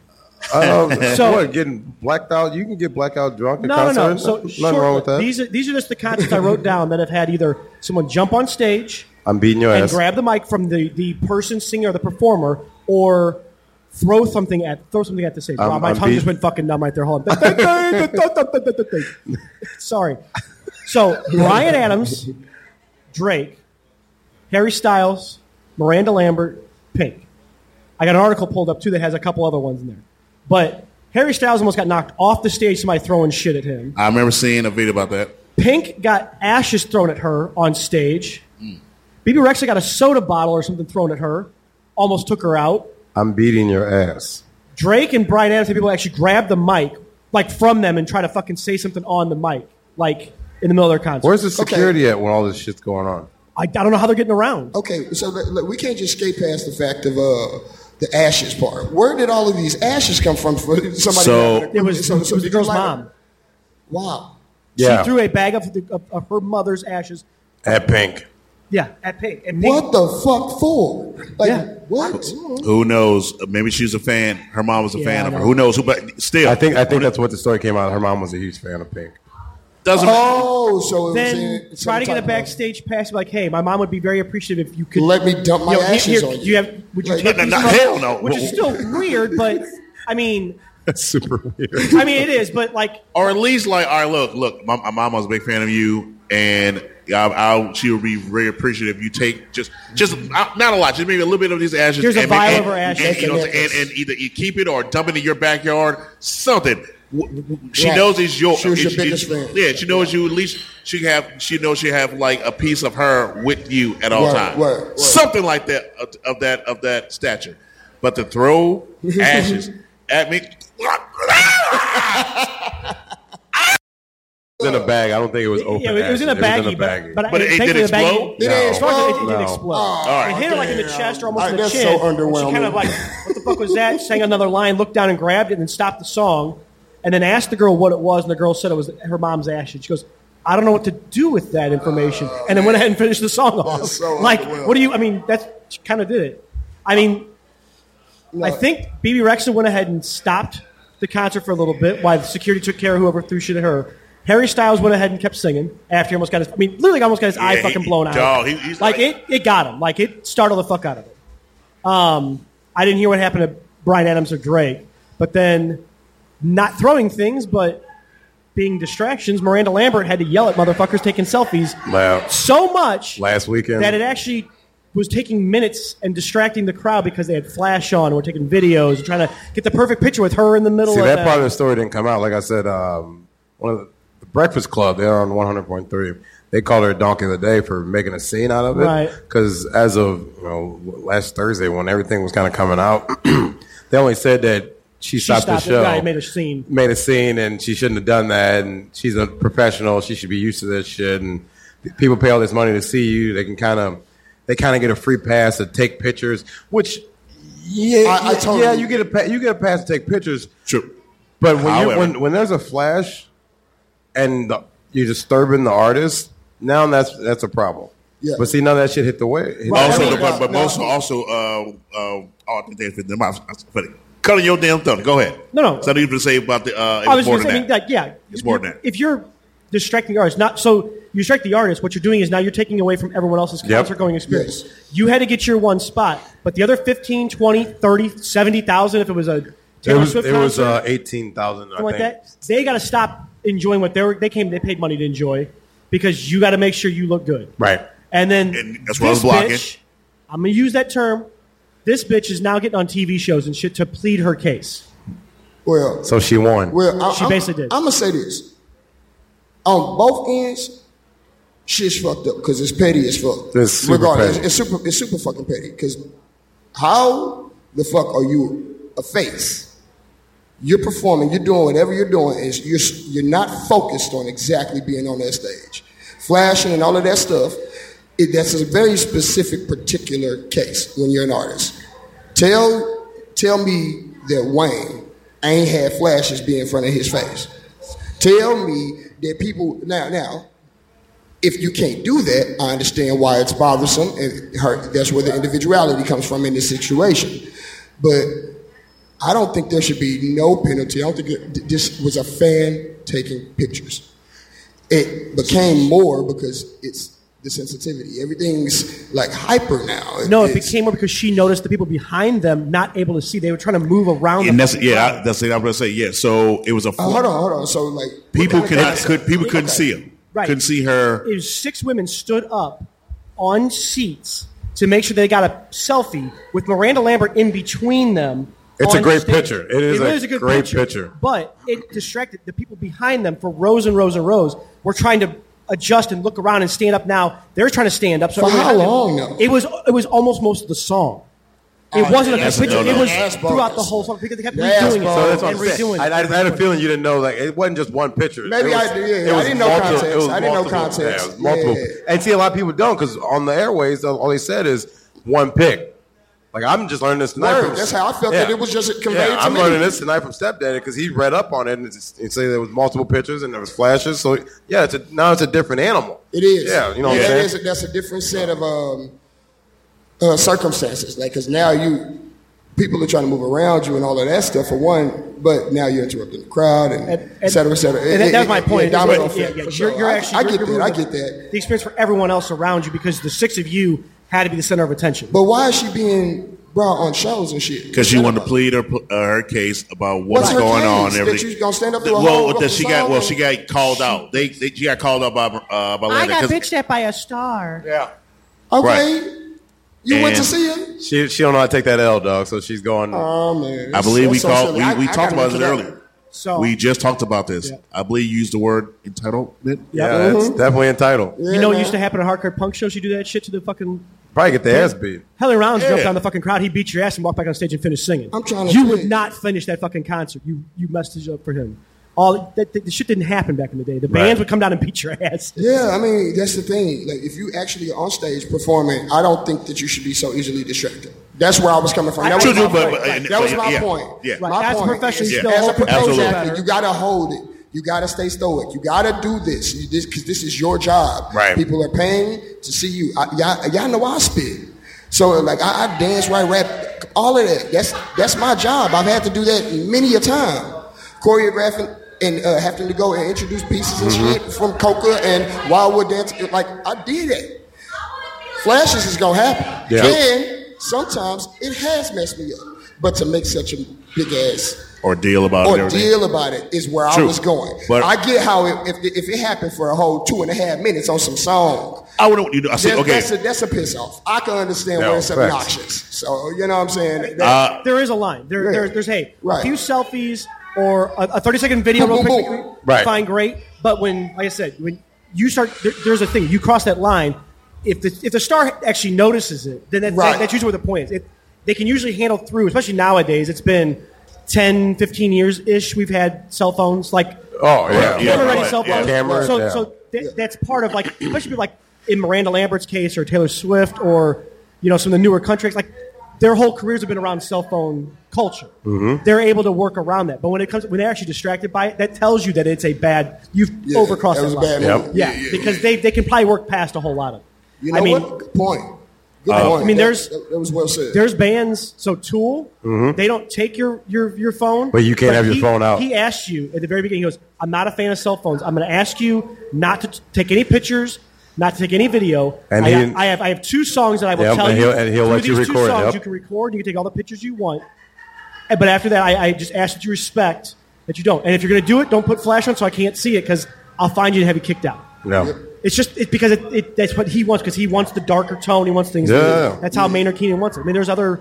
Speaker 4: Uh,
Speaker 1: So-
Speaker 4: what, getting blacked out? You can get blackout drunk at
Speaker 1: No, no,
Speaker 4: concerts.
Speaker 1: no. So
Speaker 4: nothing
Speaker 1: short-
Speaker 4: wrong with that.
Speaker 1: These are these are just the concerts I wrote down that have had either someone jump on stage
Speaker 4: I'm beating your
Speaker 1: and
Speaker 4: ass.
Speaker 1: grab the mic from the the person, singer, or the performer, or Throw something at throw something at the stage.
Speaker 4: I'm-
Speaker 1: Wow, my
Speaker 4: I'm
Speaker 1: tongue
Speaker 4: beat-
Speaker 1: just went fucking numb right there. Hold on. Sorry. So Brian Adams, Drake, Harry Styles, Miranda Lambert, Pink. I got an article pulled up too that has a couple other ones in there. But Harry Styles almost got knocked off the stage somebody throwing shit at him.
Speaker 2: I remember seeing a video about that.
Speaker 1: Pink got ashes thrown at her on stage. BB Rexa got a soda bottle or something thrown at her, almost took her out.
Speaker 4: I'm beating your ass.
Speaker 1: Drake and Brian Adams had people actually grab the mic, like from them, and try to fucking say something on the mic, like in the middle of their concert.
Speaker 4: Where's the security at when all this shit's going on?
Speaker 1: I, I don't know how they're getting around.
Speaker 7: Okay, so let- let- we can't just skate past the fact of uh, the ashes part. Where did all of these ashes come from? For somebody
Speaker 2: So-
Speaker 1: It was, it was the
Speaker 7: did
Speaker 1: girl's
Speaker 7: you like-
Speaker 1: mom.
Speaker 7: Wow.
Speaker 4: Yeah,
Speaker 1: She threw a bag of, the, of, of her mother's ashes.
Speaker 4: at Pink.
Speaker 1: Yeah, at Pink. At Pink.
Speaker 7: What the fuck for? Like
Speaker 1: Yeah.
Speaker 7: what?
Speaker 2: Who knows? Maybe she was a fan. Her mom was a
Speaker 1: Yeah,
Speaker 2: fan
Speaker 1: I
Speaker 2: of her.
Speaker 1: know.
Speaker 2: Who knows? Who? But still,
Speaker 4: I think I think that's what the story came out. Her mom was a huge fan of Pink.
Speaker 2: doesn't.
Speaker 7: Oh, so it was
Speaker 1: Then
Speaker 7: in, so
Speaker 1: try
Speaker 7: I'm
Speaker 1: to get a
Speaker 7: talking about-
Speaker 1: backstage pass. Like, hey, my mom would be very appreciative if you could
Speaker 7: Let me dump my
Speaker 1: Yo,
Speaker 7: ashes
Speaker 1: here-
Speaker 7: on you.
Speaker 1: do you have? Would you
Speaker 7: Like-
Speaker 1: take
Speaker 2: No,
Speaker 1: these
Speaker 2: no,
Speaker 1: from-
Speaker 2: hell no.
Speaker 1: Which is still weird, but I mean,
Speaker 4: That's super weird.
Speaker 1: I mean it is. But like,
Speaker 2: or at least like, all right, look, look, my, my mom was a big fan of you, and I, I she would be very appreciative. if You take just, just uh, not a lot, just maybe a little bit of these ashes.
Speaker 1: Here's a
Speaker 2: and,
Speaker 1: vial
Speaker 2: and-
Speaker 1: of her ashes.
Speaker 2: and, you know, and, and either you keep it or dump it in your backyard, something. W- w- She
Speaker 7: Right.
Speaker 2: knows it's your.
Speaker 7: She was your
Speaker 2: it's-
Speaker 7: biggest
Speaker 2: it's-
Speaker 7: fan.
Speaker 2: Yeah, she knows you at least. She have. She knows she have like a piece of her with you at all
Speaker 7: Word,
Speaker 2: times.
Speaker 7: word, word.
Speaker 2: Something like that of, of that of that stature, but to throw ashes at me.
Speaker 4: It was in a bag. I don't think it was open.
Speaker 1: yeah, it was in a
Speaker 4: actually.
Speaker 1: baggie, but, but,
Speaker 2: But
Speaker 1: I-
Speaker 2: it- it
Speaker 1: thankfully
Speaker 2: didn't
Speaker 1: the baggie-
Speaker 2: explode?
Speaker 7: It
Speaker 1: No. As
Speaker 7: didn't
Speaker 1: far as
Speaker 7: explode?
Speaker 1: it didn't
Speaker 4: No.
Speaker 1: explode.
Speaker 2: right.
Speaker 1: It hit her like in the chest or almost
Speaker 7: All right,
Speaker 1: in the
Speaker 7: that's
Speaker 1: chin.
Speaker 7: so
Speaker 1: and She kind of
Speaker 7: underwhelming.
Speaker 1: like, what the fuck was that? Sang another line, looked down and grabbed it, and stopped the song, and then asked the girl what it was, and the girl said it was her mom's ashes. She goes. I don't know what to do with that information, and then went ahead and finished the song off.
Speaker 7: That's so
Speaker 1: like,
Speaker 7: underwhelming.
Speaker 1: what do you? I mean, that's she kind of did it. I mean, I think BB Rexon went ahead and stopped the concert for a little bit while the security took care of whoever threw shit at her. Harry Styles went ahead and kept singing after he almost got his, I mean, literally almost got his eye
Speaker 2: he-
Speaker 1: fucking blown out.
Speaker 2: dog, he- he's
Speaker 1: like,
Speaker 2: like-
Speaker 1: it, it got him. Like, it startled the fuck out of him. Um, I didn't hear what happened to Brian Adams or Drake, but then not throwing things, but being distractions, Miranda Lambert had to yell at motherfuckers taking selfies
Speaker 4: Wow.
Speaker 1: so much
Speaker 4: Last weekend.
Speaker 1: that it actually was taking minutes and distracting the crowd because they had flash on and were taking videos and trying to get the perfect picture with her in the middle
Speaker 4: See
Speaker 1: of
Speaker 4: that
Speaker 1: the-
Speaker 4: part of the story didn't come out. Like I said, um, one of the, the Breakfast Club, they're on one hundred point three. They called her Donkey of the Day for making a scene out of
Speaker 1: Right.
Speaker 4: it. Because as of you know last Thursday, when everything was kind of coming out, they only said that she,
Speaker 1: she
Speaker 4: stopped,
Speaker 1: stopped
Speaker 4: the show,
Speaker 1: it. Right, made a scene.
Speaker 4: made a scene, and she shouldn't have done that. And she's a professional; she should be used to this shit. And people pay all this money to see you. They can kind of, they kind of get a free pass to take pictures. Which, yeah,
Speaker 7: I- I totally-
Speaker 4: yeah, you get a pa- you get a pass to take pictures.
Speaker 2: True.
Speaker 4: But when, you,
Speaker 2: However-
Speaker 4: when when there's a flash, and the, you're disturbing the artist, now that's that's a problem.
Speaker 7: Yeah.
Speaker 4: But see, none of that shit hit the way. hit the
Speaker 7: Right.
Speaker 2: Also,
Speaker 4: way.
Speaker 7: I mean,
Speaker 2: the- but, but
Speaker 7: no,
Speaker 2: also,
Speaker 7: no.
Speaker 2: also, uh, uh, oh, I think they fit them out. But cutting your damn thumb. Go ahead.
Speaker 1: No, no.
Speaker 2: So I need to say about the. Uh, it
Speaker 1: I was
Speaker 2: was more
Speaker 1: going to
Speaker 2: than
Speaker 1: say, I mean,
Speaker 2: that.
Speaker 1: like, yeah,
Speaker 2: It's more than that.
Speaker 1: If you're distracting the artist, not so you distract the artist. What you're doing is now you're taking away from everyone else's
Speaker 4: Yep.
Speaker 1: concert going experience.
Speaker 7: Yes.
Speaker 1: You had to get your one spot, but the other 15, 20, 30, 70,000, if it was a
Speaker 4: it
Speaker 1: Taylor
Speaker 4: was
Speaker 1: Swift
Speaker 4: it was
Speaker 1: concert,
Speaker 4: uh, eighteen thousand. I
Speaker 1: something like
Speaker 4: think.
Speaker 1: that. They got to stop enjoying what they were. They came. They paid money to enjoy because you got to make sure you look good.
Speaker 4: Right.
Speaker 1: And then
Speaker 2: And that's what I was
Speaker 1: this
Speaker 2: blocking.
Speaker 1: bitch- I'm gonna use that term. This bitch is now getting on TV shows and shit to plead her case.
Speaker 7: Well,
Speaker 4: So she won.
Speaker 7: well, I,
Speaker 1: She basically did.
Speaker 7: I'm gonna say this. On both ends, shit's fucked up because it's petty as fuck.
Speaker 4: It's super
Speaker 7: Regardless,
Speaker 4: petty.
Speaker 7: It's, super, it's super fucking petty. Because how the fuck are you a face? You're performing. You're doing whatever you're doing. Is you're s- you're not focused on exactly being on that stage, flashing and all of that stuff. It, that's a very specific, particular case when you're an artist. Tell tell me that Wayne ain't had flashes be in front of his face. Tell me that people now now if you can't do that, I understand why it's bothersome and it hurt. That's where the individuality comes from in this situation. But I don't think there should be no penalty. I don't think it, this was a fan taking pictures. It became more because it's the sensitivity. Everything's like hyper now.
Speaker 1: No, it
Speaker 7: It's-
Speaker 1: became more because she noticed the people behind them not able to see. They were trying to move around.
Speaker 2: And
Speaker 1: the
Speaker 2: that's yeah, I, that's the thing I'm gonna say. Yeah, so it was a
Speaker 7: Uh, hold on, hold on. So like what
Speaker 2: people
Speaker 7: kind
Speaker 2: could
Speaker 7: of
Speaker 2: not
Speaker 7: guys-
Speaker 2: could people couldn't
Speaker 7: Okay.
Speaker 2: see him,
Speaker 1: Right.
Speaker 2: couldn't see her.
Speaker 1: is six women stood up on seats to make sure they got a selfie with Miranda Lambert in between them.
Speaker 4: It's a
Speaker 1: on
Speaker 4: great
Speaker 1: stage.
Speaker 4: picture. It is a great picture.
Speaker 1: But it distracted the people behind them for rows and rows and rows. Were trying to adjust and look around and stand up. Now they're trying to stand up. So
Speaker 7: For
Speaker 1: everybody
Speaker 7: how
Speaker 1: had to-
Speaker 7: long, though?
Speaker 1: It was. It was almost most of the song. It wasn't a
Speaker 2: that's-
Speaker 1: picture.
Speaker 2: no, no.
Speaker 1: It was
Speaker 7: That's
Speaker 1: throughout the
Speaker 7: bogus.
Speaker 1: whole song because they kept
Speaker 7: That's
Speaker 1: redoing
Speaker 7: bogus.
Speaker 4: So
Speaker 1: it
Speaker 4: that's what
Speaker 1: and
Speaker 4: I'm saying.
Speaker 1: redoing it.
Speaker 4: I, I had a feeling you didn't know. Like it wasn't just one picture.
Speaker 7: Maybe
Speaker 4: It was-
Speaker 7: I did, yeah.
Speaker 4: it
Speaker 7: I
Speaker 4: was
Speaker 7: didn't know
Speaker 4: multiple-
Speaker 7: context.
Speaker 4: it was
Speaker 7: I didn't know
Speaker 4: multiple.
Speaker 7: context.
Speaker 4: Yeah, it was multiple.
Speaker 7: Yeah.
Speaker 4: And see, a lot of people don't because on the airways, all they said is one pick. Like I'm just learning this tonight.
Speaker 7: Word.
Speaker 4: from-
Speaker 7: That's how I felt that it was just conveyed
Speaker 4: yeah,
Speaker 7: to
Speaker 4: I'm
Speaker 7: me.
Speaker 4: learning this tonight from stepdaddy because he read up on it and, it's- and say there was multiple pictures and there was flashes. So yeah, it's a, now it's a different animal.
Speaker 7: It is.
Speaker 4: Yeah, you know what
Speaker 7: yeah,
Speaker 4: I'm
Speaker 7: that
Speaker 4: saying.
Speaker 7: is a, that's a different set of um, uh, circumstances. Like, because now you, people are trying to move around you and all of that stuff for one, but now you're interrupting the crowd and,
Speaker 1: And-
Speaker 7: et cetera, et cetera.
Speaker 1: and that- that's my point.
Speaker 7: Yeah, domino
Speaker 1: Yeah,
Speaker 7: effect,
Speaker 1: yeah,
Speaker 7: for
Speaker 1: You're,
Speaker 7: sure.
Speaker 1: you're
Speaker 7: I-
Speaker 1: actually,
Speaker 7: I,
Speaker 1: you're-
Speaker 7: get
Speaker 1: you're
Speaker 7: that. I
Speaker 1: ruining
Speaker 7: get that.
Speaker 1: The experience for everyone else around you because the six of you had to be the center of attention.
Speaker 7: But why is she being brought on shows and shit?
Speaker 2: Because she wanted to plead her uh, her case about what's,
Speaker 7: What's her
Speaker 2: going
Speaker 7: case?
Speaker 2: on. and
Speaker 7: That
Speaker 2: everything.
Speaker 7: she's gonna stand up to a
Speaker 2: well,
Speaker 7: whole
Speaker 2: that she
Speaker 7: fucking
Speaker 2: got well,
Speaker 7: song?
Speaker 2: she got called out. They, they she got called out by uh, by
Speaker 3: I
Speaker 2: Linda
Speaker 3: got
Speaker 2: 'cause-
Speaker 3: bitched at by a star.
Speaker 4: yeah.
Speaker 7: Okay.
Speaker 2: Right.
Speaker 7: You went to
Speaker 2: And-
Speaker 7: see her?
Speaker 4: She she don't know how to take that L, dog. So she's going.
Speaker 7: Oh, man.
Speaker 2: I
Speaker 7: That's-
Speaker 2: believe
Speaker 7: that's
Speaker 2: we
Speaker 7: so
Speaker 2: called
Speaker 7: silly.
Speaker 2: we,
Speaker 7: I-
Speaker 2: we
Speaker 7: I
Speaker 2: talked
Speaker 7: gotta
Speaker 2: about
Speaker 7: look
Speaker 2: this
Speaker 7: it up.
Speaker 2: earlier.
Speaker 1: So
Speaker 2: we just talked about this.
Speaker 1: Yeah.
Speaker 2: I believe you used the word entitlement.
Speaker 4: yeah,
Speaker 1: Yep.
Speaker 7: mm-hmm.
Speaker 4: it's definitely entitled.
Speaker 1: you know, what
Speaker 7: man.
Speaker 1: used to happen at hardcore punk shows. You do that shit to the fucking
Speaker 4: Probably get the ass beat.
Speaker 1: Helen Rollins
Speaker 2: Yeah.
Speaker 1: jumped on the fucking crowd. He beat your ass and walked back on stage and finished singing.
Speaker 7: I'm trying to
Speaker 1: You
Speaker 7: tell
Speaker 1: would
Speaker 7: you.
Speaker 1: not finish that fucking concert. You you messed it up for him. All that, that, the shit didn't happen back in the day. The
Speaker 2: Right.
Speaker 1: bands would come down and beat your ass.
Speaker 7: Yeah, I mean that's the thing. Like if you actually are on stage performing, I don't think that you should be so easily distracted. That's where I was coming from. That
Speaker 2: True,
Speaker 7: was my
Speaker 2: but-
Speaker 7: point.
Speaker 2: but-
Speaker 7: Right.
Speaker 2: but-
Speaker 7: that was my
Speaker 2: yeah,
Speaker 7: point.
Speaker 2: yeah.
Speaker 1: Right,
Speaker 7: My
Speaker 1: as a
Speaker 7: point.
Speaker 1: professional,
Speaker 7: is-
Speaker 1: you
Speaker 2: still
Speaker 7: as a
Speaker 1: hold the
Speaker 7: professional,
Speaker 2: position
Speaker 1: better.
Speaker 7: you gotta hold it. You gotta stay stoic. You gotta do this. You this because this is your job.
Speaker 2: Right.
Speaker 7: People are paying to see you. I, y'all, y'all know I spit. So like I, I dance, right, rap, all of that. That's that's my job. I've had to do that many a time. Choreographing and uh, having to go and introduce pieces and shit from Coca and Wildwood Dance. Like I did it. Flashes is gonna happen.
Speaker 4: Yeah.
Speaker 7: And sometimes it has messed me up. But to make such a big ass
Speaker 2: Or deal about it. and
Speaker 7: or
Speaker 2: everything.
Speaker 7: deal about it is where I
Speaker 2: True.
Speaker 7: was going.
Speaker 2: But-
Speaker 7: I get how it, if, if it happened for a whole two and a half minutes on some song,
Speaker 2: I wouldn't. You know, I said
Speaker 7: that's,
Speaker 2: okay.
Speaker 7: that's, a, that's a piss off. I can understand
Speaker 4: No,
Speaker 7: where it's
Speaker 4: facts.
Speaker 7: obnoxious. So you know what I'm saying? That-
Speaker 2: Uh,
Speaker 1: there is a line. There,
Speaker 7: Yeah.
Speaker 1: there- there's hey,
Speaker 7: Right.
Speaker 1: a few selfies or a, a 30 second video,
Speaker 7: Boom,
Speaker 1: real
Speaker 7: boom,
Speaker 1: quick.
Speaker 7: boom.
Speaker 4: Right.
Speaker 1: Fine, great. But when, like I said, when you start, there, there's a thing. You cross that line. If the if the star actually notices it, then that,
Speaker 7: Right.
Speaker 1: that- that's usually where the point is. It, they can usually handle through, especially nowadays. It's been 10, 15 years ish. We've had cell phones like
Speaker 4: Oh yeah,
Speaker 2: Yeah.
Speaker 1: camera ready
Speaker 2: right,
Speaker 1: cell
Speaker 2: yeah.
Speaker 1: phones.
Speaker 4: Cameras,
Speaker 1: so
Speaker 4: yeah.
Speaker 1: so that, that's part of like especially people like in Miranda Lambert's case or Taylor Swift or you know some of the newer countries like their whole careers have been around cell phone culture.
Speaker 7: Mm-hmm.
Speaker 1: They're able to work around that, but when it comes when they're actually distracted by it, that tells you that it's a bad you've
Speaker 7: yeah,
Speaker 1: overcrossed
Speaker 7: That was a
Speaker 1: line.
Speaker 7: bad
Speaker 4: Yep.
Speaker 7: move.
Speaker 1: Yeah, because they they can probably work past a whole lot of. It.
Speaker 7: You know
Speaker 1: I mean,
Speaker 7: what? Good point. Good
Speaker 4: uh,
Speaker 7: point.
Speaker 1: I mean,
Speaker 7: That-
Speaker 1: there's-
Speaker 7: that, that was well said.
Speaker 1: there's bands. So Tool, they don't take your your your phone,
Speaker 4: Mm-hmm. But you can't have your
Speaker 1: he-
Speaker 4: phone out.
Speaker 1: He asked you at the very beginning. He goes, "I'm not a fan of cell phones. I'm going to ask you not to t- take any pictures." Not to take any video.
Speaker 4: And
Speaker 1: I,
Speaker 4: he
Speaker 1: have,
Speaker 4: didn't-
Speaker 1: I have I have two songs that I will
Speaker 4: Yep,
Speaker 1: tell
Speaker 4: and
Speaker 1: you.
Speaker 4: he'll- and he'll
Speaker 1: Two
Speaker 4: let
Speaker 1: of
Speaker 4: you
Speaker 1: these two
Speaker 4: record,
Speaker 1: songs,
Speaker 4: yep.
Speaker 1: You can record. You can take all the pictures you want. And- But after that, I, I just ask that you respect that you don't. And if you're going to do it, don't put flash on so I can't see it because I'll find you and have you kicked out.
Speaker 4: no.
Speaker 1: It's just it, because it, it, that's what he wants because he wants the darker tone. He wants things.
Speaker 4: Yeah.
Speaker 1: That's how Maynard Keenan wants it. I mean, there's other.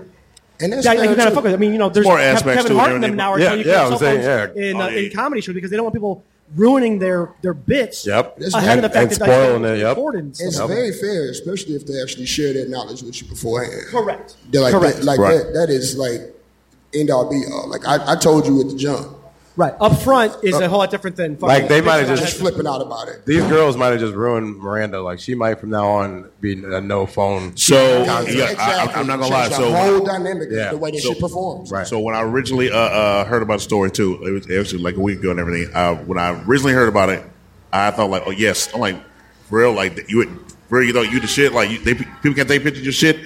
Speaker 7: and that's
Speaker 1: Yeah,
Speaker 7: fair,
Speaker 1: you gotta
Speaker 7: too.
Speaker 1: fuck with. it. I mean, you know, there's
Speaker 2: more
Speaker 1: Kev-
Speaker 2: aspects to
Speaker 1: Kevin
Speaker 2: it
Speaker 1: Hart
Speaker 2: than
Speaker 1: and them now are
Speaker 4: Yeah,
Speaker 1: telling you
Speaker 4: yeah,
Speaker 1: to
Speaker 4: I was
Speaker 1: put cell
Speaker 4: saying,
Speaker 1: phones
Speaker 4: yeah.
Speaker 1: in,
Speaker 2: Oh,
Speaker 1: uh,
Speaker 2: yeah.
Speaker 1: in comedy shows because they don't want people ruining their their bits.
Speaker 4: Yep.
Speaker 7: That's
Speaker 1: ahead
Speaker 7: right.
Speaker 1: of the fact
Speaker 4: And
Speaker 1: that that's
Speaker 4: spoiling it, yep.
Speaker 1: recorded and stuff.
Speaker 7: It's very fair, especially if they actually share that knowledge with you beforehand.
Speaker 1: Correct.
Speaker 7: They're like
Speaker 1: Correct.
Speaker 7: That, like
Speaker 2: Right.
Speaker 7: that, that is like end all be all. Like I, I told you at the jump,
Speaker 1: Right up front is a whole lot different than fucking
Speaker 4: Like, they might have
Speaker 1: pictures on
Speaker 4: just-
Speaker 1: headphones.
Speaker 7: flipping out about it.
Speaker 4: These girls might have just ruined Miranda. Like she might from now on be a no phone.
Speaker 2: so yeah,
Speaker 7: Content.
Speaker 2: I, I'm not gonna lie.
Speaker 7: Change
Speaker 2: So
Speaker 7: the whole dynamic,
Speaker 4: Yeah.
Speaker 7: the way that
Speaker 2: So-
Speaker 7: she performs.
Speaker 4: Right.
Speaker 2: So when I originally uh, uh, heard about the story too, it was, it was like a week ago and everything. Uh, when I originally heard about it, I thought like, oh yes, I'm like for real, like you would for real, you know, you the shit. Like you, they, people can take pictures of your shit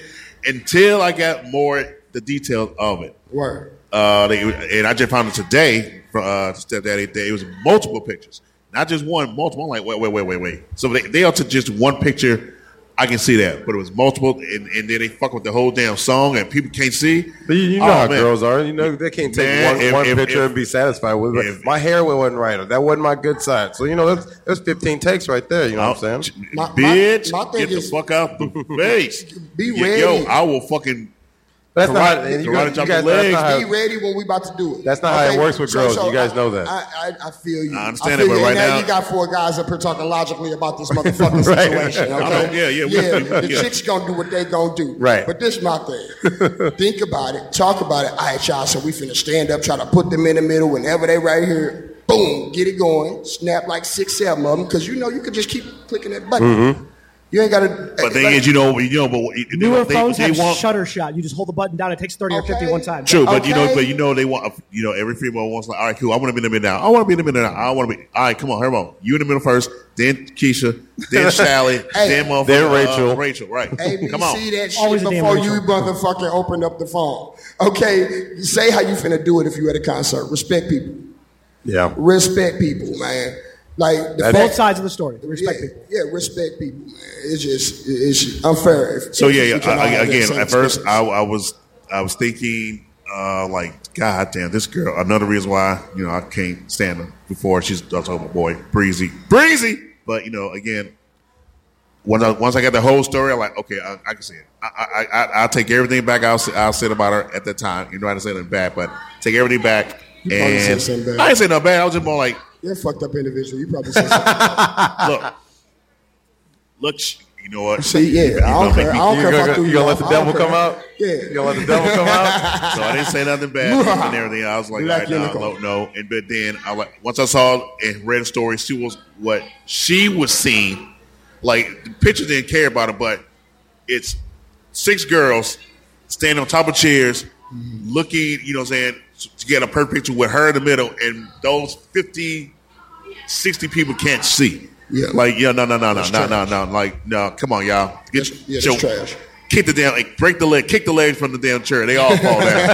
Speaker 2: until I got more the details of it.
Speaker 7: Word.
Speaker 2: Uh, they, and I just found it today from uh, stepdaddy. That it was multiple pictures, not just one, multiple. I'm like, wait, wait, wait, wait, wait. So they, they are to just one picture I can see that. But it was multiple, and, and then they fuck with the whole damn song, and people can't see.
Speaker 4: But you, you know
Speaker 2: Oh,
Speaker 4: how
Speaker 2: man.
Speaker 4: girls are. You know they can't take
Speaker 2: Man,
Speaker 4: one,
Speaker 2: if-
Speaker 4: one
Speaker 2: if-
Speaker 4: picture
Speaker 2: if-
Speaker 4: and be satisfied with it.
Speaker 2: if-
Speaker 4: my hair wasn't right, or that wasn't my good side. So you know, that's there's 15 takes right there. You know what
Speaker 2: Oh,
Speaker 4: I'm saying?
Speaker 7: My- my-
Speaker 2: Uh, bitch,
Speaker 7: my thing
Speaker 2: get the
Speaker 7: is-
Speaker 2: fuck out the face.
Speaker 7: Be
Speaker 2: Yo, Yo,
Speaker 7: ready.
Speaker 2: I will fucking.
Speaker 4: That's not.
Speaker 2: Karate-
Speaker 4: how- You
Speaker 2: karate
Speaker 4: guys, you
Speaker 2: chop
Speaker 4: guys,
Speaker 2: your
Speaker 4: that's not
Speaker 2: legs.
Speaker 7: be
Speaker 4: how,
Speaker 7: ready when we about to do it.
Speaker 4: That's not how it works with girls. You guys know that.
Speaker 7: I, I, I feel you.
Speaker 2: I understand it,
Speaker 7: feel
Speaker 2: but
Speaker 7: you.
Speaker 2: right
Speaker 7: now,
Speaker 2: now-
Speaker 7: you got four guys up here talking logically about this motherfucking
Speaker 4: Right.
Speaker 7: situation.
Speaker 2: I
Speaker 7: okay?
Speaker 2: don't- yeah, yeah, we-
Speaker 7: yeah.
Speaker 2: we-
Speaker 7: the
Speaker 2: yeah.
Speaker 7: chicks gonna do what they gonna do.
Speaker 4: Right.
Speaker 7: But this my thing. Think about it. Talk about it. All right, y'all. So we finna stand up, try to put them in the middle. Whenever they right here, boom, get it going. Snap like six, seven of them, because you know you could just keep clicking that button.
Speaker 4: Mm-hmm.
Speaker 7: You ain't gotta.
Speaker 2: But thing
Speaker 7: like-
Speaker 2: is, you know, you know, but they,
Speaker 1: Newer
Speaker 2: they,
Speaker 1: phones
Speaker 2: they
Speaker 1: have
Speaker 2: want
Speaker 1: shutter shot. You just hold the button down. It takes thirty or fifty
Speaker 7: Okay.
Speaker 1: one time.
Speaker 2: True, but you know,
Speaker 7: Okay.
Speaker 2: but you know, they want you know every female wants like, all right, cool. I want to be in the middle now. I want to be in the middle now. I want to be. All right, come on, Hermo. You in the middle first, then Keisha, then Sally, then motherfucker,
Speaker 4: Then
Speaker 2: uh,
Speaker 4: Rachel.
Speaker 2: Rachel, right?
Speaker 7: Hey, did
Speaker 2: come
Speaker 7: you
Speaker 2: on.
Speaker 7: see that shit
Speaker 1: Always a damn
Speaker 7: before
Speaker 1: Rachel.
Speaker 7: you motherfucking opened up the phone. Okay, say how you finna do it if you at a concert. Respect people.
Speaker 4: yeah.
Speaker 7: Respect people, man. Like the
Speaker 4: That's-
Speaker 1: Both sides of the story. Respect
Speaker 7: yeah,
Speaker 1: people.
Speaker 7: Yeah, respect people, man. It's just it's unfair. If,
Speaker 2: So
Speaker 7: if
Speaker 2: yeah,
Speaker 7: you
Speaker 2: yeah.
Speaker 7: cannot
Speaker 2: I, I-
Speaker 7: have that
Speaker 2: again,
Speaker 7: same
Speaker 2: at first,
Speaker 7: experience.
Speaker 2: I, I was, I was thinking, uh, like, God damn, this girl. Another reason why you know I can't stand her before she's. I was talking about boy, breezy, breezy. But you know, again, once I once I got the whole story, I'm like, okay, I, I can see it. I I, I I'll take everything back. I'll say- I'll said about her at that time. You know, I didn't say anything bad, but take everything back.
Speaker 7: You probably said
Speaker 2: And
Speaker 7: something bad.
Speaker 2: I didn't say no bad. I was just more like,
Speaker 7: you're a fucked up individual. You probably said something.
Speaker 2: look, look, sh- you know what?
Speaker 7: See,
Speaker 2: You
Speaker 7: yeah, I
Speaker 2: gonna
Speaker 7: don't
Speaker 2: make
Speaker 7: care. I
Speaker 2: me-
Speaker 7: don't
Speaker 4: You
Speaker 7: care if I
Speaker 4: gonna,
Speaker 7: threw
Speaker 4: you
Speaker 7: you
Speaker 4: gonna
Speaker 7: off.
Speaker 4: let the
Speaker 7: I don't
Speaker 4: devil come
Speaker 7: care.
Speaker 4: out? You
Speaker 7: Yeah.
Speaker 4: gonna let the devil come out?
Speaker 2: So I didn't say nothing bad and everything. I was like, all
Speaker 7: Black
Speaker 2: right, no,
Speaker 7: unicorn.
Speaker 2: no, no. And but then I like once I saw and read the story, she was what she was seeing. Like the pictures didn't care about it, but it's six girls standing on top of chairs,
Speaker 7: Mm-hmm.
Speaker 2: looking, you know, what I'm saying to get a perfect picture with her in the middle, and those 50, 60 people can't see.
Speaker 7: Yeah.
Speaker 2: Like, yeah, no, no, no, no,
Speaker 7: That's
Speaker 2: no, no, no. Like, no, come on, y'all. Get
Speaker 7: yeah, that's
Speaker 2: your-
Speaker 7: trash.
Speaker 2: Kick the damn, like, break the leg, kick the legs from the damn chair. They all fall down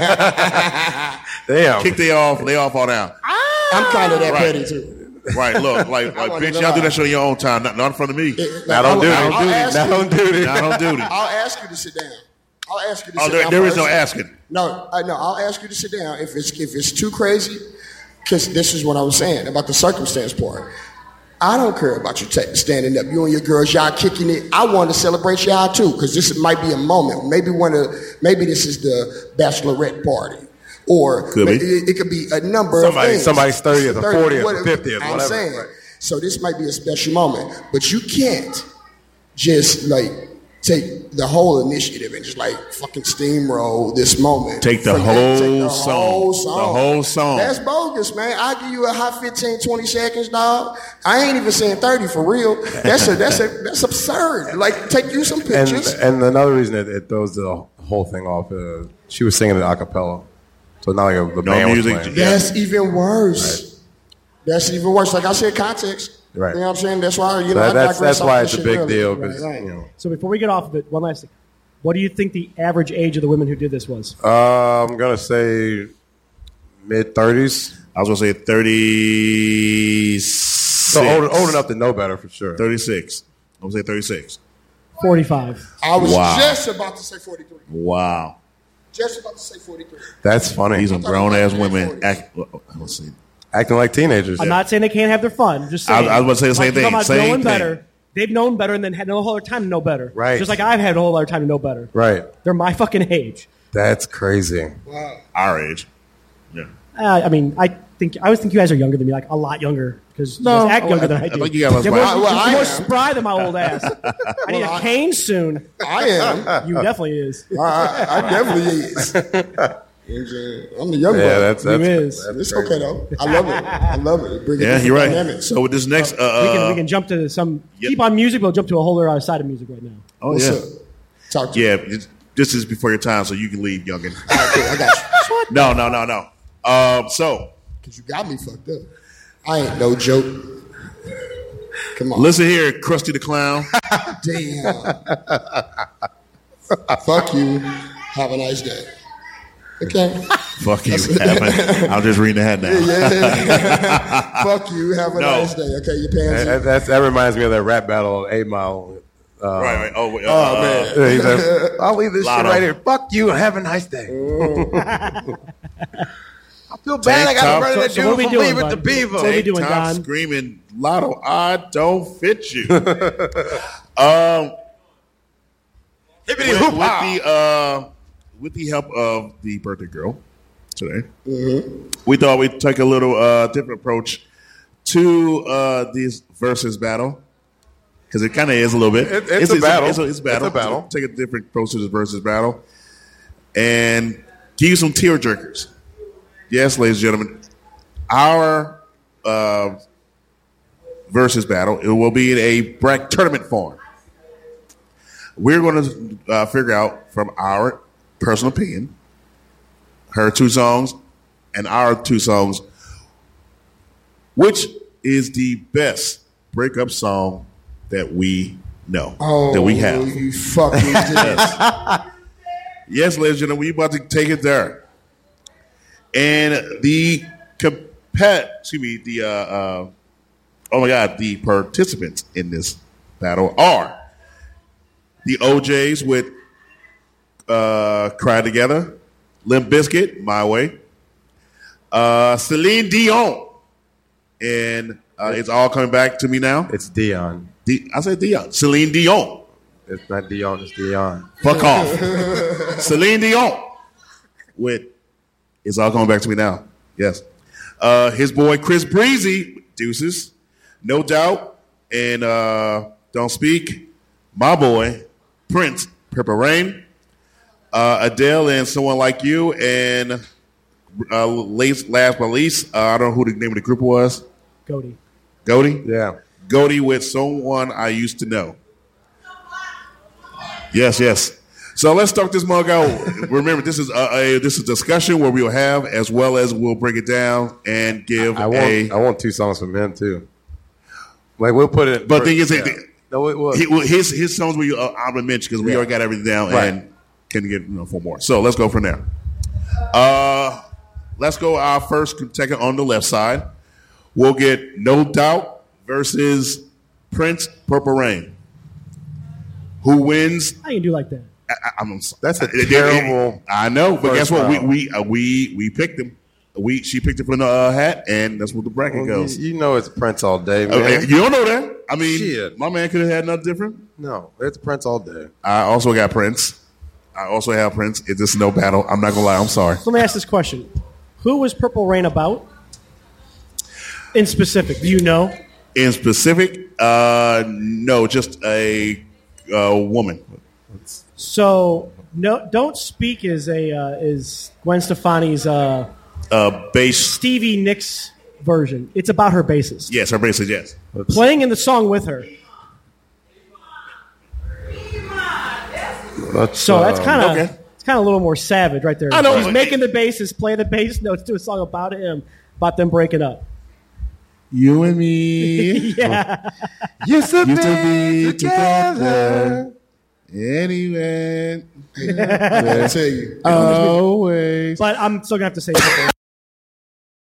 Speaker 4: Damn.
Speaker 2: kick they off, they all fall down.
Speaker 7: I'm kind of that
Speaker 2: Right.
Speaker 7: petty too.
Speaker 2: Right, look, like, like
Speaker 7: wanted
Speaker 2: bitch,
Speaker 7: to
Speaker 2: y'all do
Speaker 7: lie.
Speaker 2: that shit on your own time, not, not in front of me.
Speaker 4: Now don't do it.
Speaker 7: I'll, ask
Speaker 4: Now
Speaker 7: you-
Speaker 4: don't do it.
Speaker 2: Not on duty.
Speaker 7: I'll ask you to sit down. I'll ask you to
Speaker 2: Oh,
Speaker 7: sit
Speaker 2: there-
Speaker 7: down.
Speaker 2: there is no
Speaker 7: first.
Speaker 2: asking.
Speaker 7: No, I no. I'll ask you to sit down if it's if it's too crazy, because this is what I was saying about the circumstance part. I don't care about you ta standing up. You and your girls, y'all kicking it. I want to celebrate y'all too, because this might be a moment. Maybe one of maybe this is the bachelorette party, or
Speaker 2: Could be.
Speaker 7: It, it could be a number
Speaker 4: Somebody-
Speaker 7: of things.
Speaker 4: somebody's 30th or 40th or
Speaker 7: whatever.
Speaker 4: 50th,
Speaker 7: I'm
Speaker 4: whatever.
Speaker 7: saying.
Speaker 4: Right.
Speaker 7: So this might be a special moment, but you can't just like take the whole initiative and just like fucking steamroll this moment.
Speaker 2: Take the
Speaker 7: Forget-
Speaker 2: whole
Speaker 7: take
Speaker 2: song. The whole song.
Speaker 7: That's bogus, man. I give you a hot 15, 20 seconds, dog. I ain't even saying 30 for real. That's a, that's a, that's absurd. Like take you some
Speaker 4: And
Speaker 7: pictures.
Speaker 4: and another reason it, it throws the whole thing off. Uh, she was singing it a cappella, so not like a, the
Speaker 2: No
Speaker 4: band
Speaker 2: music.
Speaker 4: was playing.
Speaker 2: Yeah.
Speaker 7: That's even worse. That's even worse. Like I said, context.
Speaker 4: Right.
Speaker 7: You know what I'm saying? That's why you know
Speaker 4: So
Speaker 7: I
Speaker 4: that's
Speaker 7: digress
Speaker 4: that's why
Speaker 7: off
Speaker 4: it's a
Speaker 7: this
Speaker 4: big
Speaker 7: shit
Speaker 4: deal
Speaker 7: earlier.
Speaker 4: because
Speaker 7: Right, right.
Speaker 4: you know.
Speaker 1: So before we get off of it, one last thing. What do you think the average age of the women who did this was?
Speaker 4: Uh, I'm gonna say mid thirties.
Speaker 2: I was gonna say 36.
Speaker 4: So old, old enough to know better for sure.
Speaker 2: 36. I'm gonna say 36.
Speaker 1: Forty five.
Speaker 7: I was
Speaker 2: Wow.
Speaker 7: just about to say 43.
Speaker 2: Wow.
Speaker 7: Just about to say 43.
Speaker 4: That's funny.
Speaker 2: These
Speaker 4: He's
Speaker 2: are grown ass women. Act, well, let's see.
Speaker 4: acting like teenagers.
Speaker 1: I'm not saying they can't have their fun. I'm just
Speaker 2: I-
Speaker 1: saying.
Speaker 2: I was about to say the
Speaker 1: like,
Speaker 2: same
Speaker 1: you're talking
Speaker 2: thing,
Speaker 1: about
Speaker 2: same
Speaker 1: knowing
Speaker 2: thing.
Speaker 1: better. They've known better and then had no whole other time to know better.
Speaker 4: Right.
Speaker 1: Just like I've had a whole other time to know better.
Speaker 4: Right.
Speaker 1: They're my fucking age.
Speaker 4: That's crazy.
Speaker 2: Our age. Yeah.
Speaker 1: Uh, I mean, I think I always think you guys are younger than me, like a lot younger, because you guys act younger than I,
Speaker 2: Oh, I
Speaker 1: do.
Speaker 2: think you got less
Speaker 1: You're more,
Speaker 2: brain.
Speaker 1: you're
Speaker 7: Well, I
Speaker 1: more
Speaker 7: am.
Speaker 1: spry than my old ass. I need a cane soon.
Speaker 7: I am.
Speaker 1: You
Speaker 2: Uh,
Speaker 1: definitely is.
Speaker 7: I, I, I definitely is. I'm the young
Speaker 4: Yeah,
Speaker 7: brother.
Speaker 4: that's that's,
Speaker 1: is.
Speaker 4: that's
Speaker 7: it's
Speaker 4: crazy.
Speaker 7: okay though. I love it. I love it. it brings a
Speaker 2: Yeah,
Speaker 7: different
Speaker 2: you're right.
Speaker 7: dynamic.
Speaker 2: So with this next, uh,
Speaker 1: we, can,
Speaker 2: uh,
Speaker 1: we can jump to some.
Speaker 2: yep.
Speaker 1: Keep on music, but we'll jump to a whole other side of music right now.
Speaker 2: oh
Speaker 7: What's
Speaker 2: yeah,
Speaker 7: up? Talk to
Speaker 2: yeah. this- This is before your time, so you can leave, youngin.
Speaker 7: me. Okay, I got you.
Speaker 2: No, no, no, no. Um, so
Speaker 7: Because you got me fucked up. I ain't no joke. Come on.
Speaker 2: Listen here, Krusty the Clown.
Speaker 7: Damn. Fuck you. Have a nice day. Okay.
Speaker 2: Fuck you. Evan. I'm just reading the head now.
Speaker 7: Yeah. Fuck you. Have a
Speaker 2: No.
Speaker 7: nice day. Okay, you pansy.
Speaker 4: That, that's- that reminds me of that rap battle on Eight Mile.
Speaker 2: right, right. Oh, wait, uh,
Speaker 7: Oh, man.
Speaker 2: uh,
Speaker 4: He said, I'll leave this shit
Speaker 2: Lotto.
Speaker 4: right here. Fuck you and have a nice day. I feel bad.
Speaker 2: Tank
Speaker 4: I got
Speaker 2: top.
Speaker 4: to run
Speaker 2: So-
Speaker 4: into
Speaker 2: so
Speaker 4: dude
Speaker 1: what we
Speaker 4: from
Speaker 1: doing,
Speaker 4: Beaver
Speaker 1: bud?
Speaker 4: to Beaver.
Speaker 1: So- What we doing,
Speaker 2: Tom
Speaker 1: Don?
Speaker 2: screaming, Lotto, I don't fit you. um, with,
Speaker 4: Hippity
Speaker 2: with
Speaker 4: hoop-ha.
Speaker 2: the uh, with the help of the birthday girl today, we thought we'd take a little uh, different approach to uh, this versus battle because it kind of is a little bit.
Speaker 4: It- it's a battle.
Speaker 2: It's a, it's a battle.
Speaker 4: It's a battle.
Speaker 2: Take a different approach to this versus battle, and give you some tear jerkers. Yes, ladies and gentlemen, our uh, versus battle. It will be in a bracket tournament form. We're going to uh, figure out from our personal opinion, her two songs, and our two songs, which is the best breakup song that we know
Speaker 7: Oh,
Speaker 2: that we have.
Speaker 7: you fucking did it.
Speaker 2: Yes, ladies and gentlemen, we about to take it there. And the compet, excuse me, the uh, uh, oh my god, the participants in this battle are the OJ's with uh, "Cry Together," Limp Biscuit, "My Way," uh, Celine Dion, and uh, it's all coming back to me now.
Speaker 4: It's Dion.
Speaker 2: D- I said Dion, Celine Dion.
Speaker 4: It's not Dion. It's Dion.
Speaker 2: Fuck off. Celine Dion with It's All Coming Back to Me Now. Yes. Uh, his boy Chris Breezy, Deuces, No Doubt, and uh, Don't Speak. My boy, Prince, Purple Rain, uh, Adele, and Someone Like You, and uh, last, last but least, uh, I don't know who the name of the group was.
Speaker 1: Cody.
Speaker 2: Goldie?
Speaker 4: Yeah.
Speaker 2: Goldie with someone I used to know. Yes, yes. So let's start this mug out. Remember, this is a, a this is a discussion where we'll have, as well as we'll break it down and give
Speaker 4: I want,
Speaker 2: a.
Speaker 4: I want two songs from him, too. Like, we'll put it.
Speaker 2: But thing is,
Speaker 4: yeah.
Speaker 2: it-
Speaker 4: no, it was.
Speaker 2: he- well, his his songs we uh, I'm gonna mention because we
Speaker 4: Yeah.
Speaker 2: already got everything down
Speaker 4: Right.
Speaker 2: and can get you know, four more. So let's go from there. Uh, let's go our first contestant on the left side. We'll get No Doubt versus Prince Purple Rain. Who wins
Speaker 1: How you do like that?
Speaker 2: I, I- I'm sorry.
Speaker 4: That's a terrible
Speaker 2: I know, but
Speaker 4: first
Speaker 2: guess what?
Speaker 4: round.
Speaker 2: We we uh, we we picked him. We she picked him from the uh, hat, and that's what the bracket
Speaker 4: Well, you,
Speaker 2: goes.
Speaker 4: you know it's Prince all day, man.
Speaker 2: Okay, you don't know that. I mean,
Speaker 4: Shit.
Speaker 2: my man could have had nothing different.
Speaker 4: No, it's Prince all day.
Speaker 2: I also got Prince. I also have Prince. It's just no battle. I'm not gonna lie. I'm sorry.
Speaker 1: So let me ask this question: Who was Purple Rain about? In specific, do you know?
Speaker 2: In specific, uh, no, just a uh, woman.
Speaker 1: So no, don't speak is a uh, is Gwen Stefani's uh,
Speaker 2: Uh, bass.
Speaker 1: Stevie Nicks version. It's about her bassist
Speaker 2: Yes, her bass is yes.
Speaker 1: playing in the song with her.
Speaker 4: Let's,
Speaker 1: So that's
Speaker 4: uh,
Speaker 1: kind of
Speaker 2: okay.
Speaker 1: it's kind of a little more savage right there.
Speaker 2: I know.
Speaker 1: He's making the basses play the bass notes to a song about him, about them breaking up.
Speaker 2: You and me
Speaker 4: Used to
Speaker 2: used to
Speaker 4: be
Speaker 2: be together. Anyway,
Speaker 7: I tell you.
Speaker 2: always.
Speaker 1: But I'm still gonna have to say Purple Rain.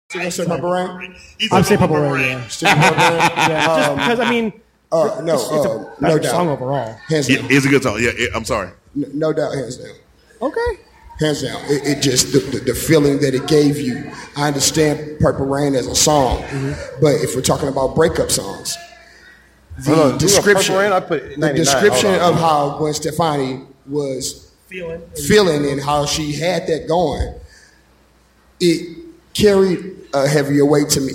Speaker 7: Still gonna say Purple Rain?
Speaker 1: I'm saying Purple Rain. Yeah.
Speaker 7: Still Purple Rain?
Speaker 1: Yeah, just because I mean,
Speaker 7: Uh, no,
Speaker 1: it's, it's
Speaker 7: uh,
Speaker 1: a
Speaker 7: no
Speaker 1: better song
Speaker 7: doubt.
Speaker 1: overall.
Speaker 7: Hands
Speaker 2: Yeah,
Speaker 7: down.
Speaker 2: it's a good song. Yeah, yeah, I'm sorry.
Speaker 7: N- No doubt, hands down.
Speaker 1: Okay.
Speaker 7: Hands down. It, it just, the, the, the feeling that it gave you. I understand Purple Rain as a song,
Speaker 1: Mm-hmm.
Speaker 7: but if we're talking about breakup songs, the
Speaker 4: Hold on, you got
Speaker 7: description,
Speaker 4: Purple Rain? I put
Speaker 7: the
Speaker 4: 99.
Speaker 7: description
Speaker 4: Hold on.
Speaker 7: of how Gwen Stefani was
Speaker 1: Feeling.
Speaker 7: feeling and how she had that going, it carried a heavier weight to me.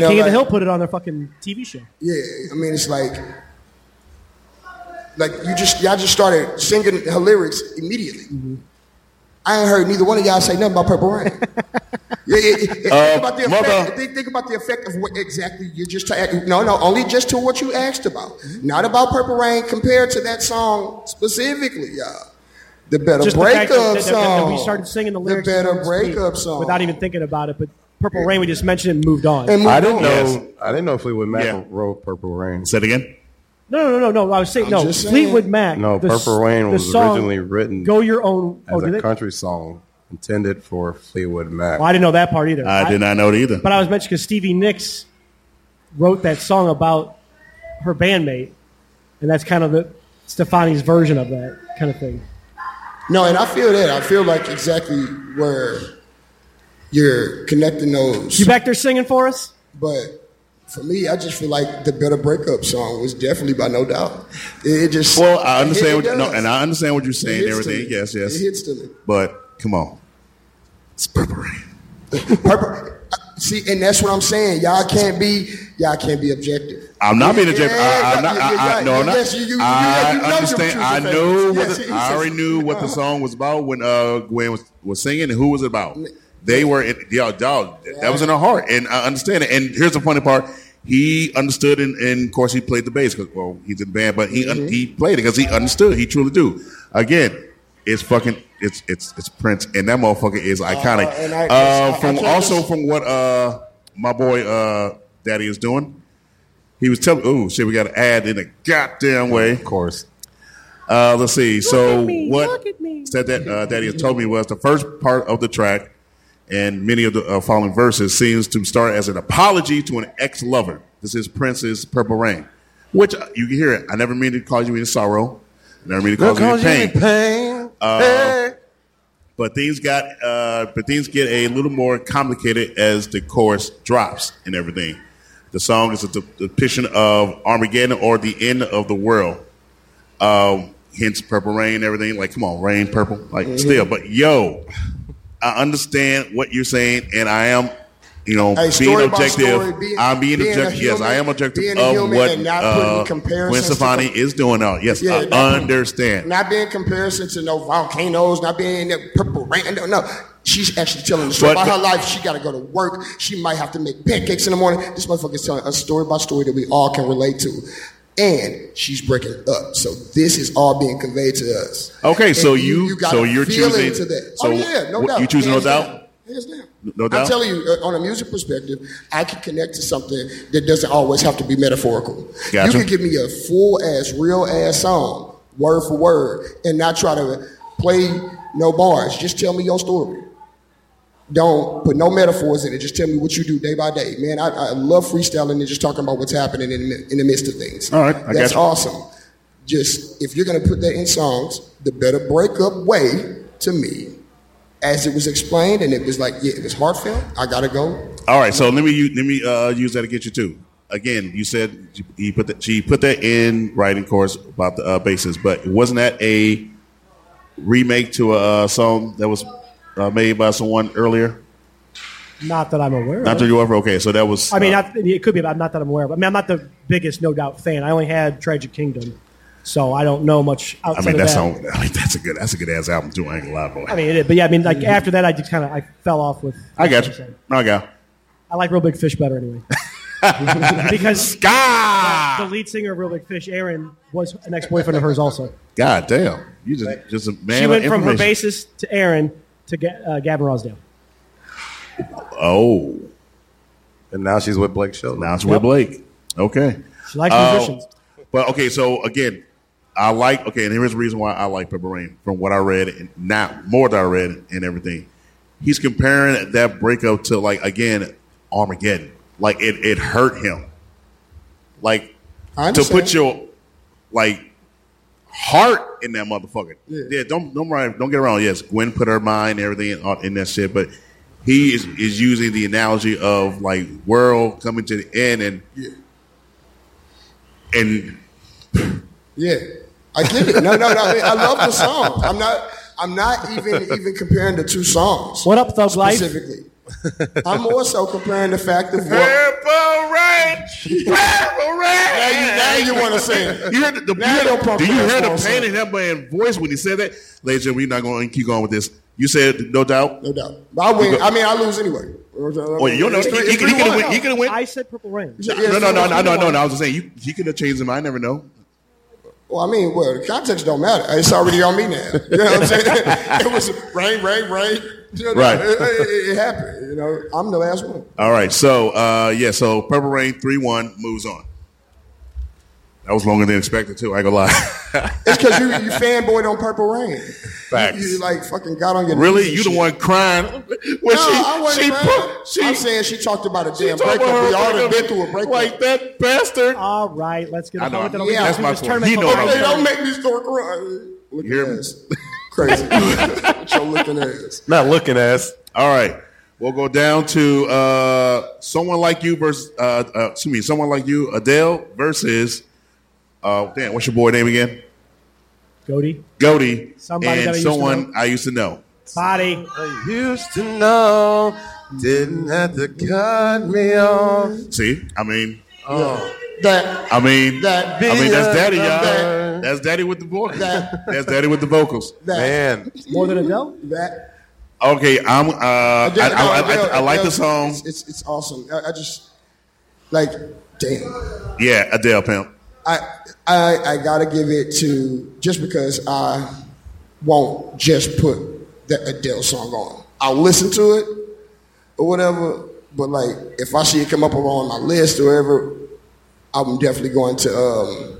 Speaker 1: Hey, King of the
Speaker 7: like-
Speaker 1: Hill put it on their fucking TV show.
Speaker 7: Yeah, I mean, it's like, like you just y'all just started singing her lyrics immediately.
Speaker 1: Mm-hmm.
Speaker 7: I ain't heard neither one of y'all say nothing about Purple Rain. yeah, yeah, yeah.
Speaker 2: Uh,
Speaker 7: think, about the
Speaker 2: mother.
Speaker 7: effect, think, think about the effect of what exactly you just ta- no no only just to what you asked about,
Speaker 1: Mm-hmm.
Speaker 7: not about Purple Rain compared to that song specifically, y'all. The better
Speaker 1: Just the
Speaker 7: breakup
Speaker 1: fact that, that- that-
Speaker 7: song.
Speaker 1: that we started singing the lyrics.
Speaker 7: The better
Speaker 1: without speaking-
Speaker 7: breakup song.
Speaker 1: Without even thinking about it, but Purple Rain we just mentioned and moved on.
Speaker 7: And
Speaker 1: No,
Speaker 7: moved
Speaker 4: I didn't
Speaker 7: on.
Speaker 4: know.
Speaker 2: Yes.
Speaker 4: I didn't know Fleetwood Mac
Speaker 2: Yeah.
Speaker 4: wrote Purple Rain.
Speaker 2: Say it again.
Speaker 1: no, no, no, no. I was saying no.
Speaker 7: just saying.
Speaker 1: Fleetwood Mac.
Speaker 4: No,
Speaker 1: the s-
Speaker 4: Purple Rain
Speaker 1: the
Speaker 4: was
Speaker 1: song,
Speaker 4: originally written
Speaker 1: Go your own.
Speaker 4: as
Speaker 1: Oh, did
Speaker 4: a
Speaker 1: it?
Speaker 4: country song intended for Fleetwood Mac.
Speaker 1: Well, I didn't know that part either.
Speaker 2: I did not know it either.
Speaker 1: But I was mentioning because Stevie Nicks wrote that song about her bandmate, and that's kind of the Stefani's version of that kind of thing.
Speaker 7: No, and I feel that. I feel like exactly where you're connecting those.
Speaker 1: You back there singing for us?
Speaker 7: But for me, I just feel like the better breakup song was definitely by No Doubt. It, it just
Speaker 2: Well, I understand what
Speaker 7: it
Speaker 2: you, no,
Speaker 7: does.
Speaker 2: and I understand what you're
Speaker 7: It
Speaker 2: saying. and
Speaker 7: hits to
Speaker 2: everything,
Speaker 7: me.
Speaker 2: yes, yes.
Speaker 7: It hits to me.
Speaker 2: But come on, it's purple rain.
Speaker 7: Purple. See, and that's what I'm saying. Y'all can't be, y'all can't be objective.
Speaker 2: I'm not being a jerk.
Speaker 7: Yeah,
Speaker 2: I, I'm not.
Speaker 7: yeah, yeah,
Speaker 2: I, I,
Speaker 7: yeah.
Speaker 2: no, I'm not.
Speaker 7: Yes, you- you- you-
Speaker 2: I
Speaker 7: you know your
Speaker 2: understand.
Speaker 7: truth,
Speaker 2: I
Speaker 7: your
Speaker 2: know.
Speaker 7: face.
Speaker 2: What
Speaker 7: Yes,
Speaker 2: the,
Speaker 7: he Uh-huh.
Speaker 2: I
Speaker 7: says-
Speaker 2: already knew what the song was about when uh, Gwen was, was singing and who was it about. They were in, y'all, y'all. That was in her heart, and I understand it. And here's the funny part: he understood, and, and of course, he played the bass. 'cause, well, he's in the band, but he
Speaker 7: Mm-hmm.
Speaker 2: un- he played it because he understood. He truly do. Again, it's fucking. It's it's it's Prince, and that motherfucker is iconic.
Speaker 7: Uh-huh, and I-
Speaker 2: Uh,
Speaker 7: I- I
Speaker 2: from
Speaker 7: can't
Speaker 2: also
Speaker 7: just-
Speaker 2: from what uh my boy uh Daddy is doing. He was telling, oh shit, we got to add in a goddamn way.
Speaker 4: Of course.
Speaker 2: Uh, let's see. so
Speaker 1: me,
Speaker 2: what
Speaker 1: look at me.
Speaker 2: said that uh, Daddy has told me was the first part of the track and many of the uh, following verses seems to start as an apology to an ex-lover. This is Prince's Purple Rain, which uh, you can hear it. I never mean to cause you any sorrow. I never mean to cause you any pain.
Speaker 4: pain.
Speaker 2: But things got, uh, but things get a little more complicated as the chorus drops and everything. The song is a de- depiction of Armageddon or the end of the world. Um, hence, purple rain, and everything. Like, come on, rain, purple. Like,
Speaker 7: Mm-hmm.
Speaker 2: still, but yo, I understand what you're saying, and I am, you know,
Speaker 7: Hey,
Speaker 2: being
Speaker 7: story by
Speaker 2: objective.
Speaker 7: story, being-
Speaker 2: I'm being,
Speaker 7: being a
Speaker 2: objective. yes,
Speaker 7: human-
Speaker 2: I am objective
Speaker 7: being a
Speaker 2: of
Speaker 7: human
Speaker 2: what
Speaker 7: and not putting
Speaker 2: uh, Gwen
Speaker 7: comparisons to-
Speaker 2: Stefani is doing out. Yes,
Speaker 7: Yeah,
Speaker 2: I
Speaker 7: that-
Speaker 2: understand.
Speaker 7: Not being comparison to no volcanoes, not being in that purple rain. No, no. She's actually telling the story
Speaker 2: But-
Speaker 7: about her
Speaker 2: but-
Speaker 7: life. She got to go to work. She might have to make pancakes in the morning. This motherfucker's telling a story by story that we all can relate to. And she's breaking up. So this is all being conveyed to us.
Speaker 2: Okay,
Speaker 7: And
Speaker 2: so you-
Speaker 7: gotta
Speaker 2: so you're
Speaker 7: feel
Speaker 2: choosing-
Speaker 7: into that.
Speaker 2: so
Speaker 7: oh, yeah, no
Speaker 2: what-
Speaker 7: doubt.
Speaker 2: you choosing No
Speaker 7: Hands
Speaker 2: Doubt?
Speaker 7: down. Hands down.
Speaker 2: No doubt?
Speaker 7: I'm telling you, uh, on a music perspective, I can connect to something that doesn't always have to be metaphorical.
Speaker 2: Gotcha.
Speaker 7: You can give me a full ass, real ass song, word for word, and not try to play no bars. Just tell me your story. Don't put no metaphors in it. Just tell me what you do day by day. Man, I, I love freestyling and just talking about what's happening in, the- in the midst of things.
Speaker 2: All right, I got
Speaker 7: That's
Speaker 2: you.
Speaker 7: awesome. Just if you're going to put that in songs, the better breakup way to me, as it was explained, and it was like, yeah, it was heartfelt. I got to go.
Speaker 2: All right, so let me u- let me uh, use that to get you too. Again, you said he put that she put that in writing course about the uh, basis, but wasn't that a remake to a uh, song that was uh, made by someone earlier?
Speaker 1: Not that I'm aware
Speaker 2: Not
Speaker 1: of.
Speaker 2: that you ever okay. So that was.
Speaker 1: I mean,
Speaker 2: uh,
Speaker 1: not, it could be, but not that I'm aware of. I mean, I'm not the biggest No Doubt fan. I only had Tragic Kingdom, so I don't know much
Speaker 2: I
Speaker 1: outside
Speaker 2: mean
Speaker 1: of
Speaker 2: that's
Speaker 1: that.
Speaker 2: song, I mean that's a good that's a good ass album too. I ain't gonna lie, boy.
Speaker 1: I mean, it is, but yeah, I mean, like after that, I just kind of I fell off with.
Speaker 2: I got you. I got.
Speaker 1: I like Real Big Fish better anyway, because
Speaker 2: God,
Speaker 1: the lead singer of Real Big Fish, Aaron, was an ex-boyfriend of hers also.
Speaker 2: God damn, you just just a man.
Speaker 1: She
Speaker 2: of
Speaker 1: went from her
Speaker 2: information.
Speaker 1: bassist to Aaron to Ga- uh, Gavin Rosdale.
Speaker 2: Oh,
Speaker 4: And now she's with Blake Shelton.
Speaker 2: now it's with Blake. Okay.
Speaker 1: She likes
Speaker 2: Uh,
Speaker 1: musicians.
Speaker 2: But okay, so again, I like okay, and here's the reason why I like Purple Rain from what I read and not more that I read and everything. He's comparing that breakup to like again Armageddon. Like it, it hurt him. Like
Speaker 7: I
Speaker 2: to
Speaker 7: understand.
Speaker 2: put your like heart in that motherfucker. Yeah, don't don't mind- don't get around. Yes, Gwen put her mind and everything in, uh, in that shit, but he is, is using the analogy of like world coming to the end and and
Speaker 7: Yeah, I get it. No, no, no. I, mean, I love the song. I'm not. I'm not even even comparing the two songs
Speaker 1: What up, Thug Life?
Speaker 7: specifically. I'm more so comparing the fact of what.
Speaker 2: Purple rain, purple rain.
Speaker 7: Now you, now you want to sing. it.
Speaker 2: You heard the, the,
Speaker 7: Now your punk
Speaker 2: do you
Speaker 7: ass
Speaker 2: hear
Speaker 7: wanna
Speaker 2: the
Speaker 7: sing
Speaker 2: pain
Speaker 7: it.
Speaker 2: in that man's voice when he said that? Ladies and gentlemen, we're not going to keep going with this. You said no doubt.
Speaker 7: No doubt. But I win. I mean, I lose anyway. Well,
Speaker 2: you know, he- he- he could've win- he could've win.
Speaker 1: I said Purple Rain.
Speaker 2: No, no, no, no, no, no, no. I was just saying you, he could have changed his mind. I never know.
Speaker 7: Well, I mean, well, the context don't matter. It's already on me now. You know what I'm saying? it was rain, rain, rain. You know,
Speaker 2: Right.
Speaker 7: It, it- it happened. You know, I'm the last one.
Speaker 2: All right, so uh, yeah, so Purple Rain three one moves on. That was longer than expected too. I ain't gonna lie.
Speaker 7: It's because you, you fanboyed on Purple Rain.
Speaker 2: Facts.
Speaker 7: You, you like fucking got on your
Speaker 2: really,
Speaker 7: knees and
Speaker 2: you the
Speaker 7: shit.
Speaker 2: one crying when
Speaker 7: No, I
Speaker 2: she
Speaker 7: wasn't.
Speaker 2: she
Speaker 7: crying.
Speaker 2: put she.
Speaker 7: I'm saying she talked about a damn
Speaker 2: talking
Speaker 7: breakup.
Speaker 2: about her
Speaker 7: We already
Speaker 2: breakup.
Speaker 7: been through a breakup.
Speaker 2: Like that bastard.
Speaker 1: All right, let's get
Speaker 2: I
Speaker 1: on
Speaker 2: know,
Speaker 1: with it.
Speaker 2: yeah,
Speaker 1: We're gonna
Speaker 2: that's
Speaker 1: do
Speaker 2: my
Speaker 1: this
Speaker 2: point.
Speaker 1: tournament
Speaker 2: He
Speaker 1: for
Speaker 2: know
Speaker 1: one
Speaker 2: what I'm
Speaker 7: Hey,
Speaker 1: time.
Speaker 7: don't make me start crying. Look
Speaker 2: hear
Speaker 7: at
Speaker 2: me?
Speaker 7: ass. Crazy. With your looking ass.
Speaker 4: Not looking ass.
Speaker 2: All right. We'll go down to uh, someone like you versus, uh, uh, excuse me, someone like you, Adele versus, uh, damn, what's your boy name again?
Speaker 1: Cody,
Speaker 2: Goody.
Speaker 1: Somebody that I
Speaker 2: and
Speaker 1: used to
Speaker 2: someone
Speaker 1: know.
Speaker 2: I used to know.
Speaker 1: body.
Speaker 4: I used to know, didn't have to cut me off.
Speaker 2: See, I mean,
Speaker 7: That
Speaker 2: I mean,
Speaker 7: That
Speaker 2: I mean, that's daddy, y'all.
Speaker 7: that-
Speaker 2: that's daddy with the voice.
Speaker 7: that-
Speaker 2: that's daddy with the vocals.
Speaker 7: that
Speaker 4: Man,
Speaker 1: More than Adele?
Speaker 7: that.
Speaker 2: Okay, I'm. Uh, I, I,
Speaker 7: Adele- no,
Speaker 2: I,
Speaker 7: Adele-
Speaker 2: I, I like the
Speaker 7: Adele-
Speaker 2: song.
Speaker 7: It's, it's it's awesome. I, I just like damn.
Speaker 2: Yeah, Adele Pimp.
Speaker 7: I I I gotta give it to just because I won't just put the Adele song on. I'll listen to it or whatever. But like if I see it come up on my list or whatever, I'm definitely going to um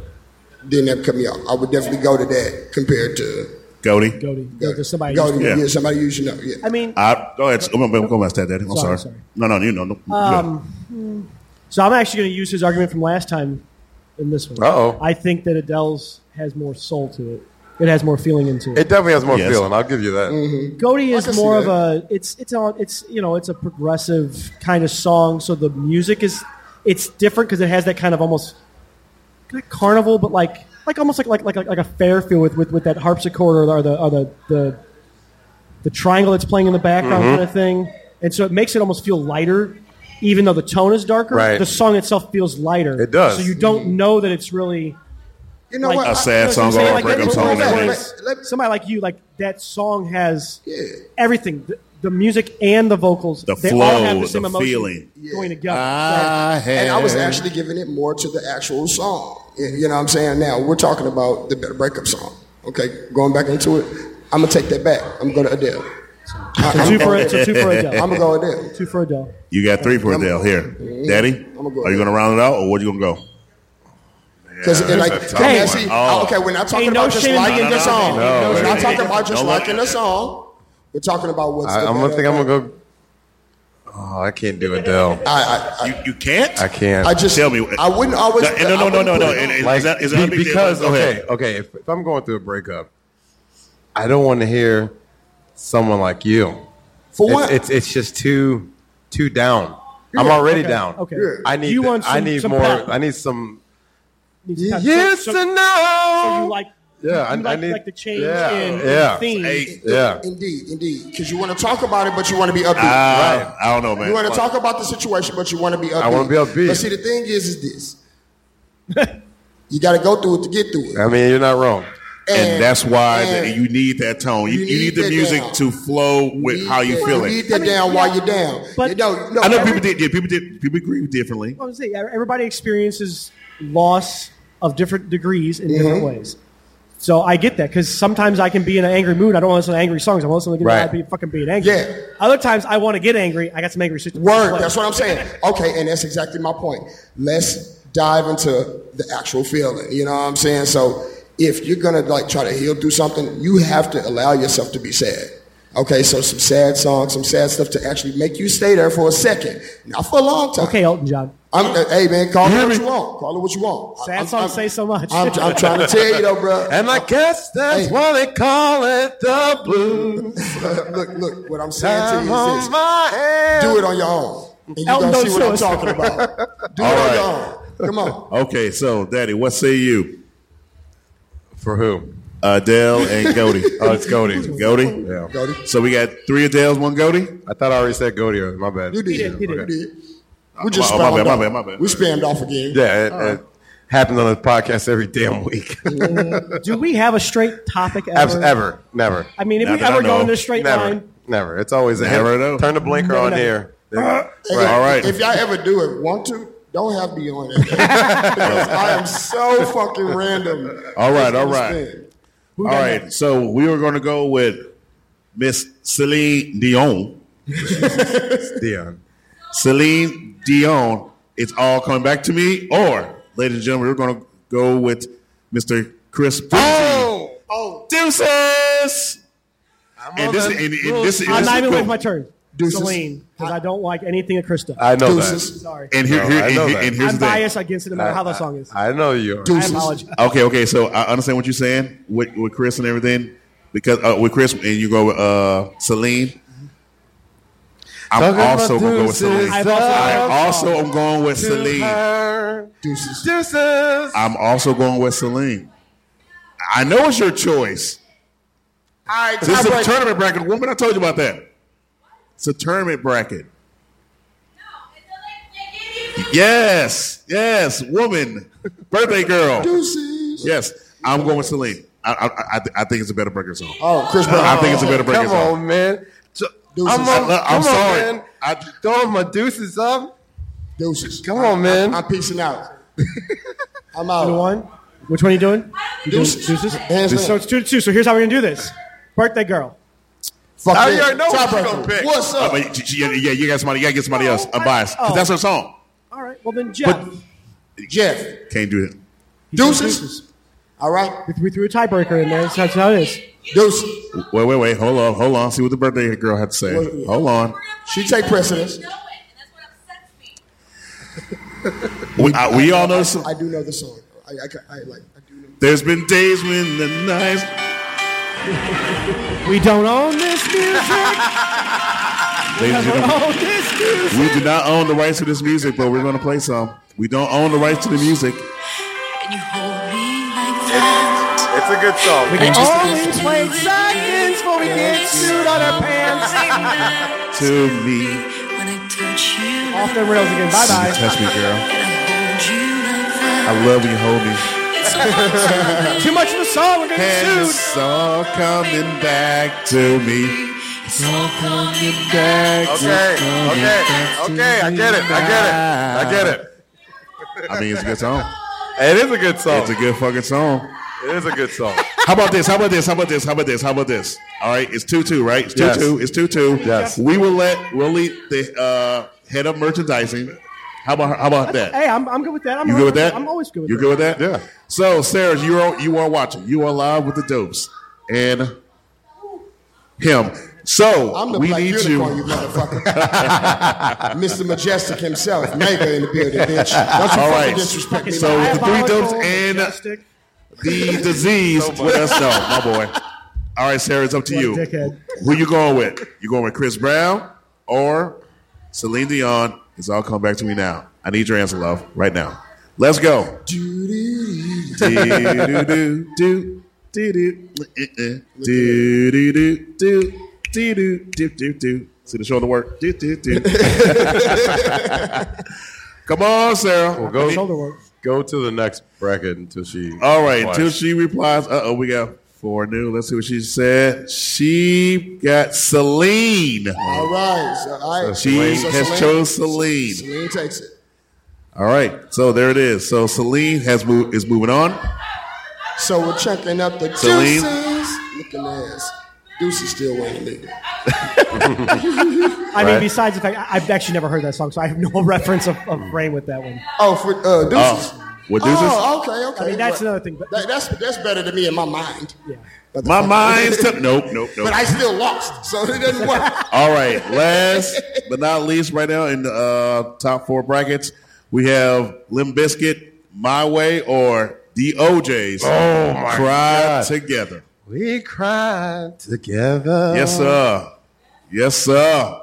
Speaker 7: didn't have to cut me off. I would definitely go to that compared to
Speaker 2: Goody.
Speaker 1: Cody.
Speaker 7: go,
Speaker 1: There's somebody.
Speaker 7: go
Speaker 1: used
Speaker 7: to
Speaker 1: to-
Speaker 2: Yeah.
Speaker 7: yeah, somebody you should know. Yeah.
Speaker 1: I mean,
Speaker 2: I, go ahead. Go, go, go past that, daddy. I'm
Speaker 1: Sorry,
Speaker 2: sorry.
Speaker 1: sorry.
Speaker 2: No, no, you know. No, you go.
Speaker 7: Um,
Speaker 1: so I'm actually going to use his argument from last time in this one.
Speaker 4: Uh-oh.
Speaker 1: I think that Adele's has more soul to it. It has more feeling into it.
Speaker 4: it definitely has more
Speaker 2: Yes.
Speaker 4: feeling. I'll give you that.
Speaker 1: Goaty is
Speaker 7: can see
Speaker 1: more of
Speaker 7: that.
Speaker 1: a it's it's on it's you know it's a progressive kind of song. So the music is it's different because it has that kind of almost not carnival, but like like almost like like like like a fair feel with with, with that harpsichord or the or the the the triangle that's playing in the background
Speaker 4: Mm-hmm.
Speaker 1: kind of thing. And so it makes it almost feel lighter, even though the tone is darker.
Speaker 4: Right.
Speaker 1: The song itself feels lighter.
Speaker 4: It does.
Speaker 1: So you don't know that it's really
Speaker 7: You know
Speaker 1: like-
Speaker 7: what?
Speaker 1: A
Speaker 7: I-
Speaker 2: sad
Speaker 1: you know what I'm
Speaker 2: song
Speaker 1: saying?
Speaker 2: or a
Speaker 1: Like,
Speaker 2: breakup
Speaker 1: that's
Speaker 2: song.
Speaker 1: what I'm
Speaker 2: that
Speaker 7: Let-
Speaker 2: is.
Speaker 7: let- let-
Speaker 1: somebody like you, like that song has
Speaker 7: Yeah.
Speaker 1: everything. The, the music and the vocals,
Speaker 2: The
Speaker 1: they all have
Speaker 2: flow,
Speaker 1: the same
Speaker 2: the
Speaker 1: emotion
Speaker 2: feeling.
Speaker 1: going
Speaker 7: Yeah.
Speaker 1: together.
Speaker 2: I
Speaker 7: And I was
Speaker 2: had-
Speaker 7: actually giving it more to the actual song. You you know what I'm saying? Now, we're talking about the better breakup song. Okay, going back into it, I'm going to take that back. I'm going to Adele.
Speaker 2: Ah.
Speaker 7: I,
Speaker 1: so, two
Speaker 7: I'm,
Speaker 1: for,
Speaker 7: going,
Speaker 1: so two for Adele.
Speaker 7: I'm going to go Adele.
Speaker 1: two for Adele.
Speaker 2: You got three for Adele here, Daddy.
Speaker 7: I'ma go
Speaker 2: are you
Speaker 7: Adele.
Speaker 2: gonna round it out, or where you gonna go?
Speaker 7: Because like,
Speaker 2: that's a
Speaker 7: come
Speaker 2: tough
Speaker 7: on,
Speaker 2: one.
Speaker 7: see,
Speaker 2: Oh.
Speaker 7: okay, we're not talking
Speaker 1: Ain't no
Speaker 7: about just
Speaker 1: shame in
Speaker 7: liking
Speaker 1: it.
Speaker 7: the song.
Speaker 1: No,
Speaker 4: no,
Speaker 7: we're not
Speaker 4: no.
Speaker 7: talking about
Speaker 2: No,
Speaker 7: just
Speaker 2: no.
Speaker 7: liking the song. We're talking about what's.
Speaker 4: I,
Speaker 7: the
Speaker 4: I'm gonna
Speaker 7: better
Speaker 4: think I'm
Speaker 7: breakup.
Speaker 4: gonna go. Oh, I can't do Adele.
Speaker 7: I, I,
Speaker 2: You, you can't.
Speaker 4: I can't.
Speaker 7: I, I just
Speaker 2: Tell me-
Speaker 7: I wouldn't always.
Speaker 2: No, no, no,
Speaker 7: I
Speaker 2: no,
Speaker 7: wouldn't
Speaker 2: no,
Speaker 7: put
Speaker 2: no.
Speaker 7: it on.
Speaker 2: It- it-
Speaker 4: like
Speaker 2: is that- is that a
Speaker 4: be-
Speaker 2: big deal?
Speaker 4: because
Speaker 2: Go
Speaker 4: okay,
Speaker 2: ahead.
Speaker 4: okay. If, if I'm going through a breakup, I don't want to hear someone like you.
Speaker 7: For
Speaker 4: It's,
Speaker 7: what?
Speaker 4: it's it's just too too down. I'm already
Speaker 1: okay,
Speaker 4: down.
Speaker 1: okay.
Speaker 4: I need
Speaker 1: You
Speaker 4: the-
Speaker 1: want
Speaker 4: I
Speaker 1: some-
Speaker 4: need
Speaker 1: some
Speaker 4: more.
Speaker 1: pep.
Speaker 4: I need some.
Speaker 1: Needs to-
Speaker 4: Yes
Speaker 1: so,
Speaker 4: and
Speaker 1: so,
Speaker 4: no.
Speaker 1: so you like
Speaker 4: Yeah,
Speaker 1: you
Speaker 4: I- I
Speaker 1: like,
Speaker 4: need-
Speaker 1: like the change
Speaker 4: yeah,
Speaker 1: in,
Speaker 4: yeah.
Speaker 1: in theme.
Speaker 2: Hey,
Speaker 4: yeah.
Speaker 7: Indeed, indeed. Because you want to talk about it, but you want to be upbeat.
Speaker 2: I, I don't know, Oh, man.
Speaker 7: You want to
Speaker 2: Fuck.
Speaker 7: talk about the situation, but you want to be upbeat.
Speaker 4: I wanna be upbeat.
Speaker 7: But see, the thing is, is this: you got to go through it to get through it.
Speaker 4: I mean, you're not wrong.
Speaker 2: And, that's why
Speaker 7: and
Speaker 2: that you need that tone. You,
Speaker 7: you
Speaker 2: you, need,
Speaker 7: need
Speaker 2: the
Speaker 7: that
Speaker 2: music
Speaker 7: down.
Speaker 2: to flow with how
Speaker 7: need
Speaker 2: you
Speaker 7: that-
Speaker 2: feeling.
Speaker 7: You need that down while you're down.
Speaker 1: but-
Speaker 7: you know, no,
Speaker 2: I know
Speaker 7: every-
Speaker 2: people did. Yeah, people did. People agree differently.
Speaker 1: I was gonna say, e-, everybody experiences loss of different degrees in different ways. So I get that because sometimes I can be in an angry mood. I don't want to listen to angry songs. I want to listen to
Speaker 4: Right.
Speaker 1: I'd be fucking being angry.
Speaker 7: Yeah.
Speaker 1: Other times I want to get angry. I got some angry situations.
Speaker 7: Word. That's what I'm saying. Okay, and that's exactly my point. Let's dive into the actual feeling. You know what I'm saying? So if you're gonna like try to heal through something, you have to allow yourself to be sad. Okay, so some sad songs, some sad stuff to actually make you stay there for a second, not for a long time.
Speaker 1: Okay, Elton John.
Speaker 7: I'm, uh, hey man, call
Speaker 4: You
Speaker 7: it
Speaker 4: hear
Speaker 7: what
Speaker 4: me?
Speaker 7: you want. Call it what you want. I-
Speaker 1: Sad
Speaker 7: I'm-
Speaker 1: songs
Speaker 7: I'm-
Speaker 1: say so much.
Speaker 7: I'm, I'm trying to tell you though, bro.
Speaker 4: And I guess that's
Speaker 7: Hey.
Speaker 4: why they call it the blues.
Speaker 7: look, look, what I'm saying
Speaker 4: I'm
Speaker 7: to you
Speaker 4: on
Speaker 7: is this.
Speaker 4: my hands.
Speaker 7: Do it on your own. And you're
Speaker 1: Elton
Speaker 7: gonna see
Speaker 1: don't
Speaker 7: what I'm
Speaker 1: sue us.
Speaker 7: talking about. Do it
Speaker 2: All
Speaker 7: on
Speaker 2: right.
Speaker 7: your own. Come on.
Speaker 2: Okay, so Daddy, what say you?
Speaker 4: For who?
Speaker 2: Adele and Goody.
Speaker 4: Oh, it's Cody.
Speaker 2: Goody.
Speaker 4: Yeah.
Speaker 7: Goody.
Speaker 2: So we got three Adeles, one Goody.
Speaker 4: I thought I already said Goody. earlier. My bad.
Speaker 7: You did.
Speaker 1: did, he did.
Speaker 7: You did. We just
Speaker 2: my- my
Speaker 7: spammed
Speaker 2: bad, my
Speaker 7: off.
Speaker 2: bad, my bad.
Speaker 7: We spammed off again.
Speaker 4: Yeah, it, it happens on this podcast every damn week.
Speaker 1: Do we have a straight topic
Speaker 4: Abs-
Speaker 1: ever?
Speaker 4: ever, never,
Speaker 1: I mean, if
Speaker 2: Not
Speaker 1: we
Speaker 2: that I
Speaker 1: ever
Speaker 2: know.
Speaker 1: go in a straight
Speaker 4: never,
Speaker 1: line,
Speaker 4: never. It's always a
Speaker 2: Never know.
Speaker 4: hit. Turn the blinker on
Speaker 1: know. Uh,
Speaker 4: here.
Speaker 7: Hey,
Speaker 2: All right.
Speaker 7: If y'all ever do it, want to, don't have me on it. Because I am so fucking random.
Speaker 2: All right, all
Speaker 7: Understand.
Speaker 2: right, all right. So we are going to go with Miss Celine Dion.
Speaker 4: Dion.
Speaker 2: Celine Dion. It's all coming back to me. Or, ladies and gentlemen, we're going to go with Mr. Chris Boozy.
Speaker 4: Oh!
Speaker 1: Oh,
Speaker 2: Deuces! And this, and, and this, and
Speaker 1: I'm
Speaker 2: this
Speaker 1: not even
Speaker 2: cool.
Speaker 1: waiting my turn.
Speaker 7: Deuces.
Speaker 1: Celine, because I don't like anything of Krista.
Speaker 4: I know
Speaker 7: Deuces.
Speaker 4: that.
Speaker 1: Sorry.
Speaker 2: And here,
Speaker 4: No,
Speaker 2: here,
Speaker 4: I
Speaker 2: and,
Speaker 4: know
Speaker 2: here-
Speaker 4: that.
Speaker 2: and here's
Speaker 1: I'm
Speaker 2: the thing.
Speaker 1: biased against it no matter how that song is.
Speaker 4: I know you are.
Speaker 1: I
Speaker 7: Deuces.
Speaker 1: apologize.
Speaker 2: Okay, okay. So I understand what you're saying with, with Chris and everything because uh, with Chris and you go with uh, Celine. I'm
Speaker 4: Talking about
Speaker 2: also gonna go with Celine.
Speaker 4: deuces,
Speaker 2: I'm
Speaker 1: I've also-
Speaker 2: also I'm going with Celine.
Speaker 4: Celine.
Speaker 7: Deuces.
Speaker 4: Deuces.
Speaker 2: I'm also going with Celine. I know it's your choice.
Speaker 7: All right,
Speaker 2: This is a
Speaker 7: tiebreaker.
Speaker 2: tournament bracket. Woman, I told you about that. It's a tournament bracket. Yes, yes, woman, birthday girl.
Speaker 7: Deuces.
Speaker 2: Yes, I'm going with Celine. I, I, I, I think it's a better breaker song.
Speaker 7: Oh, Chris Brown.
Speaker 2: I think it's a better breaker
Speaker 4: Come
Speaker 2: song.
Speaker 4: on, man. So-
Speaker 7: Deuces.
Speaker 4: I'm, on,
Speaker 2: Look, Uh, I'm
Speaker 4: come
Speaker 2: sorry.
Speaker 4: On, man.
Speaker 2: I-
Speaker 4: throwing my deuces up.
Speaker 7: Deuces.
Speaker 4: Come on, man.
Speaker 7: I'm peacing out. I'm
Speaker 1: The
Speaker 7: out.
Speaker 1: one? Which one are you doing? You doing
Speaker 7: Deuces.
Speaker 1: Deuces?
Speaker 7: Hands down.
Speaker 1: So it's two to two. So here's how we're going to do this Birthday girl.
Speaker 7: Fuck
Speaker 4: I
Speaker 7: it.
Speaker 4: already know what you
Speaker 7: Tiebreaker.
Speaker 4: gonna pick. Oh,
Speaker 7: What's
Speaker 2: Oh,
Speaker 7: up?
Speaker 2: but you- you- yeah, you got somebody. You got to get somebody else. I'm biased 'cause that's her song.
Speaker 1: All right. Well, then Jeff.
Speaker 2: But-
Speaker 7: Jeff.
Speaker 2: Can't do that.
Speaker 7: Deuces. All right.
Speaker 1: We threw a tiebreaker in there. So that's how it is.
Speaker 7: Deuces.
Speaker 2: Wait, wait, wait. Hold on, hold on. See what the birthday girl had to say.
Speaker 7: What-
Speaker 2: Hold on.
Speaker 7: She take precedence.
Speaker 2: We, I, we all know. Some,
Speaker 7: I do know the song. I, I, ca- I like. I do know.
Speaker 2: there's been days when the nights.
Speaker 1: We don't own this music.
Speaker 2: Ladies and
Speaker 1: we
Speaker 2: gentlemen,
Speaker 1: don't own this music.
Speaker 2: we do not own the rights to this music, but we're gonna play some. We don't own the rights to the music.
Speaker 4: It's a good song.
Speaker 1: We can always play seconds when we get sued on our pants.
Speaker 2: To me,
Speaker 1: Off the rails again. Bye bye.
Speaker 2: touch me, girl. I love you, homie.
Speaker 1: Too much of the song. We're going to
Speaker 2: And
Speaker 1: get sued.
Speaker 2: it's all coming back to me.
Speaker 4: Okay, okay, okay. I get it. I get it. I get it.
Speaker 2: I mean, it's a good song.
Speaker 4: It is a good song.
Speaker 2: It's a good fucking song.
Speaker 4: it is a good song.
Speaker 2: How about this? How about this? How about this? How about this? How about this? All right, it's two two, right? It's two
Speaker 4: Yes.
Speaker 2: two. It's two two.
Speaker 4: Yes.
Speaker 2: We will let we'll lead the uh, head of merchandising. How about how about that?
Speaker 1: Hey, I'm, I'm good with that. I'm
Speaker 2: You good with that?
Speaker 1: I'm always good with
Speaker 2: you
Speaker 1: that.
Speaker 2: good with that?
Speaker 4: Yeah.
Speaker 2: So, Sarah, you are you are watching. You are live with the dopes and him. So
Speaker 7: I'm the
Speaker 2: we
Speaker 7: black
Speaker 2: need
Speaker 7: unicorn, you,
Speaker 2: you.
Speaker 7: motherfucker. Mr. Majestic himself, nigga in the building, bitch. Don't you
Speaker 2: All
Speaker 7: fucking
Speaker 2: right.
Speaker 7: disrespect me.
Speaker 2: So
Speaker 7: man.
Speaker 2: with the three dubs
Speaker 1: Diabolical,
Speaker 2: and-
Speaker 1: majestic.
Speaker 2: The disease with us, no, my boy. All right, Sarah, it's up to
Speaker 1: What a
Speaker 2: you.
Speaker 1: dickhead.
Speaker 2: Who you going with? You going with Chris Brown or Celine Dion? It's all come back to me now. I need your answer, love, right now. Let's go. Do-do-do-do-do, do-do, uh-uh, do-do-do-do, do-do-do-do-do. See the shoulder work. Do-do-do. Come on, Sarah.
Speaker 4: Well, go,
Speaker 1: Shoulder work.
Speaker 4: go to the next bracket until she.
Speaker 2: All right,
Speaker 4: Watch.
Speaker 2: till she replies. Uh oh, we got four new. Let's see what she said. She got Celine.
Speaker 7: All right. So, all right.
Speaker 2: She
Speaker 7: So
Speaker 2: has
Speaker 7: Celine-
Speaker 2: chose Celine.
Speaker 7: Celine takes it.
Speaker 2: All right, so there it is. So Celine has moved is moving on.
Speaker 7: So we're checking up the
Speaker 2: Celine.
Speaker 7: deuces. Look at this. Deuces still won't lead.
Speaker 1: I mean,
Speaker 4: Right.
Speaker 1: besides the fact I- I've actually never heard that song, so I have no reference of, of brain with that one.
Speaker 7: Oh, for uh, deuces.
Speaker 2: Oh, what deuces?
Speaker 7: Oh, okay, okay.
Speaker 1: I mean, that's
Speaker 7: Well,
Speaker 1: another thing, but-
Speaker 7: that, that's that's better than me in my mind.
Speaker 1: Yeah.
Speaker 2: My
Speaker 7: Motherfucker.
Speaker 2: mind's t- nope, nope, nope.
Speaker 7: But I still lost, so it doesn't work.
Speaker 2: All right, last but not least, right now in the uh, top four brackets, we have Limb Biscuit, My Way, or the OJ's.
Speaker 4: Oh, my
Speaker 2: Cry
Speaker 4: God.
Speaker 2: together.
Speaker 4: We cried together.
Speaker 2: Yes, sir. Yes, sir.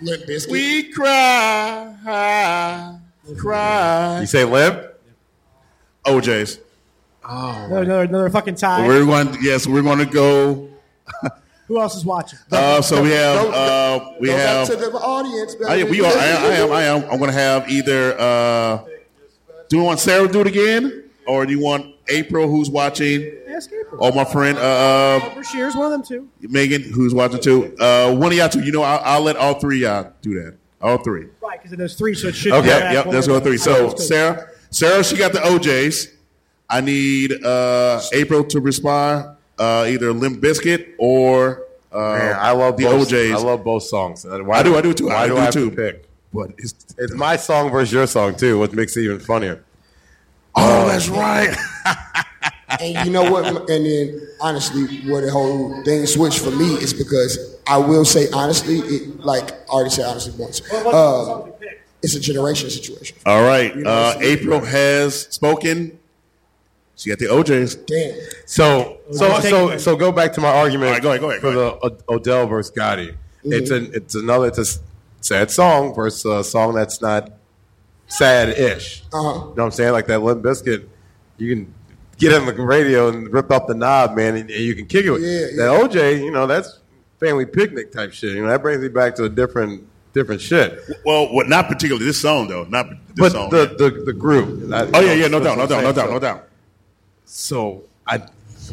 Speaker 7: Limp Bizkit.
Speaker 2: We cry, cry.
Speaker 4: You say limp?
Speaker 2: OJ's.
Speaker 1: Another, another, another fucking tie.
Speaker 2: We're going. Yes, we're going to go.
Speaker 1: Who else is watching?
Speaker 2: Uh, so we have.
Speaker 7: Go-
Speaker 2: Uh, we
Speaker 7: Go
Speaker 2: have.
Speaker 7: back to the audience. Baby.
Speaker 2: I, we are. I, I am. I am. I'm going to have either. Uh, do you want Sarah to do it again, or do you want April, who's watching,
Speaker 1: Ask April.
Speaker 2: or my friend uh, uh,
Speaker 1: Amber Shears, one of them two.
Speaker 2: Megan, who's watching too? Uh, one of y'all two. You know, I'll, I'll let all three of y'all do that. All three.
Speaker 1: Right, because there's three, so it should
Speaker 4: Okay.
Speaker 1: be.
Speaker 2: Yep. Yep. Let's go three. So Sarah, Sarah, she got the OJ's. I need uh, April to respond. Uh, either Limp Biscuit or uh,
Speaker 4: Man, I love
Speaker 2: the
Speaker 4: both,
Speaker 2: OJ's.
Speaker 4: I love both songs. Why
Speaker 2: I do. I do too.
Speaker 4: Why
Speaker 2: I
Speaker 4: do,
Speaker 2: do,
Speaker 4: I have
Speaker 2: too.
Speaker 4: to pick?
Speaker 2: But it's,
Speaker 4: It's my song versus your song too, which makes it even funnier.
Speaker 2: Oh, that's right.
Speaker 7: And you know what? And then honestly, where the whole thing switched for me is because I will say honestly, it like I already said honestly once.
Speaker 1: What
Speaker 7: Uh,
Speaker 1: was the song you picked?
Speaker 7: it's a generation situation.
Speaker 2: All right. Uh, April has spoken. She got the OJs.
Speaker 7: Damn.
Speaker 4: So so so so go back to my argument.
Speaker 2: All right, go ahead, go ahead,
Speaker 4: for
Speaker 2: go
Speaker 4: the O- Odell versus Gotti.
Speaker 7: Mm-hmm.
Speaker 4: It's an it's another it's a s- sad song versus a song that's not sad-ish.
Speaker 7: Uh huh.
Speaker 4: You know what I'm saying? Like that Limp Biscuit, you can get in the radio and rip up the knob, man, and, and you can kick it with
Speaker 7: Yeah,
Speaker 4: that OJ. You know that's family picnic type shit. You know that brings me back to a different different shit.
Speaker 2: Well, what? Not particularly this song though. Not this
Speaker 4: but
Speaker 2: song.
Speaker 4: the, the the group. I-
Speaker 2: oh
Speaker 4: you
Speaker 2: yeah,
Speaker 4: know,
Speaker 2: yeah. No
Speaker 4: that's
Speaker 2: doubt. No
Speaker 4: what I'm
Speaker 2: doubt. No
Speaker 4: saying.
Speaker 2: doubt.
Speaker 4: So-
Speaker 2: No doubt.
Speaker 4: So I,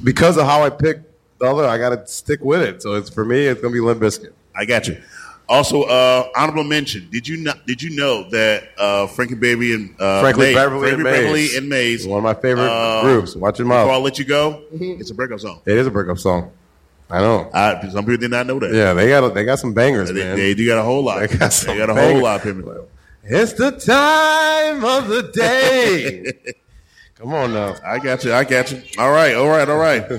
Speaker 4: because of how I picked the other, I got to stick with it. So it's for me, it's gonna be Limp Biscuit.
Speaker 2: I got you. Also, uh, honorable mention. Did you not, Did you know that uh, Frankie Baby and uh,
Speaker 4: Franklin
Speaker 2: Maze-
Speaker 4: Beverly
Speaker 2: Frankie
Speaker 4: and Maze.
Speaker 2: Beverly and Maze,
Speaker 4: One of my favorite
Speaker 2: uh,
Speaker 4: groups. Watch your
Speaker 2: Before I
Speaker 4: mouth. Mm-hmm.
Speaker 2: let you go, it's a breakup song.
Speaker 4: It is a breakup song. I know.
Speaker 2: I, some people did not know that.
Speaker 4: Yeah, they got they got some bangers,
Speaker 2: they,
Speaker 4: man.
Speaker 2: they, they got a whole lot.
Speaker 4: They got some
Speaker 2: a whole
Speaker 4: bangers.
Speaker 2: lot, people.
Speaker 4: It's the time of the day. Come on now.
Speaker 2: I got you. I got you. All right. All right. All right.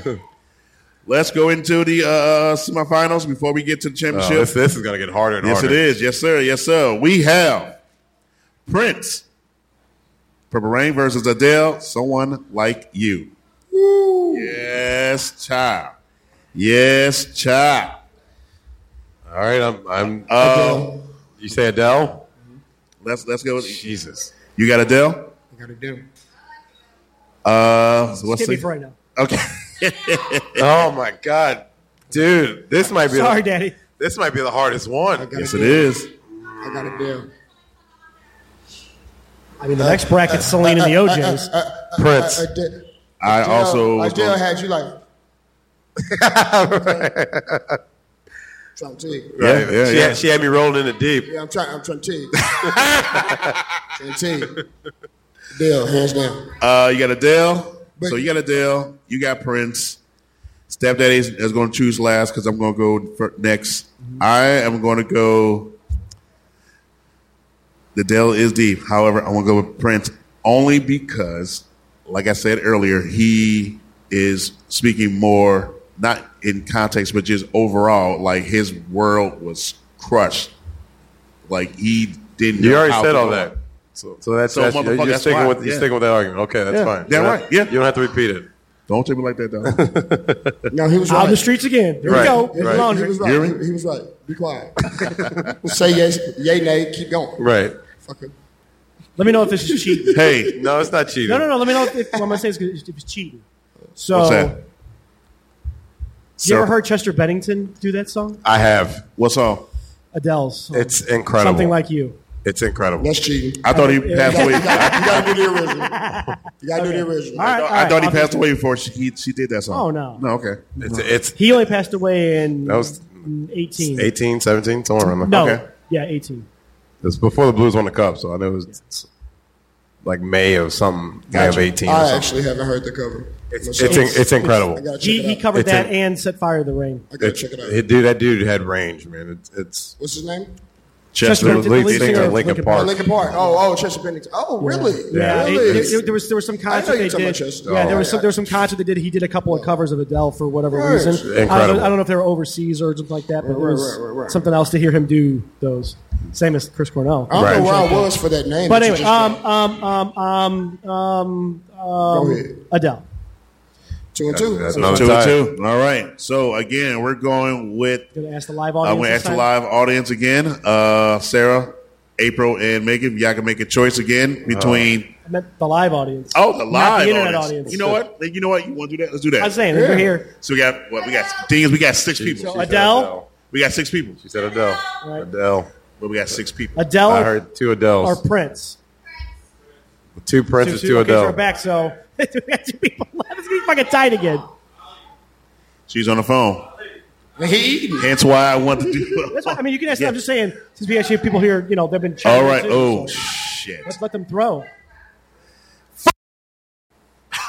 Speaker 2: Let's go into the uh, semifinals before we get to the
Speaker 4: Oh,
Speaker 2: championship.
Speaker 4: this, this is gonna get harder and
Speaker 2: yes,
Speaker 4: harder.
Speaker 2: it is. Yes, sir. Yes, sir. We have Prince, Purple Rain versus Adele, Someone Like You. Yes, child. Yes, child.
Speaker 4: All right, I'm. I'm
Speaker 2: Uh,
Speaker 4: you say Adele?
Speaker 2: let's let's go. With,
Speaker 4: Jesus.
Speaker 2: you got Adele?
Speaker 7: I gotta do.
Speaker 2: Uh, so what's
Speaker 1: Skip me
Speaker 2: the,
Speaker 1: for right now.
Speaker 2: okay?
Speaker 4: Oh my God, dude, this might be
Speaker 1: Sorry,
Speaker 4: the,
Speaker 1: Daddy.
Speaker 4: This might be the hardest
Speaker 7: I
Speaker 4: one.
Speaker 7: gotta
Speaker 2: yes,
Speaker 7: do.
Speaker 2: it is.
Speaker 7: I gotta do.
Speaker 1: I
Speaker 7: Uh,
Speaker 1: mean, the next bracket's Celine and the OJs.
Speaker 4: Prince.
Speaker 7: I, did.
Speaker 2: I also was
Speaker 7: Adele
Speaker 2: gonna-
Speaker 7: uh, had you like. trying to tell you.
Speaker 2: Yeah,
Speaker 4: Right.
Speaker 2: yeah,
Speaker 4: she,
Speaker 2: yeah.
Speaker 4: Had, she had me rolling in the deep.
Speaker 7: Yeah, I'm trying. I'm trying to tell you. trying to tell you. Adele, hands down.
Speaker 2: Uh, you got Adele.
Speaker 7: But-
Speaker 2: so you got Adele. You got Prince. Stepdaddy is, is going to choose last because I'm going to go for next. I am going to go. Adele is deep. However, I want to go with Prince only because, like I said earlier, he is speaking more not in context, but just overall. Like his world was crushed. Like he didn't.
Speaker 4: You
Speaker 2: know
Speaker 4: already
Speaker 2: how
Speaker 4: said
Speaker 2: to
Speaker 4: all
Speaker 2: go.
Speaker 4: that. So, that's,
Speaker 2: so
Speaker 4: that's you're
Speaker 2: motherfucker, that's
Speaker 4: sticking
Speaker 2: why.
Speaker 4: with you're
Speaker 2: Yeah.
Speaker 4: sticking with that argument. Okay, that's
Speaker 2: Yeah, yeah,
Speaker 4: fine. You don't-
Speaker 2: right. Yeah.
Speaker 4: you don't have to repeat it.
Speaker 2: Don't take me like that, dog.
Speaker 7: No, he was right.
Speaker 1: Out on the streets again. Here
Speaker 4: Right.
Speaker 1: we go.
Speaker 7: He
Speaker 4: Right.
Speaker 7: was right. He
Speaker 1: Laundry.
Speaker 7: was right.
Speaker 2: Hearing?
Speaker 7: He, he was right. Be quiet. Say yes, yay, nay. Keep going.
Speaker 4: Right?
Speaker 7: Fucker.
Speaker 1: Let me know if this is cheating.
Speaker 2: hey,
Speaker 4: No, it's not cheating.
Speaker 1: No, no, no. Let me know if what I'm gonna say is good- if it's cheating. So,
Speaker 2: What's that?
Speaker 1: you ever
Speaker 2: Sir.
Speaker 1: heard Chester Bennington do that song?
Speaker 4: I have.
Speaker 2: What's up?
Speaker 1: Adele's. Song.
Speaker 4: It's incredible.
Speaker 1: Something like you.
Speaker 4: it's incredible.
Speaker 7: That's cheating.
Speaker 2: I thought he passed away.
Speaker 7: You
Speaker 2: I,
Speaker 7: gotta, you gotta do the original. You gotta do the original.
Speaker 1: All right, all
Speaker 2: I
Speaker 1: right.
Speaker 2: thought he
Speaker 1: I'll do-
Speaker 2: passed away before she he, she did that song.
Speaker 1: Oh, no.
Speaker 2: No, okay.
Speaker 4: It's it's
Speaker 1: He only passed away in
Speaker 4: That was-
Speaker 1: 18.
Speaker 4: 18, 17, somewhere around there.
Speaker 1: No,
Speaker 4: Okay.
Speaker 1: yeah, 18.
Speaker 4: It's before the Blues won the Cup, so I know it was like May or something. May of
Speaker 7: Gotcha.
Speaker 4: eighteen. Or
Speaker 7: I
Speaker 4: something.
Speaker 7: actually haven't heard the cover.
Speaker 4: It's
Speaker 7: So-
Speaker 4: it's, in- it's incredible.
Speaker 7: I gotta check
Speaker 1: He, he
Speaker 7: it out.
Speaker 1: covered
Speaker 4: It's
Speaker 1: that
Speaker 4: a-
Speaker 1: and set fire to the rain.
Speaker 7: I gotta
Speaker 4: It-
Speaker 7: check it out.
Speaker 4: it- dude, that dude had range, man. It's, it's
Speaker 7: What's his name?
Speaker 1: Chester
Speaker 4: the
Speaker 1: Bennington,
Speaker 4: lead
Speaker 1: the lead
Speaker 4: singer
Speaker 1: singer
Speaker 4: of
Speaker 1: of
Speaker 4: Linkin
Speaker 1: Linkin
Speaker 7: Oh,
Speaker 4: Park.
Speaker 7: Lincoln Park. Oh, oh, Chester Bennington. Oh, really?
Speaker 1: Yeah,
Speaker 7: Really?
Speaker 1: it- it- there was there was some
Speaker 7: I know
Speaker 1: concert
Speaker 7: you're
Speaker 1: they
Speaker 7: talking
Speaker 1: did.
Speaker 7: about Chester.
Speaker 1: Yeah, there
Speaker 7: Oh,
Speaker 1: was some,
Speaker 7: yeah.
Speaker 1: there was some concert they did. He did a couple of covers of Adele for whatever
Speaker 7: Right.
Speaker 1: reason. I, don't,
Speaker 4: Incredible.
Speaker 1: I don't know if they were overseas or something like that, but
Speaker 7: Right,
Speaker 1: it was
Speaker 7: right, right, right.
Speaker 1: something else to hear him do those. Same as Chris Cornell.
Speaker 7: I don't
Speaker 4: Right.
Speaker 7: know where I was for that name.
Speaker 1: But
Speaker 7: that you
Speaker 1: anyway,
Speaker 7: just
Speaker 1: um,
Speaker 7: dropped.
Speaker 1: um, um, um, um,
Speaker 7: Go
Speaker 1: um,
Speaker 7: ahead.
Speaker 1: Adele.
Speaker 7: two and two.
Speaker 4: That's
Speaker 7: So
Speaker 4: another
Speaker 2: Two and
Speaker 4: time.
Speaker 2: two. All right. So again, we're going with.
Speaker 1: Gonna ask the live
Speaker 2: I'm
Speaker 1: audience.
Speaker 2: going to
Speaker 1: this
Speaker 2: ask the
Speaker 1: time.
Speaker 2: live audience again. Uh, Sarah, April, and Megan, y'all can make a choice again between.
Speaker 1: I meant the live audience.
Speaker 2: Oh, the
Speaker 1: Not
Speaker 2: live
Speaker 1: the internet audience.
Speaker 2: You know what? You know what? You want to do that? Let's do that.
Speaker 1: I was saying they're here.
Speaker 2: so we got what we got. Thing is, we got six people.
Speaker 1: So Adele?
Speaker 2: we got six people.
Speaker 4: She said Adele.
Speaker 1: Right.
Speaker 4: Adele.
Speaker 2: But we got six people.
Speaker 1: Adele
Speaker 4: I heard two
Speaker 1: or
Speaker 4: Adeles.
Speaker 1: Prince.
Speaker 4: two Princes, two,
Speaker 1: okay, so
Speaker 4: Adele.
Speaker 1: we're back. So we got two people left. It's gonna be fucking tight again.
Speaker 2: She's on the phone.
Speaker 7: He eating.
Speaker 2: Hence why I want to do.
Speaker 1: That's why, I mean, you can ask.
Speaker 2: Oh, Yeah.
Speaker 1: I'm just saying, since we actually have people here, you know, they've been.
Speaker 2: All
Speaker 1: chatting
Speaker 2: right.
Speaker 1: too,
Speaker 2: Oh
Speaker 1: so
Speaker 2: shit.
Speaker 1: let's let them throw.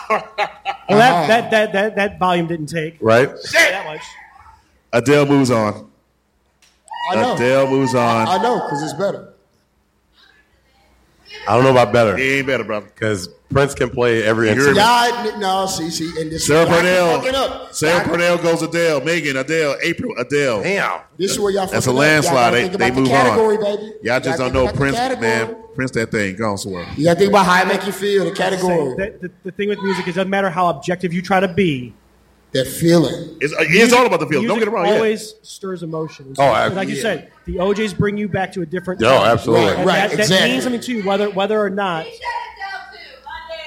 Speaker 1: well, that,
Speaker 2: Ah.
Speaker 1: that that that that volume didn't take
Speaker 4: Right?
Speaker 1: that much.
Speaker 2: Adele moves on.
Speaker 7: I know.
Speaker 2: Adele moves on.
Speaker 7: I know because it's better.
Speaker 4: I don't know about better
Speaker 2: He ain't better, brother.
Speaker 4: because Prince can play every
Speaker 2: hear
Speaker 4: instrument.
Speaker 2: me?
Speaker 7: Y'all, no, see, see, and this
Speaker 2: Sarah
Speaker 7: y'all keep fucking
Speaker 2: Purnell.
Speaker 7: up.
Speaker 2: Sarah
Speaker 7: Y'all-
Speaker 2: Purnell goes Adele. Megan, Adele. April, Adele.
Speaker 4: Damn.
Speaker 7: This is where y'all.
Speaker 2: That's a
Speaker 7: fucking up. Y'all
Speaker 2: landslide.
Speaker 7: gotta
Speaker 2: They,
Speaker 7: think
Speaker 2: they
Speaker 7: about the
Speaker 2: move
Speaker 7: category,
Speaker 2: on.
Speaker 7: Baby.
Speaker 2: Y'all just don't
Speaker 7: gotta think
Speaker 2: know
Speaker 7: about the
Speaker 2: Prince, man.
Speaker 7: category.
Speaker 2: Prince, that thing gone somewhere.
Speaker 7: You gotta think about how it make you feel. The category, that,
Speaker 1: The, the, the thing with music is, it doesn't matter how objective you try to be.
Speaker 7: feeling.
Speaker 2: It's, it's all about the field. Don't
Speaker 1: music
Speaker 2: get it wrong. Yeah.
Speaker 1: Always stirs emotions.
Speaker 4: Oh,
Speaker 1: like
Speaker 4: ab-
Speaker 1: you
Speaker 4: yeah.
Speaker 1: said, the OJs bring you back to a different.
Speaker 2: Oh,
Speaker 4: No,
Speaker 1: time.
Speaker 4: absolutely.
Speaker 1: And
Speaker 7: Right,
Speaker 1: that, that
Speaker 7: exactly.
Speaker 1: means something to you, whether whether or not.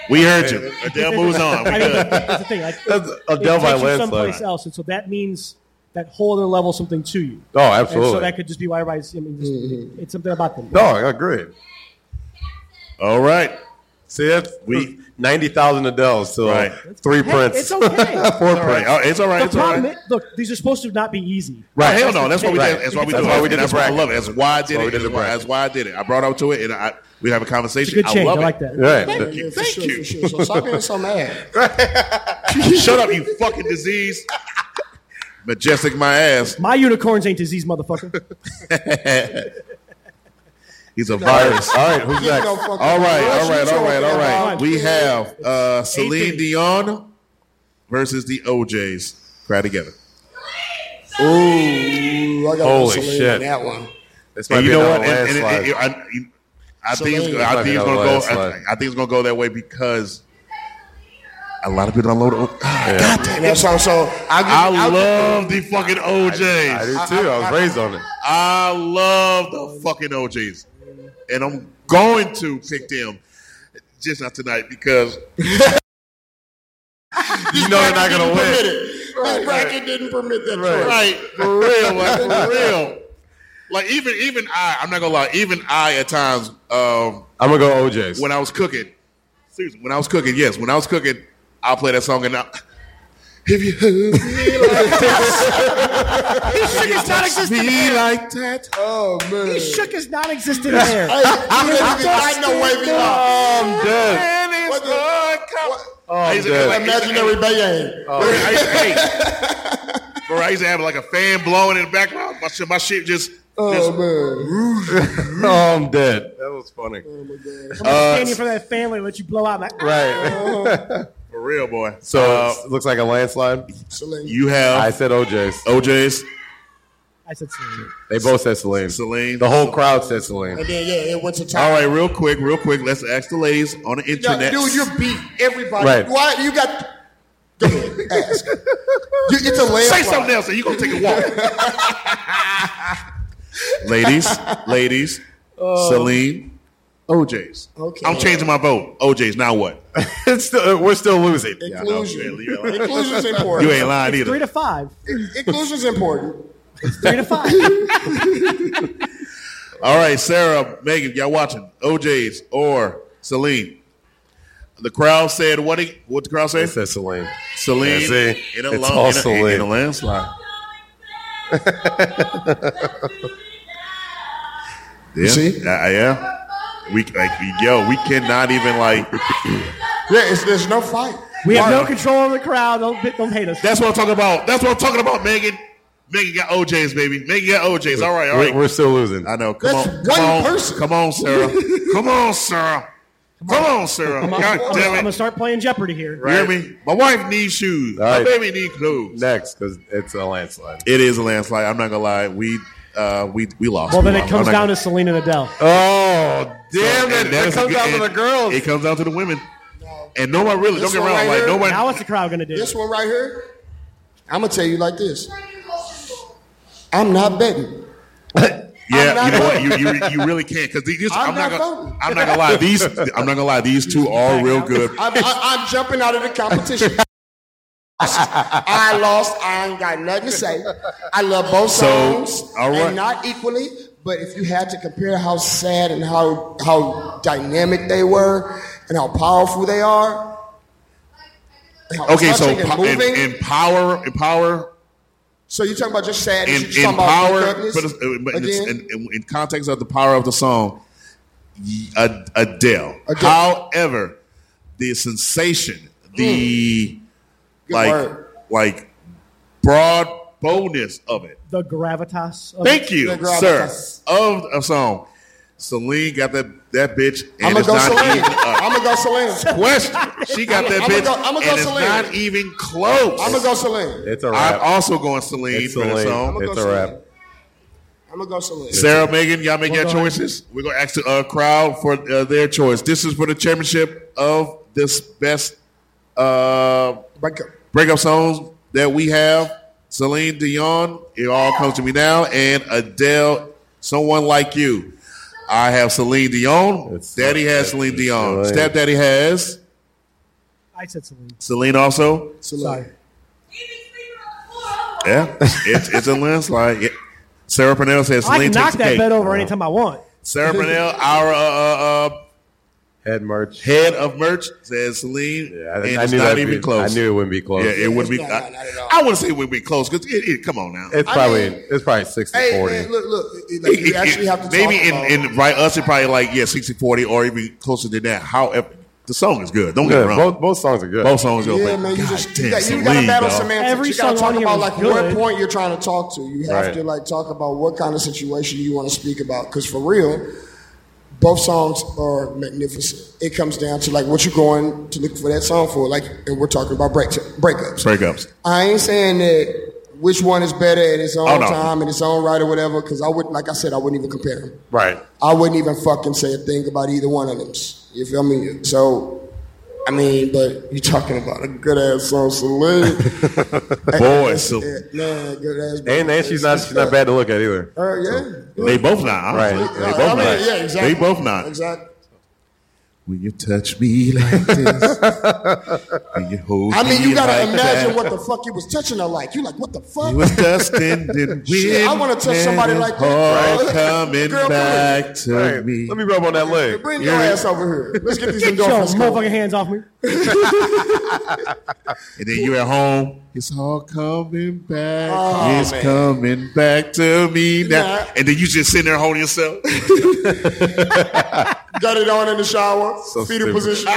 Speaker 2: We heard you. Adele moves on.
Speaker 1: I
Speaker 2: We
Speaker 1: mean,
Speaker 2: good.
Speaker 1: that's the thing. Like,
Speaker 4: That's
Speaker 1: it-
Speaker 4: Adele
Speaker 1: it
Speaker 4: by
Speaker 1: takes you
Speaker 4: landslide.
Speaker 1: someplace else, and so that means that whole other level something to you.
Speaker 4: Oh, absolutely.
Speaker 1: And so that could just be why everybody's. I mean, just, it's something about them.
Speaker 4: No, I agree.
Speaker 2: All right.
Speaker 4: See, that's
Speaker 2: We-
Speaker 4: we ninety thousand Adele's to
Speaker 2: Right.
Speaker 4: three
Speaker 1: Hey,
Speaker 4: Prince,
Speaker 1: it's okay.
Speaker 4: four
Speaker 2: All right.
Speaker 4: Prince.
Speaker 2: Oh, It's all right.
Speaker 1: The
Speaker 2: It's all
Speaker 1: problem
Speaker 2: right.
Speaker 1: is, look, these are supposed to not be easy.
Speaker 2: Right. Hell no. That's what we
Speaker 4: Right.
Speaker 2: did. That's why we
Speaker 4: That's
Speaker 2: do
Speaker 4: why
Speaker 2: it.
Speaker 4: we did
Speaker 2: That's
Speaker 4: the
Speaker 2: why I
Speaker 4: bracket.
Speaker 2: love it. That's why I did
Speaker 4: That's why
Speaker 2: it.
Speaker 4: we did the
Speaker 2: That's why-
Speaker 4: bracket.
Speaker 2: That's why I did it. I brought up to it, and I we have a
Speaker 1: It's a
Speaker 2: conversation.
Speaker 1: good
Speaker 2: I
Speaker 1: change. I,
Speaker 2: love it.
Speaker 1: like that.
Speaker 4: Right.
Speaker 7: Yeah, for sure, for sure. So stop being so mad.
Speaker 2: Shut up, you fucking disease. Majestic, my ass.
Speaker 1: My unicorns ain't disease, motherfucker.
Speaker 2: He's a
Speaker 4: All
Speaker 2: virus.
Speaker 4: right. All right. Who's next?
Speaker 7: no fucking-
Speaker 2: All right, all
Speaker 7: Unless
Speaker 2: right,
Speaker 7: you
Speaker 2: all right,
Speaker 7: talking
Speaker 2: all right.
Speaker 7: about-
Speaker 2: We have uh, Celine
Speaker 1: Anthony.
Speaker 2: Dion versus the OJ's. Cry together.
Speaker 7: Ooh, I got
Speaker 4: Holy
Speaker 7: Celine
Speaker 4: shit.
Speaker 7: on that one.
Speaker 4: This
Speaker 2: And
Speaker 4: might
Speaker 2: you
Speaker 4: be
Speaker 2: know
Speaker 4: another
Speaker 2: what? And- and-
Speaker 4: landslide.
Speaker 2: and- I you- I think it's, I think
Speaker 7: Celine.
Speaker 2: it's
Speaker 4: Might be
Speaker 2: gonna go.
Speaker 4: another
Speaker 2: I,
Speaker 4: landslide.
Speaker 2: I think it's gonna go that way because a lot of people don't know. The, ah, God damn.
Speaker 7: And that's so. so I'll give,
Speaker 2: I
Speaker 7: I'll give-
Speaker 2: love the fucking
Speaker 4: I
Speaker 2: OJ's.
Speaker 4: do too. I was raised on it.
Speaker 2: I love the fucking OJ's, and I'm going to pick them. Just not tonight because
Speaker 4: You know they're not gonna win.
Speaker 7: This bracket didn't permit that.
Speaker 4: Right.
Speaker 7: choice.
Speaker 2: Right, for real, like for real. Like even even I, I'm not gonna lie. Even I at times, um,
Speaker 4: I'm gonna go OJ's.
Speaker 2: when I was cooking, seriously, when I was cooking, yes, when I was cooking, I'll play that song and I, if you hug me like this, this shit is me like that.
Speaker 7: Oh man.
Speaker 1: This shook is non-existent there.
Speaker 7: Hey, I know wavy line.
Speaker 4: I'm dead.
Speaker 2: And it's
Speaker 7: What the-
Speaker 2: uncommon.
Speaker 7: what-
Speaker 4: Oh, I'm dead.
Speaker 7: Imaginary Bayane.
Speaker 4: Oh.
Speaker 2: I used to- hey. Bro, I used to have like a fan blowing in the background. My shit, my shit just.
Speaker 7: Oh
Speaker 2: just
Speaker 7: man.
Speaker 4: Oh, I'm dead. That was funny.
Speaker 1: standing for that family, let you blow out. Like, ah,
Speaker 4: Right.
Speaker 2: for real, boy.
Speaker 4: So
Speaker 2: Uh,
Speaker 4: it looks like a landslide.
Speaker 7: Celine.
Speaker 2: you have
Speaker 4: I said OJ's.
Speaker 2: OJ's,
Speaker 1: I said, Celine.
Speaker 4: They both said Celine.
Speaker 2: Celine.
Speaker 4: The whole crowd said Celine.
Speaker 7: And then yeah, it went to top.
Speaker 2: All right, real quick, real quick. Let's ask the ladies on the
Speaker 7: Yo,
Speaker 2: internet.
Speaker 7: dude, you beat everybody.
Speaker 4: Right.
Speaker 7: Why you got? Go ahead, ask. You- it's a landslide.
Speaker 2: Say something else, and you gonna take a walk. ladies, ladies, Uh, Celine, OJ's.
Speaker 7: Okay.
Speaker 2: I'm changing my vote. OJ's. Now what?
Speaker 4: It's still, we're still losing.
Speaker 2: Yeah,
Speaker 7: Inclusion.
Speaker 2: leave it alone.
Speaker 7: Inclusion's
Speaker 2: You
Speaker 7: important.
Speaker 2: ain't lying either.
Speaker 1: three to five.
Speaker 7: Inclusion's important.
Speaker 1: Three to five.
Speaker 2: All right, Sarah, Megan, y'all watching OJ's or Celine? The crowd said what? He, what the crowd
Speaker 4: They
Speaker 2: said?
Speaker 4: said Celine.
Speaker 2: Celine.
Speaker 4: Yeah, see?
Speaker 2: in a
Speaker 4: It's
Speaker 2: long-
Speaker 4: all
Speaker 2: in a-
Speaker 4: Celine.
Speaker 2: in a landslide. Yeah.
Speaker 7: See?
Speaker 2: Uh, yeah. We like yo, we cannot even like.
Speaker 7: Yeah, it's, there's no fight.
Speaker 1: We have no
Speaker 2: Wow.
Speaker 1: control over the crowd. Don't bit- don't hate us.
Speaker 2: That's what I'm talking about. That's what I'm talking about, Megan. Megan got OJ's, baby. Megan got OJ's. All right, all
Speaker 4: We're,
Speaker 2: right.
Speaker 4: we're still losing.
Speaker 2: I know. Come
Speaker 7: That's
Speaker 2: on,
Speaker 7: one
Speaker 2: come on,
Speaker 7: person.
Speaker 2: come on, Sarah. come on, Sarah. Come on, Sarah. God
Speaker 1: I'm,
Speaker 2: damn
Speaker 1: I'm
Speaker 2: it.
Speaker 1: gonna start playing Jeopardy here.
Speaker 2: You hear me? My wife needs shoes.
Speaker 4: All
Speaker 2: My
Speaker 4: right.
Speaker 2: baby needs clothes.
Speaker 4: Next, because it's a landslide.
Speaker 2: It is a landslide. I'm not gonna lie. We uh we we lost.
Speaker 1: Well,
Speaker 2: We
Speaker 1: then it
Speaker 2: lost.
Speaker 1: comes
Speaker 2: I'm not
Speaker 1: down to Celine and Adele.
Speaker 4: Oh,
Speaker 2: gonna-
Speaker 4: damn it.
Speaker 2: And
Speaker 4: That
Speaker 2: that's a
Speaker 4: comes
Speaker 2: good-
Speaker 4: down to
Speaker 2: and
Speaker 4: the girls.
Speaker 2: It comes down to the women. And no one really.
Speaker 7: This
Speaker 2: Don't get me
Speaker 7: one
Speaker 2: wrong.
Speaker 7: right
Speaker 2: like
Speaker 7: here,
Speaker 2: nobody.
Speaker 1: Now what's the crowd gonna do?
Speaker 7: This one right here, I'm gonna tell you like this. I'm not betting. I'm
Speaker 2: Yeah,
Speaker 7: not
Speaker 2: you know what? You, you, you really can't because these. I'm,
Speaker 7: I'm
Speaker 2: not.
Speaker 7: not
Speaker 2: gonna,
Speaker 7: voting.
Speaker 2: I'm not gonna lie. These. I'm not gonna lie. These two are real good.
Speaker 7: I'm, I, I'm jumping out of the competition. I lost. I ain't got nothing to say. I love both
Speaker 2: So,
Speaker 7: songs,
Speaker 2: all right.
Speaker 7: and not equally. But if you had to compare how sad and how how dynamic they were, and how powerful they are, how
Speaker 2: Okay, so
Speaker 7: touching and
Speaker 2: po- in,
Speaker 7: moving.
Speaker 2: in power, in power,
Speaker 7: so you're talking about just sadness.
Speaker 2: in,
Speaker 7: you're
Speaker 2: in
Speaker 7: talking about
Speaker 2: power,
Speaker 7: goodness
Speaker 2: but, it's, uh, but it's-
Speaker 7: again?
Speaker 2: in, in, in context of the power of the song, y- Ad- Adele.
Speaker 7: Adele.
Speaker 2: However, the sensation, the
Speaker 7: Mm. Good
Speaker 2: like,
Speaker 7: word.
Speaker 2: like broad boldness of it.
Speaker 1: The gravitas. Of
Speaker 2: Thank you,
Speaker 7: The gravitas.
Speaker 2: sir, of a song. Celine got that that bitch,
Speaker 7: I'm
Speaker 2: and
Speaker 7: gonna
Speaker 2: it's
Speaker 7: go
Speaker 2: not
Speaker 7: Celine.
Speaker 2: even a
Speaker 7: I'm gonna go Celine.
Speaker 2: question. She got that
Speaker 7: I'ma
Speaker 2: bitch,
Speaker 7: go- I'ma go
Speaker 2: and it's
Speaker 7: Celine.
Speaker 2: not even close.
Speaker 7: I'm gonna go Celine.
Speaker 4: It's a
Speaker 2: I'm
Speaker 4: wrap.
Speaker 2: also going Celine
Speaker 4: It's
Speaker 2: for the
Speaker 4: Celine.
Speaker 2: song.
Speaker 7: I'ma go
Speaker 4: It's a
Speaker 7: Celine.
Speaker 4: wrap.
Speaker 7: I'm gonna go Celine.
Speaker 2: Sarah, Megan, y'all make your choices. We're going to ask the uh, crowd for uh, their choice. This is for the championship of this best uh,
Speaker 7: Break up.
Speaker 2: breakup songs that we have. Celine Dion, It All Comes to Me Now, and Adele, Someone Like You. I have Celine Dion.
Speaker 4: It's-
Speaker 2: Daddy has Celine Dion.
Speaker 4: Celine.
Speaker 2: Stepdaddy has
Speaker 1: I said Celine.
Speaker 2: Celine also.
Speaker 7: Celine.
Speaker 1: Sorry.
Speaker 2: Yeah, it's, it's a landslide. Yeah. Sarah Purnell says
Speaker 1: Oh, I
Speaker 2: Celine
Speaker 1: can knock
Speaker 2: takes the
Speaker 1: that
Speaker 2: cake.
Speaker 1: bed over anytime I want.
Speaker 2: Sarah Purnell, our uh, uh, uh,
Speaker 4: Head merch.
Speaker 2: head of merch says Celine,
Speaker 4: Yeah, I,
Speaker 2: and
Speaker 4: I
Speaker 2: it's
Speaker 4: knew
Speaker 2: not
Speaker 4: that'd
Speaker 2: even
Speaker 4: be-
Speaker 2: close.
Speaker 4: I knew it wouldn't be close.
Speaker 2: Yeah, it would be.
Speaker 7: No, no,
Speaker 2: I,
Speaker 7: not at all.
Speaker 2: I wouldn't say it would be close because it, it. Come on now.
Speaker 4: it's
Speaker 7: I
Speaker 4: probably
Speaker 7: mean-
Speaker 4: it's probably six to
Speaker 7: Hey,
Speaker 4: forty.
Speaker 7: man, look, look. it- Like, you actually have to
Speaker 2: maybe
Speaker 7: talk
Speaker 2: in,
Speaker 7: about-
Speaker 2: in right us it probably like yeah 60 40 or even closer than that however the song is good don't get
Speaker 4: Good.
Speaker 2: me wrong
Speaker 4: Both both songs are good.
Speaker 2: Both songs go
Speaker 7: Yeah,
Speaker 2: play.
Speaker 7: man, you
Speaker 2: God
Speaker 7: just
Speaker 2: damn,
Speaker 7: you, got, you
Speaker 2: Celine,
Speaker 7: gotta battle
Speaker 2: dog.
Speaker 7: semantics.
Speaker 1: Every
Speaker 7: you gotta
Speaker 1: song on
Speaker 7: talk
Speaker 1: here
Speaker 7: about
Speaker 1: is
Speaker 7: like
Speaker 1: good.
Speaker 7: what point you're trying to talk to. You have
Speaker 4: Right.
Speaker 7: to like talk about what kind of situation you want to speak about. Because for real, both songs are magnificent. It comes down to like what you're going to look for that song for. Like, and we're talking about break breakups.
Speaker 2: breakups
Speaker 7: I ain't saying that which one is better at its own
Speaker 2: Oh, no.
Speaker 7: time and its own right or whatever. Because I would, like I said, I wouldn't even compare them.
Speaker 4: Right.
Speaker 7: I wouldn't even fucking say a thing about either one of them. You feel me? So, I mean, but you talking about a good ass song, Celine.
Speaker 2: boy
Speaker 7: Yeah,
Speaker 2: so
Speaker 7: man, good ass.
Speaker 4: And, and she's not she's not bad to look at either.
Speaker 7: Her, yeah.
Speaker 2: they both not
Speaker 4: Right.
Speaker 2: honestly. they
Speaker 4: Yeah,
Speaker 7: I
Speaker 2: both
Speaker 7: mean,
Speaker 2: not
Speaker 7: yeah, exactly.
Speaker 2: they both not
Speaker 7: Exactly.
Speaker 2: when you touch me like this when you hold
Speaker 7: I mean,
Speaker 2: me
Speaker 7: you gotta
Speaker 2: like
Speaker 7: imagine
Speaker 2: that.
Speaker 7: what the fuck you was touching her like. You like, what the
Speaker 2: It
Speaker 7: fuck?
Speaker 2: was Dustin did
Speaker 7: Shit, I wanna touch somebody like that, bro.
Speaker 2: coming
Speaker 7: Girl, come
Speaker 2: back to
Speaker 4: Hey,
Speaker 2: me.
Speaker 4: let me rub on that leg.
Speaker 7: Bring your ass over here. Let's get these
Speaker 1: Get your
Speaker 7: endorphins
Speaker 1: motherfucking
Speaker 7: going.
Speaker 1: hands off me.
Speaker 2: And then you at home. It's all coming back.
Speaker 7: Oh,
Speaker 2: it's
Speaker 7: man.
Speaker 2: coming back to me now.
Speaker 7: Nah.
Speaker 2: And then you just sitting there holding yourself.
Speaker 7: Got it on in the shower.
Speaker 4: So
Speaker 7: fetal
Speaker 4: stupid.
Speaker 7: position.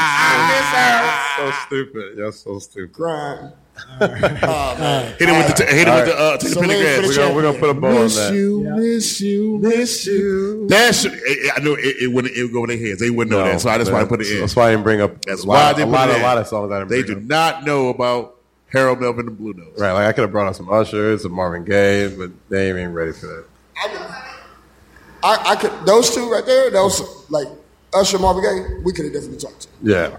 Speaker 2: Ah.
Speaker 4: So stupid. Y'all so stupid.
Speaker 7: Grind.
Speaker 2: hit it with the t- hit it with the uh, to the
Speaker 7: Celine for
Speaker 2: pentagram.
Speaker 7: the
Speaker 4: We're gonna, we're gonna put a bow on
Speaker 2: Miss
Speaker 4: that.
Speaker 2: you, miss you, miss you. That should, eh, I- I know it, it wouldn't it would go in their heads. They wouldn't know that, so I just want to put it in.
Speaker 4: That's why I didn't bring up.
Speaker 2: That's
Speaker 4: a
Speaker 2: why I
Speaker 4: lot,
Speaker 2: didn't
Speaker 4: a
Speaker 2: put
Speaker 4: lot,
Speaker 2: it
Speaker 4: a
Speaker 2: in.
Speaker 4: lot of songs I didn't
Speaker 2: They
Speaker 4: bring
Speaker 2: do
Speaker 4: up.
Speaker 2: not know about Harold Melvin and the Blue Nose.
Speaker 4: Right, like I could have brought up some Usher, some Marvin Gaye, but they ain't even ready for that.
Speaker 7: I, I could those two right there. Those like Usher, Marvin Gaye. We could have definitely talked to.
Speaker 4: Yeah,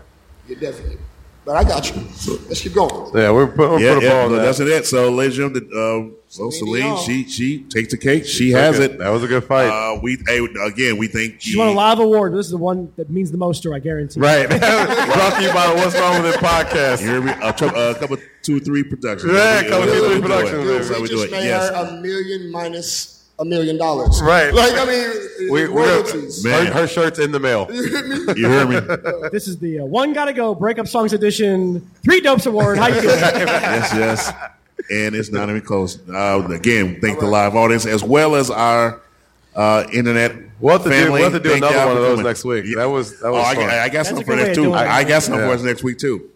Speaker 7: You definitely. But I got you. Let's keep going.
Speaker 4: yeah, we're put, we're
Speaker 2: Yeah,
Speaker 4: put a
Speaker 2: yeah,
Speaker 4: bow on
Speaker 2: no,
Speaker 4: that.
Speaker 2: that's it. So, ladies and gentlemen, uh, so Celine,
Speaker 7: Celine
Speaker 2: she she takes the cake. She has
Speaker 4: Took
Speaker 2: it.
Speaker 4: That was a good fight.
Speaker 2: Uh, we hey, again, we think
Speaker 1: She won a lot of awards. but This is the one that means the most to her, I guarantee.
Speaker 4: right, brought to you by the What's Wrong with It
Speaker 2: You
Speaker 4: podcast.
Speaker 2: hear me? A, couple, a couple, two, three productions.
Speaker 4: Yeah,
Speaker 2: That's
Speaker 4: couple,
Speaker 2: what we-
Speaker 4: two, three
Speaker 2: that's what we do it.
Speaker 4: productions,
Speaker 7: Dude,
Speaker 4: baby.
Speaker 2: That's how
Speaker 7: we
Speaker 2: we do it.
Speaker 7: just made
Speaker 2: Yes.
Speaker 7: her a million minus a million dollars.
Speaker 4: Right.
Speaker 7: Like I mean,
Speaker 4: We, we're
Speaker 7: royalties.
Speaker 4: gonna,
Speaker 2: Man.
Speaker 4: her, her shirt's in the mail.
Speaker 2: You hear me?
Speaker 1: This is the uh, one gotta go breakup songs edition, three dopes award. How you doing?
Speaker 2: yes, yes. And it's not even close. Uh, again, thank the live audience as well as our uh, internet.
Speaker 4: We'll have to do-
Speaker 2: family.
Speaker 4: we'll have to do
Speaker 2: Thank
Speaker 4: another
Speaker 2: y'all
Speaker 4: one
Speaker 2: for
Speaker 4: of those
Speaker 2: coming.
Speaker 4: next week. That was- that was
Speaker 2: oh, I,
Speaker 4: fun.
Speaker 2: I, I got
Speaker 1: That's
Speaker 2: something
Speaker 1: a
Speaker 2: for
Speaker 1: good way
Speaker 2: that
Speaker 1: of
Speaker 2: too.
Speaker 1: doing it.
Speaker 2: I, I got something
Speaker 4: Yeah.
Speaker 2: for us next week too.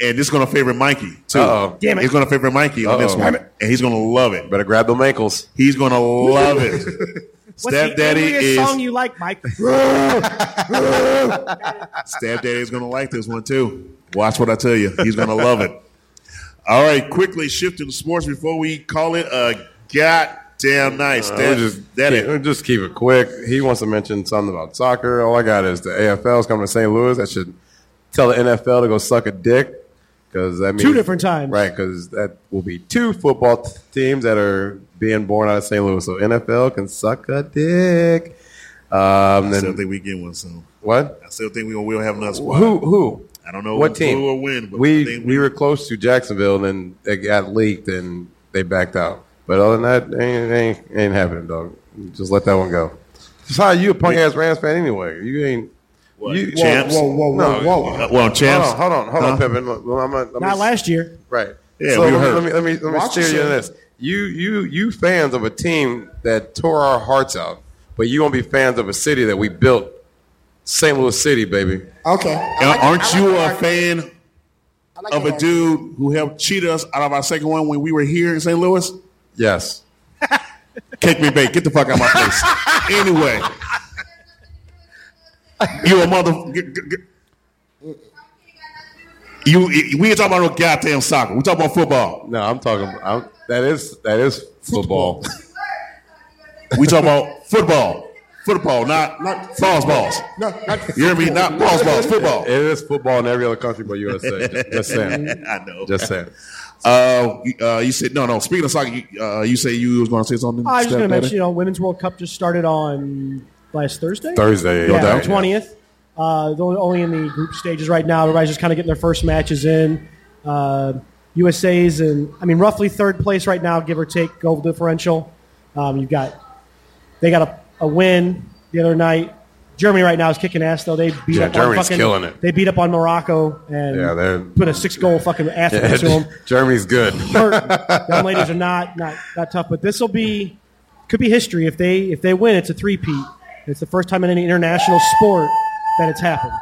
Speaker 2: And it's going to favor Mikey too.
Speaker 4: Uh-oh.
Speaker 1: Damn it.
Speaker 2: It's going to favor Mikey on this
Speaker 4: Uh-oh.
Speaker 2: one, and he's going to love it.
Speaker 4: Better grab them ankles.
Speaker 2: He's going to love it.
Speaker 1: What's the
Speaker 2: Stepdaddy
Speaker 1: angriest
Speaker 2: is
Speaker 1: song you like, Mike?
Speaker 2: Stepdaddy is going to like this one too. Watch what I tell you. He's going to love it. All right, quickly shifting to sports before we call it a goddamn nice.
Speaker 4: We'll
Speaker 2: That, that
Speaker 4: keep, we'll
Speaker 2: it.
Speaker 4: Uh, just keep it quick. He wants to mention something about soccer. All I got is the AFL's coming to St. Louis. I should tell the NFL to go suck a dick because that means
Speaker 1: Two different times.
Speaker 4: right? Because that will be two football t- teams that are being born out of St. Louis. So NFL can suck a dick. Um,
Speaker 2: I still
Speaker 4: then
Speaker 2: think we get one soon.
Speaker 4: what?
Speaker 2: I still think we we'll have another squad.
Speaker 4: Who? Who?
Speaker 2: I don't know
Speaker 4: what
Speaker 2: who-
Speaker 4: team
Speaker 2: who will win, but I
Speaker 4: we
Speaker 2: think
Speaker 4: we
Speaker 2: we-
Speaker 4: were close to Jacksonville, and then they got leaked, and they backed out. But other than that, ain't ain't, ain't happening, dog. Just let that one go. That's how you a punk ass Rams fan anyway. You ain't
Speaker 2: What?
Speaker 4: you-
Speaker 2: Champs?
Speaker 7: Whoa, whoa, whoa,
Speaker 4: No.
Speaker 7: whoa.
Speaker 2: Uh, well,
Speaker 4: Hold
Speaker 2: champs.
Speaker 4: on, hold on, hold
Speaker 2: Huh?
Speaker 4: on, Pippin. Look, well, I'm, I'm,
Speaker 1: Not last year.
Speaker 4: Right.
Speaker 2: Yeah,
Speaker 4: so
Speaker 2: we were
Speaker 4: let, me-
Speaker 2: hurt.
Speaker 4: let me let me let me
Speaker 7: Watch
Speaker 4: steer you in
Speaker 7: yourself.
Speaker 4: this. You you you fans of a team that tore our hearts out, but you gonna be fans of a city that we built, St. Louis City, baby.
Speaker 7: Okay. I
Speaker 2: Now,
Speaker 7: like it.
Speaker 2: aren't
Speaker 7: I like
Speaker 2: you
Speaker 7: it.
Speaker 2: a fan
Speaker 7: I like
Speaker 2: of
Speaker 7: it.
Speaker 2: a dude who helped cheat us out of our second one when we were here in St. Louis?
Speaker 4: Yes.
Speaker 2: Cake me bake. Get the fuck out of my face. anyway. You a mother. g- g- g- You, we ain't talking about no goddamn soccer. We talking about football.
Speaker 4: No, I'm talking. I'm, that is that is football.
Speaker 2: We talking about football. Football, not not false balls.
Speaker 7: No, not
Speaker 2: You hear me? Not balls, balls, football.
Speaker 4: it is football in every other country but USA. Just, just saying.
Speaker 2: I know.
Speaker 4: Just saying.
Speaker 2: Uh, you- uh, you said no, no. Speaking of soccer, you, uh, you say you was going to say something.
Speaker 1: I was just going to
Speaker 2: Stepdaddy?
Speaker 1: mention, you know, Women's World Cup just started on last Thursday.
Speaker 4: Thursday.
Speaker 1: yeah,
Speaker 4: doubt.
Speaker 1: the 20th. Uh, the- only in the group stages right now. Everybody's just kind of getting their first matches in. Uh, USA's in, I mean, roughly third place right now, give or take goal differential. Um, you've got, they got a, a win the other night. Germany right now is kicking ass though. They beat
Speaker 4: Yeah,
Speaker 1: up on
Speaker 4: Germany's
Speaker 1: fucking,
Speaker 4: killing it.
Speaker 1: They beat up on Morocco and
Speaker 4: Yeah, they're-
Speaker 1: put a six goal fucking ass
Speaker 4: Yeah,
Speaker 1: to them
Speaker 4: Germany's good.
Speaker 1: hurt. Young ladies are not not not tough, but this will be could be history if they if they win. It's a three-peat. It's the first time in any international sport that it's happened.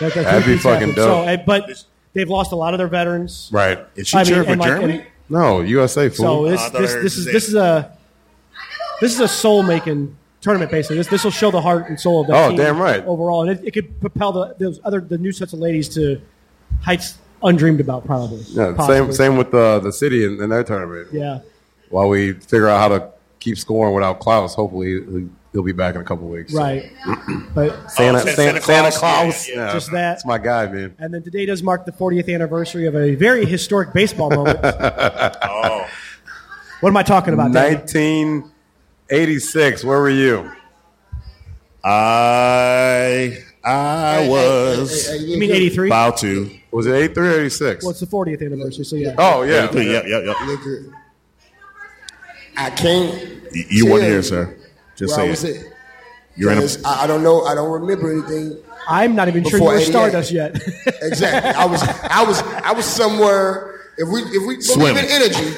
Speaker 1: That, that
Speaker 4: That'd be
Speaker 1: three-peat's
Speaker 4: fucking
Speaker 1: happened. So,
Speaker 4: dope.
Speaker 1: eh, but they've lost a lot of their veterans.
Speaker 4: Right.
Speaker 2: Is she
Speaker 1: I mean,
Speaker 2: cheering for
Speaker 1: and like-
Speaker 2: Germany?
Speaker 1: and-
Speaker 4: No, USA
Speaker 1: so
Speaker 4: fool.
Speaker 1: this
Speaker 2: I thought I
Speaker 1: this,
Speaker 2: heard
Speaker 1: this
Speaker 2: you
Speaker 1: is
Speaker 2: say
Speaker 1: this is a this is a soul-making tournament basically. This this will show the heart and soul of that
Speaker 4: Oh,
Speaker 1: team
Speaker 4: damn right.
Speaker 1: overall, and it, it could propel the those other the new sets of ladies to heights undreamed about probably.
Speaker 4: yeah, same
Speaker 1: Possibly.
Speaker 4: same with uh, the city in, in their tournament.
Speaker 1: Yeah.
Speaker 4: While we figure out how to keep scoring without Klaus, hopefully he'll- he'll be back in a couple weeks.
Speaker 1: Right. But
Speaker 4: Santa,
Speaker 2: Oh, Santa-
Speaker 4: Santa,
Speaker 2: Santa
Speaker 4: Santa
Speaker 2: Claus.
Speaker 4: Claus.
Speaker 2: Yeah,
Speaker 4: Yeah,
Speaker 1: Just that.
Speaker 4: That's my guy, man.
Speaker 1: And then today does mark the 40th anniversary of a very historic baseball moment.
Speaker 2: Oh,
Speaker 1: What am I talking about? Danny?
Speaker 4: 1986. Where were you?
Speaker 2: I I was
Speaker 7: Hey, hey, hey,
Speaker 1: You mean 83?
Speaker 2: about to.
Speaker 4: Was it 83 or 86?
Speaker 1: Well, it's the 40th anniversary, so yeah.
Speaker 4: oh yeah.
Speaker 2: Yeah, yeah, yeah. yeah.
Speaker 7: Nigga, I can't.
Speaker 2: You, you weren't
Speaker 7: tell
Speaker 2: here,
Speaker 7: you
Speaker 2: sir. Just
Speaker 7: where I
Speaker 2: saying.
Speaker 7: was at.
Speaker 2: You're in a.
Speaker 7: 'Cause I, I don't know. I don't remember anything
Speaker 1: I'm not even sure you
Speaker 7: Before
Speaker 1: were
Speaker 7: 88.
Speaker 1: Stardust yet.
Speaker 7: exactly. I was. I was. I was somewhere. If we if we believe
Speaker 2: Swimming.
Speaker 7: in energy,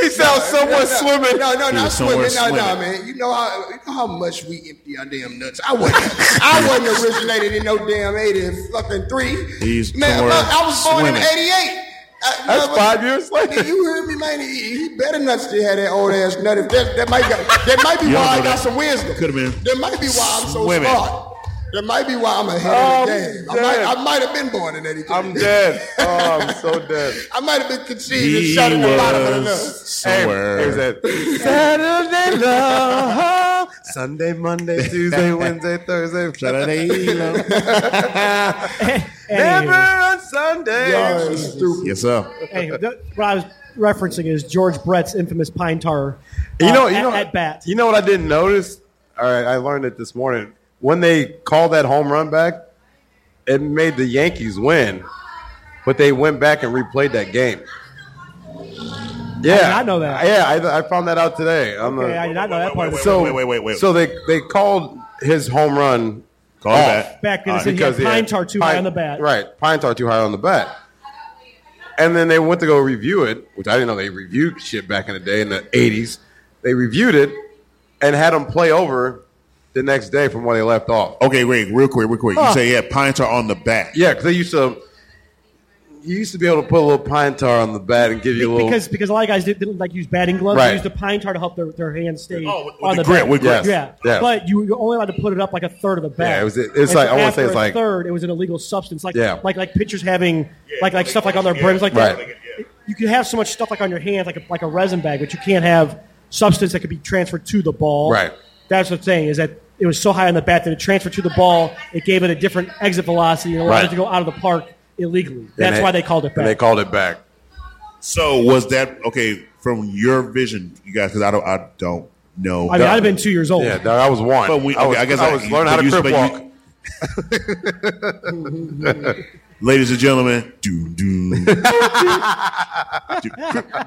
Speaker 4: He sounds
Speaker 7: No,
Speaker 4: somewhat
Speaker 7: no,
Speaker 4: swimming.
Speaker 7: No, no,
Speaker 2: He
Speaker 7: not
Speaker 2: was somewhere
Speaker 7: swimming. No, no,
Speaker 2: swimming.
Speaker 7: man. You know how you know how much we empty our damn nuts. I wasn't. I wasn't originated in no damn eighty fucking three.
Speaker 2: He's
Speaker 7: man,
Speaker 2: somewhere
Speaker 7: look, I was born in
Speaker 2: swimming.
Speaker 7: eighty eight.
Speaker 4: That's five years later.
Speaker 7: You heard me, man. He, he better not still have that old ass nut. If That, that might got, that might be
Speaker 2: You don't
Speaker 7: why I
Speaker 2: know
Speaker 7: got
Speaker 2: that.
Speaker 7: some wisdom.
Speaker 2: Could've been
Speaker 7: That might be why I'm so
Speaker 2: swimming.
Speaker 7: smart. That might be why I'm ahead
Speaker 4: I'm
Speaker 7: of the game. I might,
Speaker 4: dead.
Speaker 7: I might have been born in eighty three.
Speaker 4: I'm dead. Oh, I'm so dead.
Speaker 7: I might have been conceived and
Speaker 2: He
Speaker 7: shot in the bottom of the nut.
Speaker 2: was somewhere.
Speaker 4: Hey, it was that Saturday love, Sunday, Monday, Tuesday, Wednesday, Thursday, Friday. Never
Speaker 1: Anywho,
Speaker 4: on Sunday.
Speaker 7: Y'all is stupid.
Speaker 2: Yes, sir.
Speaker 1: anywho, th- what I was referencing is George Brett's infamous pine tar.
Speaker 4: You
Speaker 1: uh,
Speaker 4: know, you
Speaker 1: at,
Speaker 4: know,
Speaker 1: at bat.
Speaker 4: You know what I didn't notice? All right, I learned it this morning. When they called that home run back, it made the Yankees win, but they went back and replayed that game. Yeah,
Speaker 1: not know that.
Speaker 4: Yeah, I, I found that out today. I'm
Speaker 1: Okay,
Speaker 4: a-
Speaker 1: I did not know that part. of the
Speaker 2: Wait,
Speaker 1: story.
Speaker 4: so
Speaker 2: wait, wait, wait, wait.
Speaker 4: So they they called his home run
Speaker 2: Call
Speaker 4: off Uh,
Speaker 2: back.
Speaker 1: Back in the
Speaker 2: All right,
Speaker 1: city,
Speaker 4: because
Speaker 1: because
Speaker 4: he had
Speaker 1: pine tar too high
Speaker 4: pine-
Speaker 1: on the bat.
Speaker 4: Right, pine tar too high on the bat. And then they went to go review it, which I didn't know they reviewed shit back in the day in the '80s. They reviewed it and had them play over the next day from where they left off. Oh,
Speaker 2: Okay, wait, real quick, real quick. You say yeah, pines are on the back.
Speaker 4: Yeah, because they used to. You used to be able to put a little pine tar on the bat and give you a little.
Speaker 1: Because because a lot of guys did, didn't like use batting gloves. They
Speaker 4: Right.
Speaker 1: used the pine tar to help their, their hands stay
Speaker 2: Oh, with- with
Speaker 1: on
Speaker 2: the
Speaker 1: the,
Speaker 2: grip,
Speaker 1: bat.
Speaker 2: with grip.
Speaker 1: Yeah.
Speaker 4: Yes.
Speaker 1: But you, you're only allowed to put it up like a third of the bat.
Speaker 4: Yeah, it was- it's
Speaker 1: And
Speaker 4: like-
Speaker 1: so
Speaker 4: I wanna
Speaker 1: after
Speaker 4: say it's
Speaker 1: a
Speaker 4: like-
Speaker 1: third. It was an illegal substance. Like
Speaker 4: Yeah.
Speaker 1: like like pitchers having like like stuff like on their brims like
Speaker 4: Right.
Speaker 1: that. You can have so much stuff like on your hands like a, like a resin bag, but you can't have substance that could be transferred to the ball.
Speaker 4: Right.
Speaker 1: That's the thing is that. It was so high on the bat that it transferred to the ball. It gave it a different exit velocity and allowed
Speaker 4: Right.
Speaker 1: it to go out of the park illegally.
Speaker 4: and
Speaker 1: That's why they called it back.
Speaker 4: And they called it back.
Speaker 2: So was that okay from your vision, you guys? Because I don't, I don't know.
Speaker 1: I mean, I'd have been two years old.
Speaker 4: Yeah, that- I was one.
Speaker 2: But we-
Speaker 4: I, was,
Speaker 2: okay, I guess
Speaker 4: I
Speaker 2: I-
Speaker 4: was learning how
Speaker 2: but
Speaker 4: to
Speaker 2: you-
Speaker 4: crip
Speaker 2: but you-
Speaker 4: walk.
Speaker 2: Ladies and gentlemen, do do do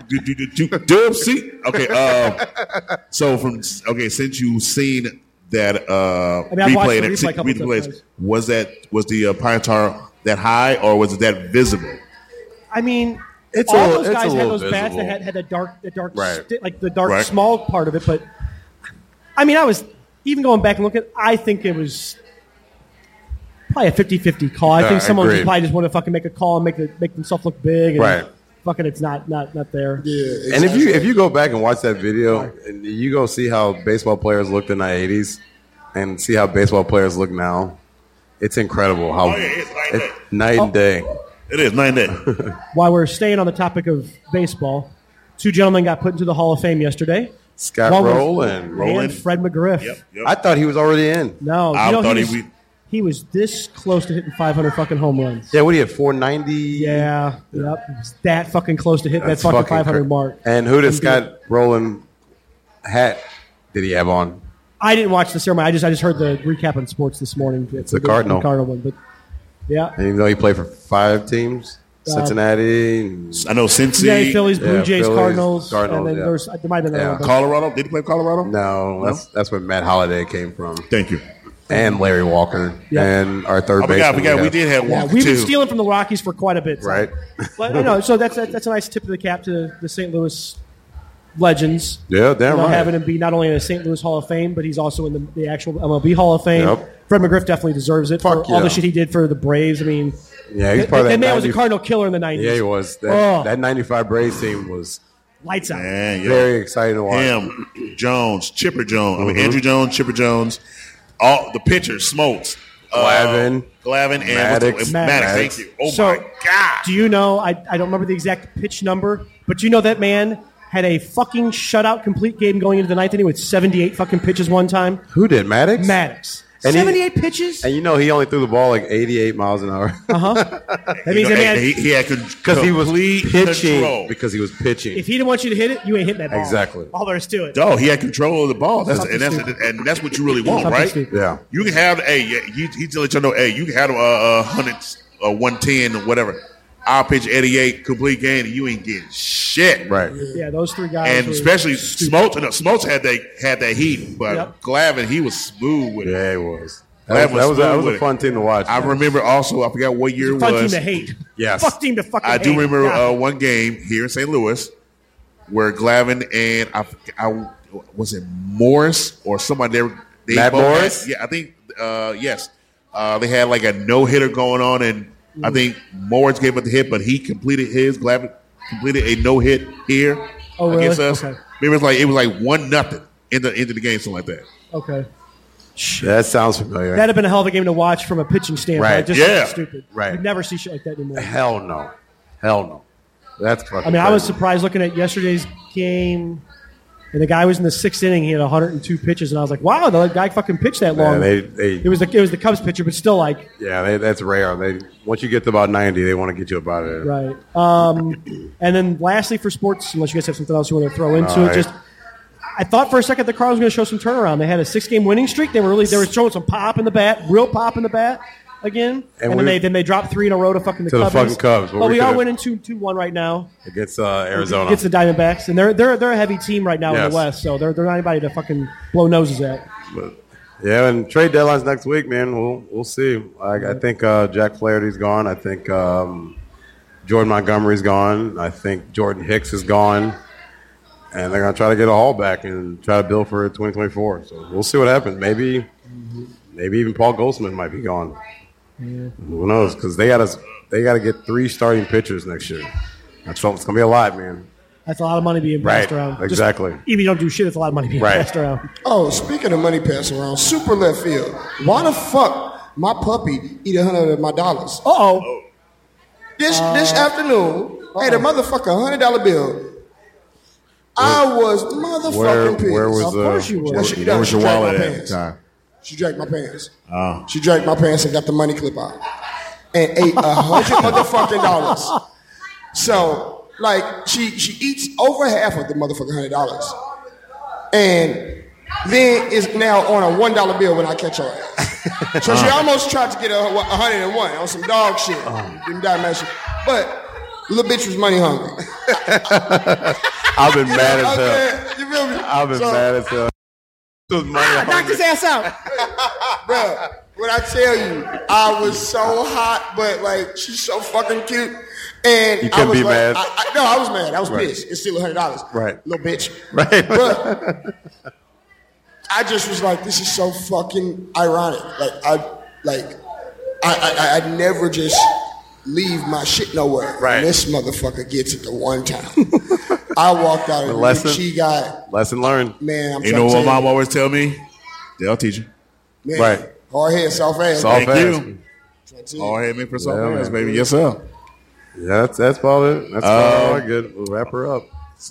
Speaker 2: do do do do see. Okay, um, so from okay, since you seen that uh,
Speaker 1: I mean, I've watched the
Speaker 2: replay, that-
Speaker 1: replay a couple
Speaker 2: replays,
Speaker 1: times.
Speaker 2: was that was the uh, pine tar that high or was it that visible?
Speaker 1: I mean,
Speaker 4: It's
Speaker 1: all
Speaker 4: a-
Speaker 1: those
Speaker 4: it's
Speaker 1: guys
Speaker 4: a
Speaker 1: had
Speaker 4: little
Speaker 1: those bats that
Speaker 4: visible.
Speaker 1: had, had the dark, the dark,
Speaker 4: Right.
Speaker 1: sti- like the dark
Speaker 2: Right.
Speaker 1: small part of it. But I mean, I was even going back and looking. I think it was probably a 50-50 call. I
Speaker 4: Yeah,
Speaker 1: think someone
Speaker 4: agreed.
Speaker 1: just probably just wanted to fucking make a call and make the, make themselves look big. And
Speaker 4: Right.
Speaker 1: fuck it, it's not not not there.
Speaker 7: Yeah,
Speaker 4: And if you
Speaker 7: exactly.
Speaker 4: if you go back and watch that video, and you go see how baseball players looked in the '80s, and see how baseball players look now. It's incredible how
Speaker 2: Oh, yeah, it's night and day.
Speaker 4: night
Speaker 1: Oh.
Speaker 4: and day.
Speaker 2: It is nine day.
Speaker 1: While we're staying on the topic of baseball, two gentlemen got put into the Hall of Fame yesterday.
Speaker 4: Scott
Speaker 1: One was-
Speaker 4: Rowland.
Speaker 2: Rowland.
Speaker 1: and Fred McGriff.
Speaker 2: yep, yep.
Speaker 4: I thought he was already in.
Speaker 1: No,
Speaker 2: I
Speaker 1: you know,
Speaker 2: thought
Speaker 1: he
Speaker 2: he
Speaker 1: was,
Speaker 2: would-
Speaker 1: he was this close to hitting 500 fucking home runs.
Speaker 4: Yeah, what do you have? 490.
Speaker 1: Yeah, yep. He was that fucking close to hit
Speaker 4: That's
Speaker 1: that fucking,
Speaker 4: fucking
Speaker 1: 500
Speaker 4: cra-
Speaker 1: mark.
Speaker 4: And who did
Speaker 1: He did.
Speaker 4: Scott Rowland hat did he have on?
Speaker 1: I didn't watch the ceremony. I just I just heard the recap on sports this morning. It's
Speaker 4: The Cardinal.
Speaker 1: Cardinal one, but yeah,
Speaker 4: And even though he played for five teams,
Speaker 1: Uh,
Speaker 4: Cincinnati, and
Speaker 2: I know Cincy,
Speaker 1: Cincinnati Phillies, Blue
Speaker 4: yeah,
Speaker 1: Jays,
Speaker 4: Phillies,
Speaker 1: Cardinals,
Speaker 4: Cardinals,
Speaker 1: and then
Speaker 4: yeah.
Speaker 1: there's there might have been another
Speaker 4: Yeah.
Speaker 1: one, but-
Speaker 2: Colorado. Did he play Colorado?
Speaker 4: no, that's that's where Matt Holliday came from,
Speaker 2: Thank you.
Speaker 4: and Larry Walker,
Speaker 1: Mhm. Yeah.
Speaker 4: and our third
Speaker 2: I
Speaker 4: baseman.
Speaker 2: forgot. Oh, We got.
Speaker 4: have,
Speaker 2: We did have
Speaker 1: Yeah,
Speaker 2: one.
Speaker 1: we've
Speaker 2: too.
Speaker 1: been stealing from the Rockies for quite a bit, so-
Speaker 4: right.
Speaker 1: But you know, so that's that's that's a nice tip of the cap to the St. Louis legends.
Speaker 4: Yeah, damn
Speaker 1: you know,
Speaker 4: right.
Speaker 1: Having him be not only in the St. Louis Hall of Fame, but he's also in the, the actual MLB Hall of Fame.
Speaker 4: Yep.
Speaker 1: Fred McGriff definitely deserves it
Speaker 4: Fuck
Speaker 1: for all
Speaker 4: yeah.
Speaker 1: the shit he did for the Braves. I mean,
Speaker 4: Yeah, he's
Speaker 1: that,
Speaker 4: part of
Speaker 1: that
Speaker 4: that.
Speaker 1: man was a
Speaker 4: 90
Speaker 1: Cardinal killer in the '90s.
Speaker 4: Yeah, he was. That,
Speaker 1: Oh.
Speaker 4: that '95 Braves team was
Speaker 1: Lights out.
Speaker 2: Man, yeah.
Speaker 4: very Mm-hmm. exciting to watch.
Speaker 2: Him, Jones, Chipper Jones. I mean, Andrew Jones, Chipper Jones. All the pitchers, Smoltz, uh,
Speaker 4: Glavin.
Speaker 2: Glavin, and Maddox.
Speaker 4: Maddox.
Speaker 1: Maddox.
Speaker 2: Thank you. Oh
Speaker 1: So-
Speaker 2: my God.
Speaker 1: Do you know? I, I don't remember the exact pitch number, but you know that man had a fucking shutout complete game going into the ninth inning with 78 fucking pitches one time.
Speaker 4: Who did Maddox?
Speaker 1: Maddox.
Speaker 4: And he-
Speaker 1: 78 pitches?
Speaker 4: And you know he only threw the ball like 88 miles an hour
Speaker 1: Uh-huh. That means that
Speaker 2: You know,
Speaker 1: man,
Speaker 2: he, he had con-
Speaker 4: because he was
Speaker 2: complete
Speaker 4: pitching.
Speaker 2: Control.
Speaker 4: Because he was pitching.
Speaker 1: if he didn't want you to hit it, you ain't hitting that ball.
Speaker 4: Exactly.
Speaker 1: All there is to it.
Speaker 2: Dog, he had control of the ball. That's and that's
Speaker 1: Something
Speaker 2: and that's what you really want,
Speaker 1: Something
Speaker 2: right?
Speaker 1: stupid.
Speaker 4: yeah.
Speaker 2: You can have hey, yeah, he he to let you know, hey, you can have a uh, uh, hundred, uh, one ten, or whatever. I'll pitch eighty eight complete game, and you ain't getting shit,
Speaker 4: Right.
Speaker 1: Yeah, those three guys.
Speaker 2: And
Speaker 1: were-
Speaker 2: especially Smoltz, no, Smoltz had that had that heat, but
Speaker 1: Yep.
Speaker 2: Glavin he was smooth with it.
Speaker 4: Yeah, he was.
Speaker 2: That
Speaker 4: That was,
Speaker 2: was
Speaker 4: that was, a- that
Speaker 2: smooth
Speaker 4: was
Speaker 2: with
Speaker 4: a
Speaker 2: it.
Speaker 4: fun team to watch.
Speaker 2: I remember also, I forgot what year it
Speaker 1: fun team
Speaker 2: was.
Speaker 1: to hate.
Speaker 4: Yes.
Speaker 1: Fuck team to fucking
Speaker 2: I do
Speaker 1: hate.
Speaker 2: remember
Speaker 1: Yeah.
Speaker 2: uh, one game here in St. Louis where Glavin and I, I was it Morris or somebody there. They
Speaker 4: Matt
Speaker 2: both had-
Speaker 4: Morris?
Speaker 2: yeah, I think uh, yes. Uh, they had like a no hitter going on, and I think Morris gave up the hit, but he completed his. Glavin completed a no hit here
Speaker 1: Oh, really?
Speaker 2: against us.
Speaker 1: Okay.
Speaker 2: Remember, it was like it was like one nothing in the end of the game, something like that.
Speaker 1: Okay.
Speaker 4: that sounds familiar.
Speaker 1: That'd have been a hell of a game to watch from a pitching standpoint.
Speaker 4: Right,
Speaker 1: Just
Speaker 2: yeah.
Speaker 1: stupid.
Speaker 4: Right.
Speaker 1: You never see shit like that anymore.
Speaker 4: Hell no. Hell no. That's fucking.
Speaker 1: I mean, I was
Speaker 4: crazy.
Speaker 1: surprised looking at yesterday's game, and the guy was in the sixth inning. He had 102 pitches, and I was like, "Wow, the guy fucking pitched that long."
Speaker 4: Yeah, they, they,
Speaker 1: it was the it was the Cubs pitcher, but still, like,
Speaker 4: yeah they, that's rare. They once you get to about ninety, they want to get you about it.
Speaker 1: right. Um, and then, lastly, for sports, unless you guys have something else you want to throw into
Speaker 4: All
Speaker 1: it,
Speaker 4: right.
Speaker 1: just I thought for a second the Cardinals were going to show some turnaround. They had a six-game winning streak. They were really they were showing some pop in the bat, real pop in the bat again. And,
Speaker 4: And
Speaker 1: then
Speaker 4: we-
Speaker 1: they then they dropped three in a row to fucking the
Speaker 4: To the
Speaker 1: Cubs.
Speaker 4: fucking Cubs, but
Speaker 1: But
Speaker 4: we
Speaker 1: we are
Speaker 4: could've-
Speaker 1: winning two two one right now.
Speaker 4: against uh, Arizona.
Speaker 1: It's the Diamondbacks, and they're they're they're a heavy team right now in
Speaker 4: Yes.
Speaker 1: the West, so they're they're not anybody to fucking blow noses at.
Speaker 4: yeah, and trade deadline's next week, man. We'll we'll see. I, I think uh, Jack Flaherty's gone. I think um, Jordan Montgomery's gone. I think Jordan Hicks is gone. And they're gonna try to get a haul back and try to build for 2024. So we'll see what happens. Maybe, maybe even Paul Goldsmith might be gone. Who knows? Because they got to they got to get three starting pitchers next year. That's all- it's gonna be a lot, man.
Speaker 1: That's a lot of money being passed
Speaker 4: Right,
Speaker 1: around. Just-
Speaker 4: exactly.
Speaker 1: even if you don't do shit, it's a lot of money being
Speaker 4: Right.
Speaker 1: passed around.
Speaker 7: Oh, speaking of money passing around, super left field. Why the fuck my puppy eat a hundred of my dollars?
Speaker 1: Uh oh.
Speaker 7: This this afternoon, I had a motherfucker hundred dollar bill. I was motherfucking
Speaker 4: Where
Speaker 7: pissed.
Speaker 4: where was
Speaker 1: Of
Speaker 4: the
Speaker 1: course you would.
Speaker 4: where-
Speaker 1: Well,
Speaker 7: she-
Speaker 2: Where was
Speaker 7: she
Speaker 2: your
Speaker 7: drank
Speaker 2: wallet
Speaker 7: my
Speaker 2: at
Speaker 7: pants.
Speaker 2: the time?
Speaker 7: She drank my pants.
Speaker 4: Oh.
Speaker 7: She drank my pants and got the money clip out and ate a hundred motherfucking dollars. So, like, she she eats over half of the motherfucking hundred dollars, and then is now on a one dollar bill when I catch her ass. So
Speaker 4: Uh.
Speaker 7: she almost tried to get a, a hundred and one on some dog shit,
Speaker 4: Oh.
Speaker 7: Them dime shit. But little bitch was money hungry.
Speaker 4: I've been mad as hell.
Speaker 7: Okay, you feel me?
Speaker 4: I've been
Speaker 7: So,
Speaker 4: mad as hell. This was money
Speaker 1: Knocked his ass out.
Speaker 7: Bruh, when I tell you, I was so hot, but like she's so fucking cute. And
Speaker 4: You
Speaker 7: I
Speaker 4: couldn't
Speaker 7: was
Speaker 4: be
Speaker 7: like,
Speaker 4: mad.
Speaker 7: I, I, no, I was mad. I was
Speaker 4: Right.
Speaker 7: pissed. It's still hundred dollars.
Speaker 4: Right.
Speaker 7: Little bitch.
Speaker 4: Right.
Speaker 7: But I just was like, this is so fucking ironic. Like I like I I, I- I never just leave my shit nowhere.
Speaker 4: Right.
Speaker 7: And this motherfucker gets it the one time. I walked out of
Speaker 4: Lesson.
Speaker 7: the she got
Speaker 4: Lesson learned.
Speaker 7: man. I'm
Speaker 2: You
Speaker 7: trying
Speaker 2: know
Speaker 7: to
Speaker 2: what
Speaker 7: tell
Speaker 2: mom always tell me? They'll teach you.
Speaker 7: you, man,
Speaker 4: Right.
Speaker 7: Hard head, soft ass.
Speaker 4: Soft
Speaker 2: Thank
Speaker 4: ass.
Speaker 2: you.
Speaker 7: I'm trying to tell you.
Speaker 2: All head make for something
Speaker 4: Yeah,
Speaker 2: else,
Speaker 4: man.
Speaker 2: baby. Yes, sir.
Speaker 4: Yeah, that's that's about it. That's
Speaker 7: Um,
Speaker 4: about all good. We'll wrap her up.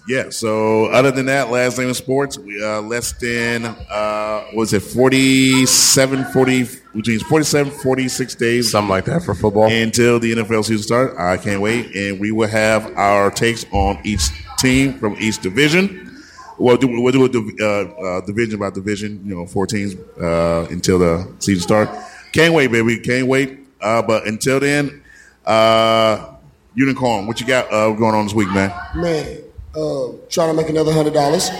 Speaker 2: Yeah. So other than that, last name in sports, we uh, less than uh, what was it 47, 40, which means 47, 46 days
Speaker 4: Something like that for football.
Speaker 2: until the NFL season starts. I can't wait, and we will have our takes on each team from each division. We'll do we'll do a div- uh, uh, division by division, you know, four teams uh, until the season starts. Can't wait, baby, can't wait. Uh, but until then, uh, unicorn, what you got uh, going on this week, man?
Speaker 7: Man, uh, trying to make another hundred dollars.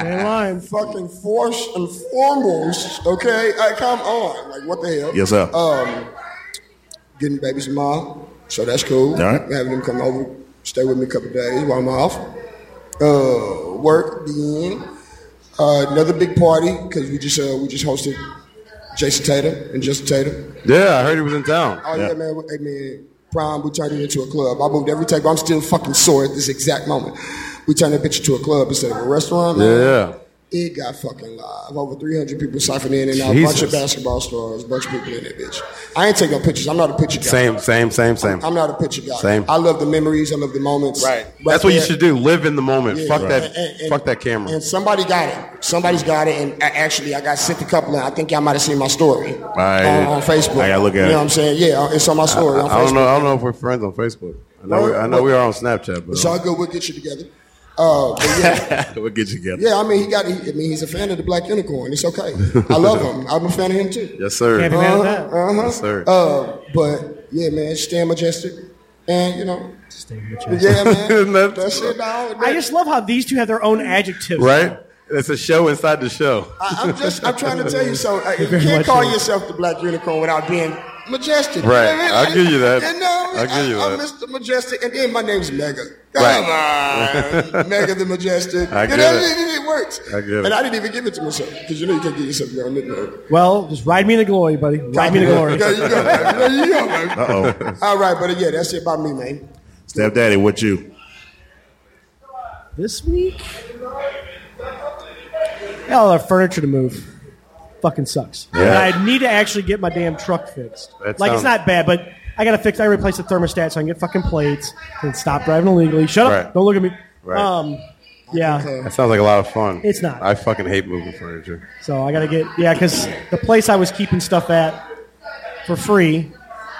Speaker 1: Man, lying.
Speaker 7: Fucking force and foremost, okay? I come on. Like what the hell?
Speaker 2: Yes, sir.
Speaker 7: Getting baby's mom, so that's cool.
Speaker 2: All right.
Speaker 7: Having them come over, stay with me a couple days while I'm off. Uh, work then. Uh, another big party because we just uh, we just hosted Jason Tatum and Justin Tatum.
Speaker 4: yeah, I heard he was in town.
Speaker 7: Oh yeah, man, we- hey, man. Prime, we turned it into a club. I moved every table. I'm still fucking sore at this exact moment. We turned that bitch into a club instead of a restaurant. man.
Speaker 4: Yeah,
Speaker 7: It got fucking live. Over 300 people siphoned in and out. A bunch
Speaker 4: Jesus.
Speaker 7: of basketball stars, a bunch of people in that bitch. I ain't taking no pictures. I'm not a picture guy.
Speaker 4: same, same, same, same.
Speaker 7: I'm not a picture guy.
Speaker 4: Same.
Speaker 7: I love the memories. I love the moments. Right.
Speaker 4: That's what you
Speaker 7: there.
Speaker 4: should do. Live in the moment.
Speaker 7: Yeah.
Speaker 4: fuck that.
Speaker 7: And- and- and-
Speaker 4: fuck that camera.
Speaker 7: And somebody got it. Somebody's got it. And a- actually, I got sent a couple. And I think y'all might have seen my story
Speaker 2: right.
Speaker 7: on, on Facebook.
Speaker 2: I gotta look at
Speaker 7: You
Speaker 2: it.
Speaker 7: know what I'm saying? Yeah, uh, it's on my story on
Speaker 4: I
Speaker 7: Facebook.
Speaker 4: don't know. I don't know if we're friends on Facebook. I know. We, I know we are on Snapchat,
Speaker 7: It's all
Speaker 4: but
Speaker 7: good. We'll get you together. Uh, but yeah.
Speaker 2: we'll get you together.
Speaker 7: yeah, I mean, he got. He, I mean, he's a fan of the Black Unicorn. It's okay. I love him. I'm a fan of him too.
Speaker 4: yes, sir.
Speaker 1: Can't be mad at that.
Speaker 7: Uh huh.
Speaker 4: Yes, sir.
Speaker 7: Uh, but yeah, man, stand majestic, and you know, yeah,
Speaker 4: Isn't
Speaker 7: man,
Speaker 4: that-
Speaker 7: that shit, dog.
Speaker 1: I just love how these two have their own adjectives.
Speaker 4: right? It's a show inside the show.
Speaker 7: I, am just, I'm trying to tell you, so uh, you
Speaker 1: very
Speaker 7: can't
Speaker 1: much
Speaker 7: call
Speaker 1: so.
Speaker 7: yourself the black unicorn without being majestic.
Speaker 4: Right.
Speaker 7: You know what mean?
Speaker 4: I'll
Speaker 7: I-
Speaker 4: give you that.
Speaker 7: You know,
Speaker 4: I'll give you
Speaker 7: I,
Speaker 4: that.
Speaker 7: am Mr. Majestic, and then my name's Mega. Come
Speaker 4: Right.
Speaker 7: on, Mega the Majestic.
Speaker 4: I
Speaker 7: you
Speaker 4: get
Speaker 7: know,
Speaker 4: it.
Speaker 7: it. works.
Speaker 4: I get it.
Speaker 7: And I didn't even give it to myself because you know you can't give yourself your own nickname.
Speaker 1: Well, just ride me to glory, buddy. Ride me to glory.
Speaker 7: There you go. man. There you go, man.
Speaker 2: Uh oh.
Speaker 7: All right, but yeah, that's it about me, man.
Speaker 2: Stepdaddy, what you?
Speaker 1: This week, got all our furniture to move. Fucking sucks. And I need to actually get my damn truck fixed.
Speaker 4: That
Speaker 1: like
Speaker 4: sounds-
Speaker 1: it's not bad, but I gotta fix. I replace the thermostat so I can get fucking plates and stop driving illegally. Shut up!
Speaker 4: Right.
Speaker 1: Don't look at me.
Speaker 4: Right.
Speaker 1: Um, yeah.
Speaker 4: That sounds like a lot of fun.
Speaker 1: It's not.
Speaker 4: I fucking hate moving furniture.
Speaker 1: So I gotta get yeah, because the place I was keeping stuff at for free.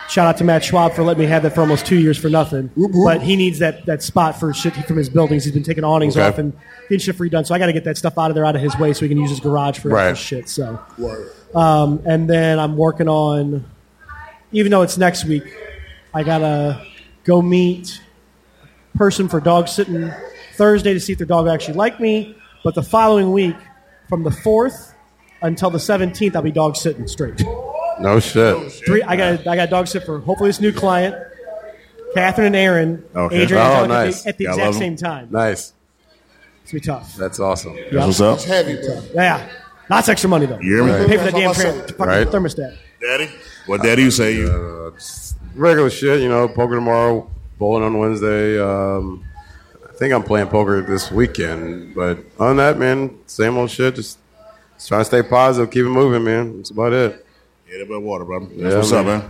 Speaker 1: Shout out to Matt Schwab for letting me have that for almost two years for nothing. But he needs that, that spot for shit from his buildings. He's been taking awnings
Speaker 4: Okay.
Speaker 1: off and getting shit redone. So I got to get that stuff out of there, out of his way, so he can use his garage for
Speaker 4: Right.
Speaker 1: his shit. So,
Speaker 7: Word.
Speaker 1: um, and then I'm working on, even though it's next week, I gotta go meet a person for dog sitting Thursday to see if their dog actually liked me. But the following week, from the fourth until the seventeenth, I'll be dog sitting straight.
Speaker 4: No shit.
Speaker 1: Three. I got. I got dog sit for hopefully this new client, Catherine and Aaron,
Speaker 2: Okay.
Speaker 1: Adrian,
Speaker 4: Oh,
Speaker 1: and Angelica
Speaker 4: nice.
Speaker 1: at the
Speaker 2: Gotta love
Speaker 1: exact same
Speaker 2: 'em.
Speaker 1: time.
Speaker 4: Nice.
Speaker 1: It's gonna be tough.
Speaker 4: That's awesome.
Speaker 1: Yeah.
Speaker 2: What's up?
Speaker 7: It's heavy, bro.
Speaker 1: Yeah, lots of extra money though.
Speaker 2: You hear me?
Speaker 1: Pay for the
Speaker 7: That's
Speaker 1: damn
Speaker 7: all I
Speaker 1: tran-
Speaker 7: said.
Speaker 1: fucking
Speaker 4: Right.
Speaker 1: thermostat.
Speaker 2: Daddy? What daddy you say you?
Speaker 4: Uh, just regular shit, you know. Poker tomorrow, bowling on Wednesday. Um, I think I'm playing poker this weekend. But on that, man, same old shit. Just, just trying to stay positive, keep it moving, man. That's about it.
Speaker 2: Yeah, about water, brother. That's
Speaker 4: Yeah,
Speaker 2: what's
Speaker 4: man.
Speaker 2: up, man.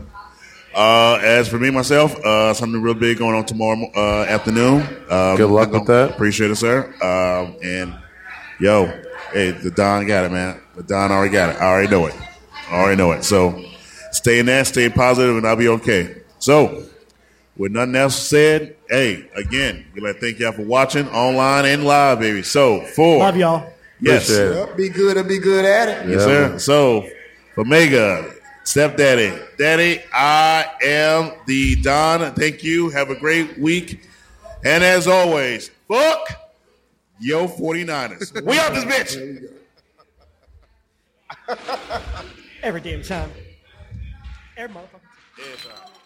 Speaker 2: Uh, as for me myself, uh, something real big going on tomorrow uh, afternoon. Um,
Speaker 4: Good luck with that.
Speaker 2: Appreciate it, sir. Um, and yo, hey, the Don got it, man. The Don already got it. I already know it. I already know it. So stay in that, stay positive, and I'll be okay. So with nothing else said, hey, again, we like to thank y'all for watching online and live, baby. So for
Speaker 1: Love y'all.
Speaker 2: yes,
Speaker 4: Appreciate it.
Speaker 7: Yep, be good or be good at it.
Speaker 2: Yes,
Speaker 4: Yeah.
Speaker 2: sir. So, for Mega, stepdaddy, daddy, I am the Don. Thank you. Have a great week. And as always, fuck yo 49ers. We out this bitch.
Speaker 1: Every damn time. Every motherfucker.
Speaker 2: Yes, sir.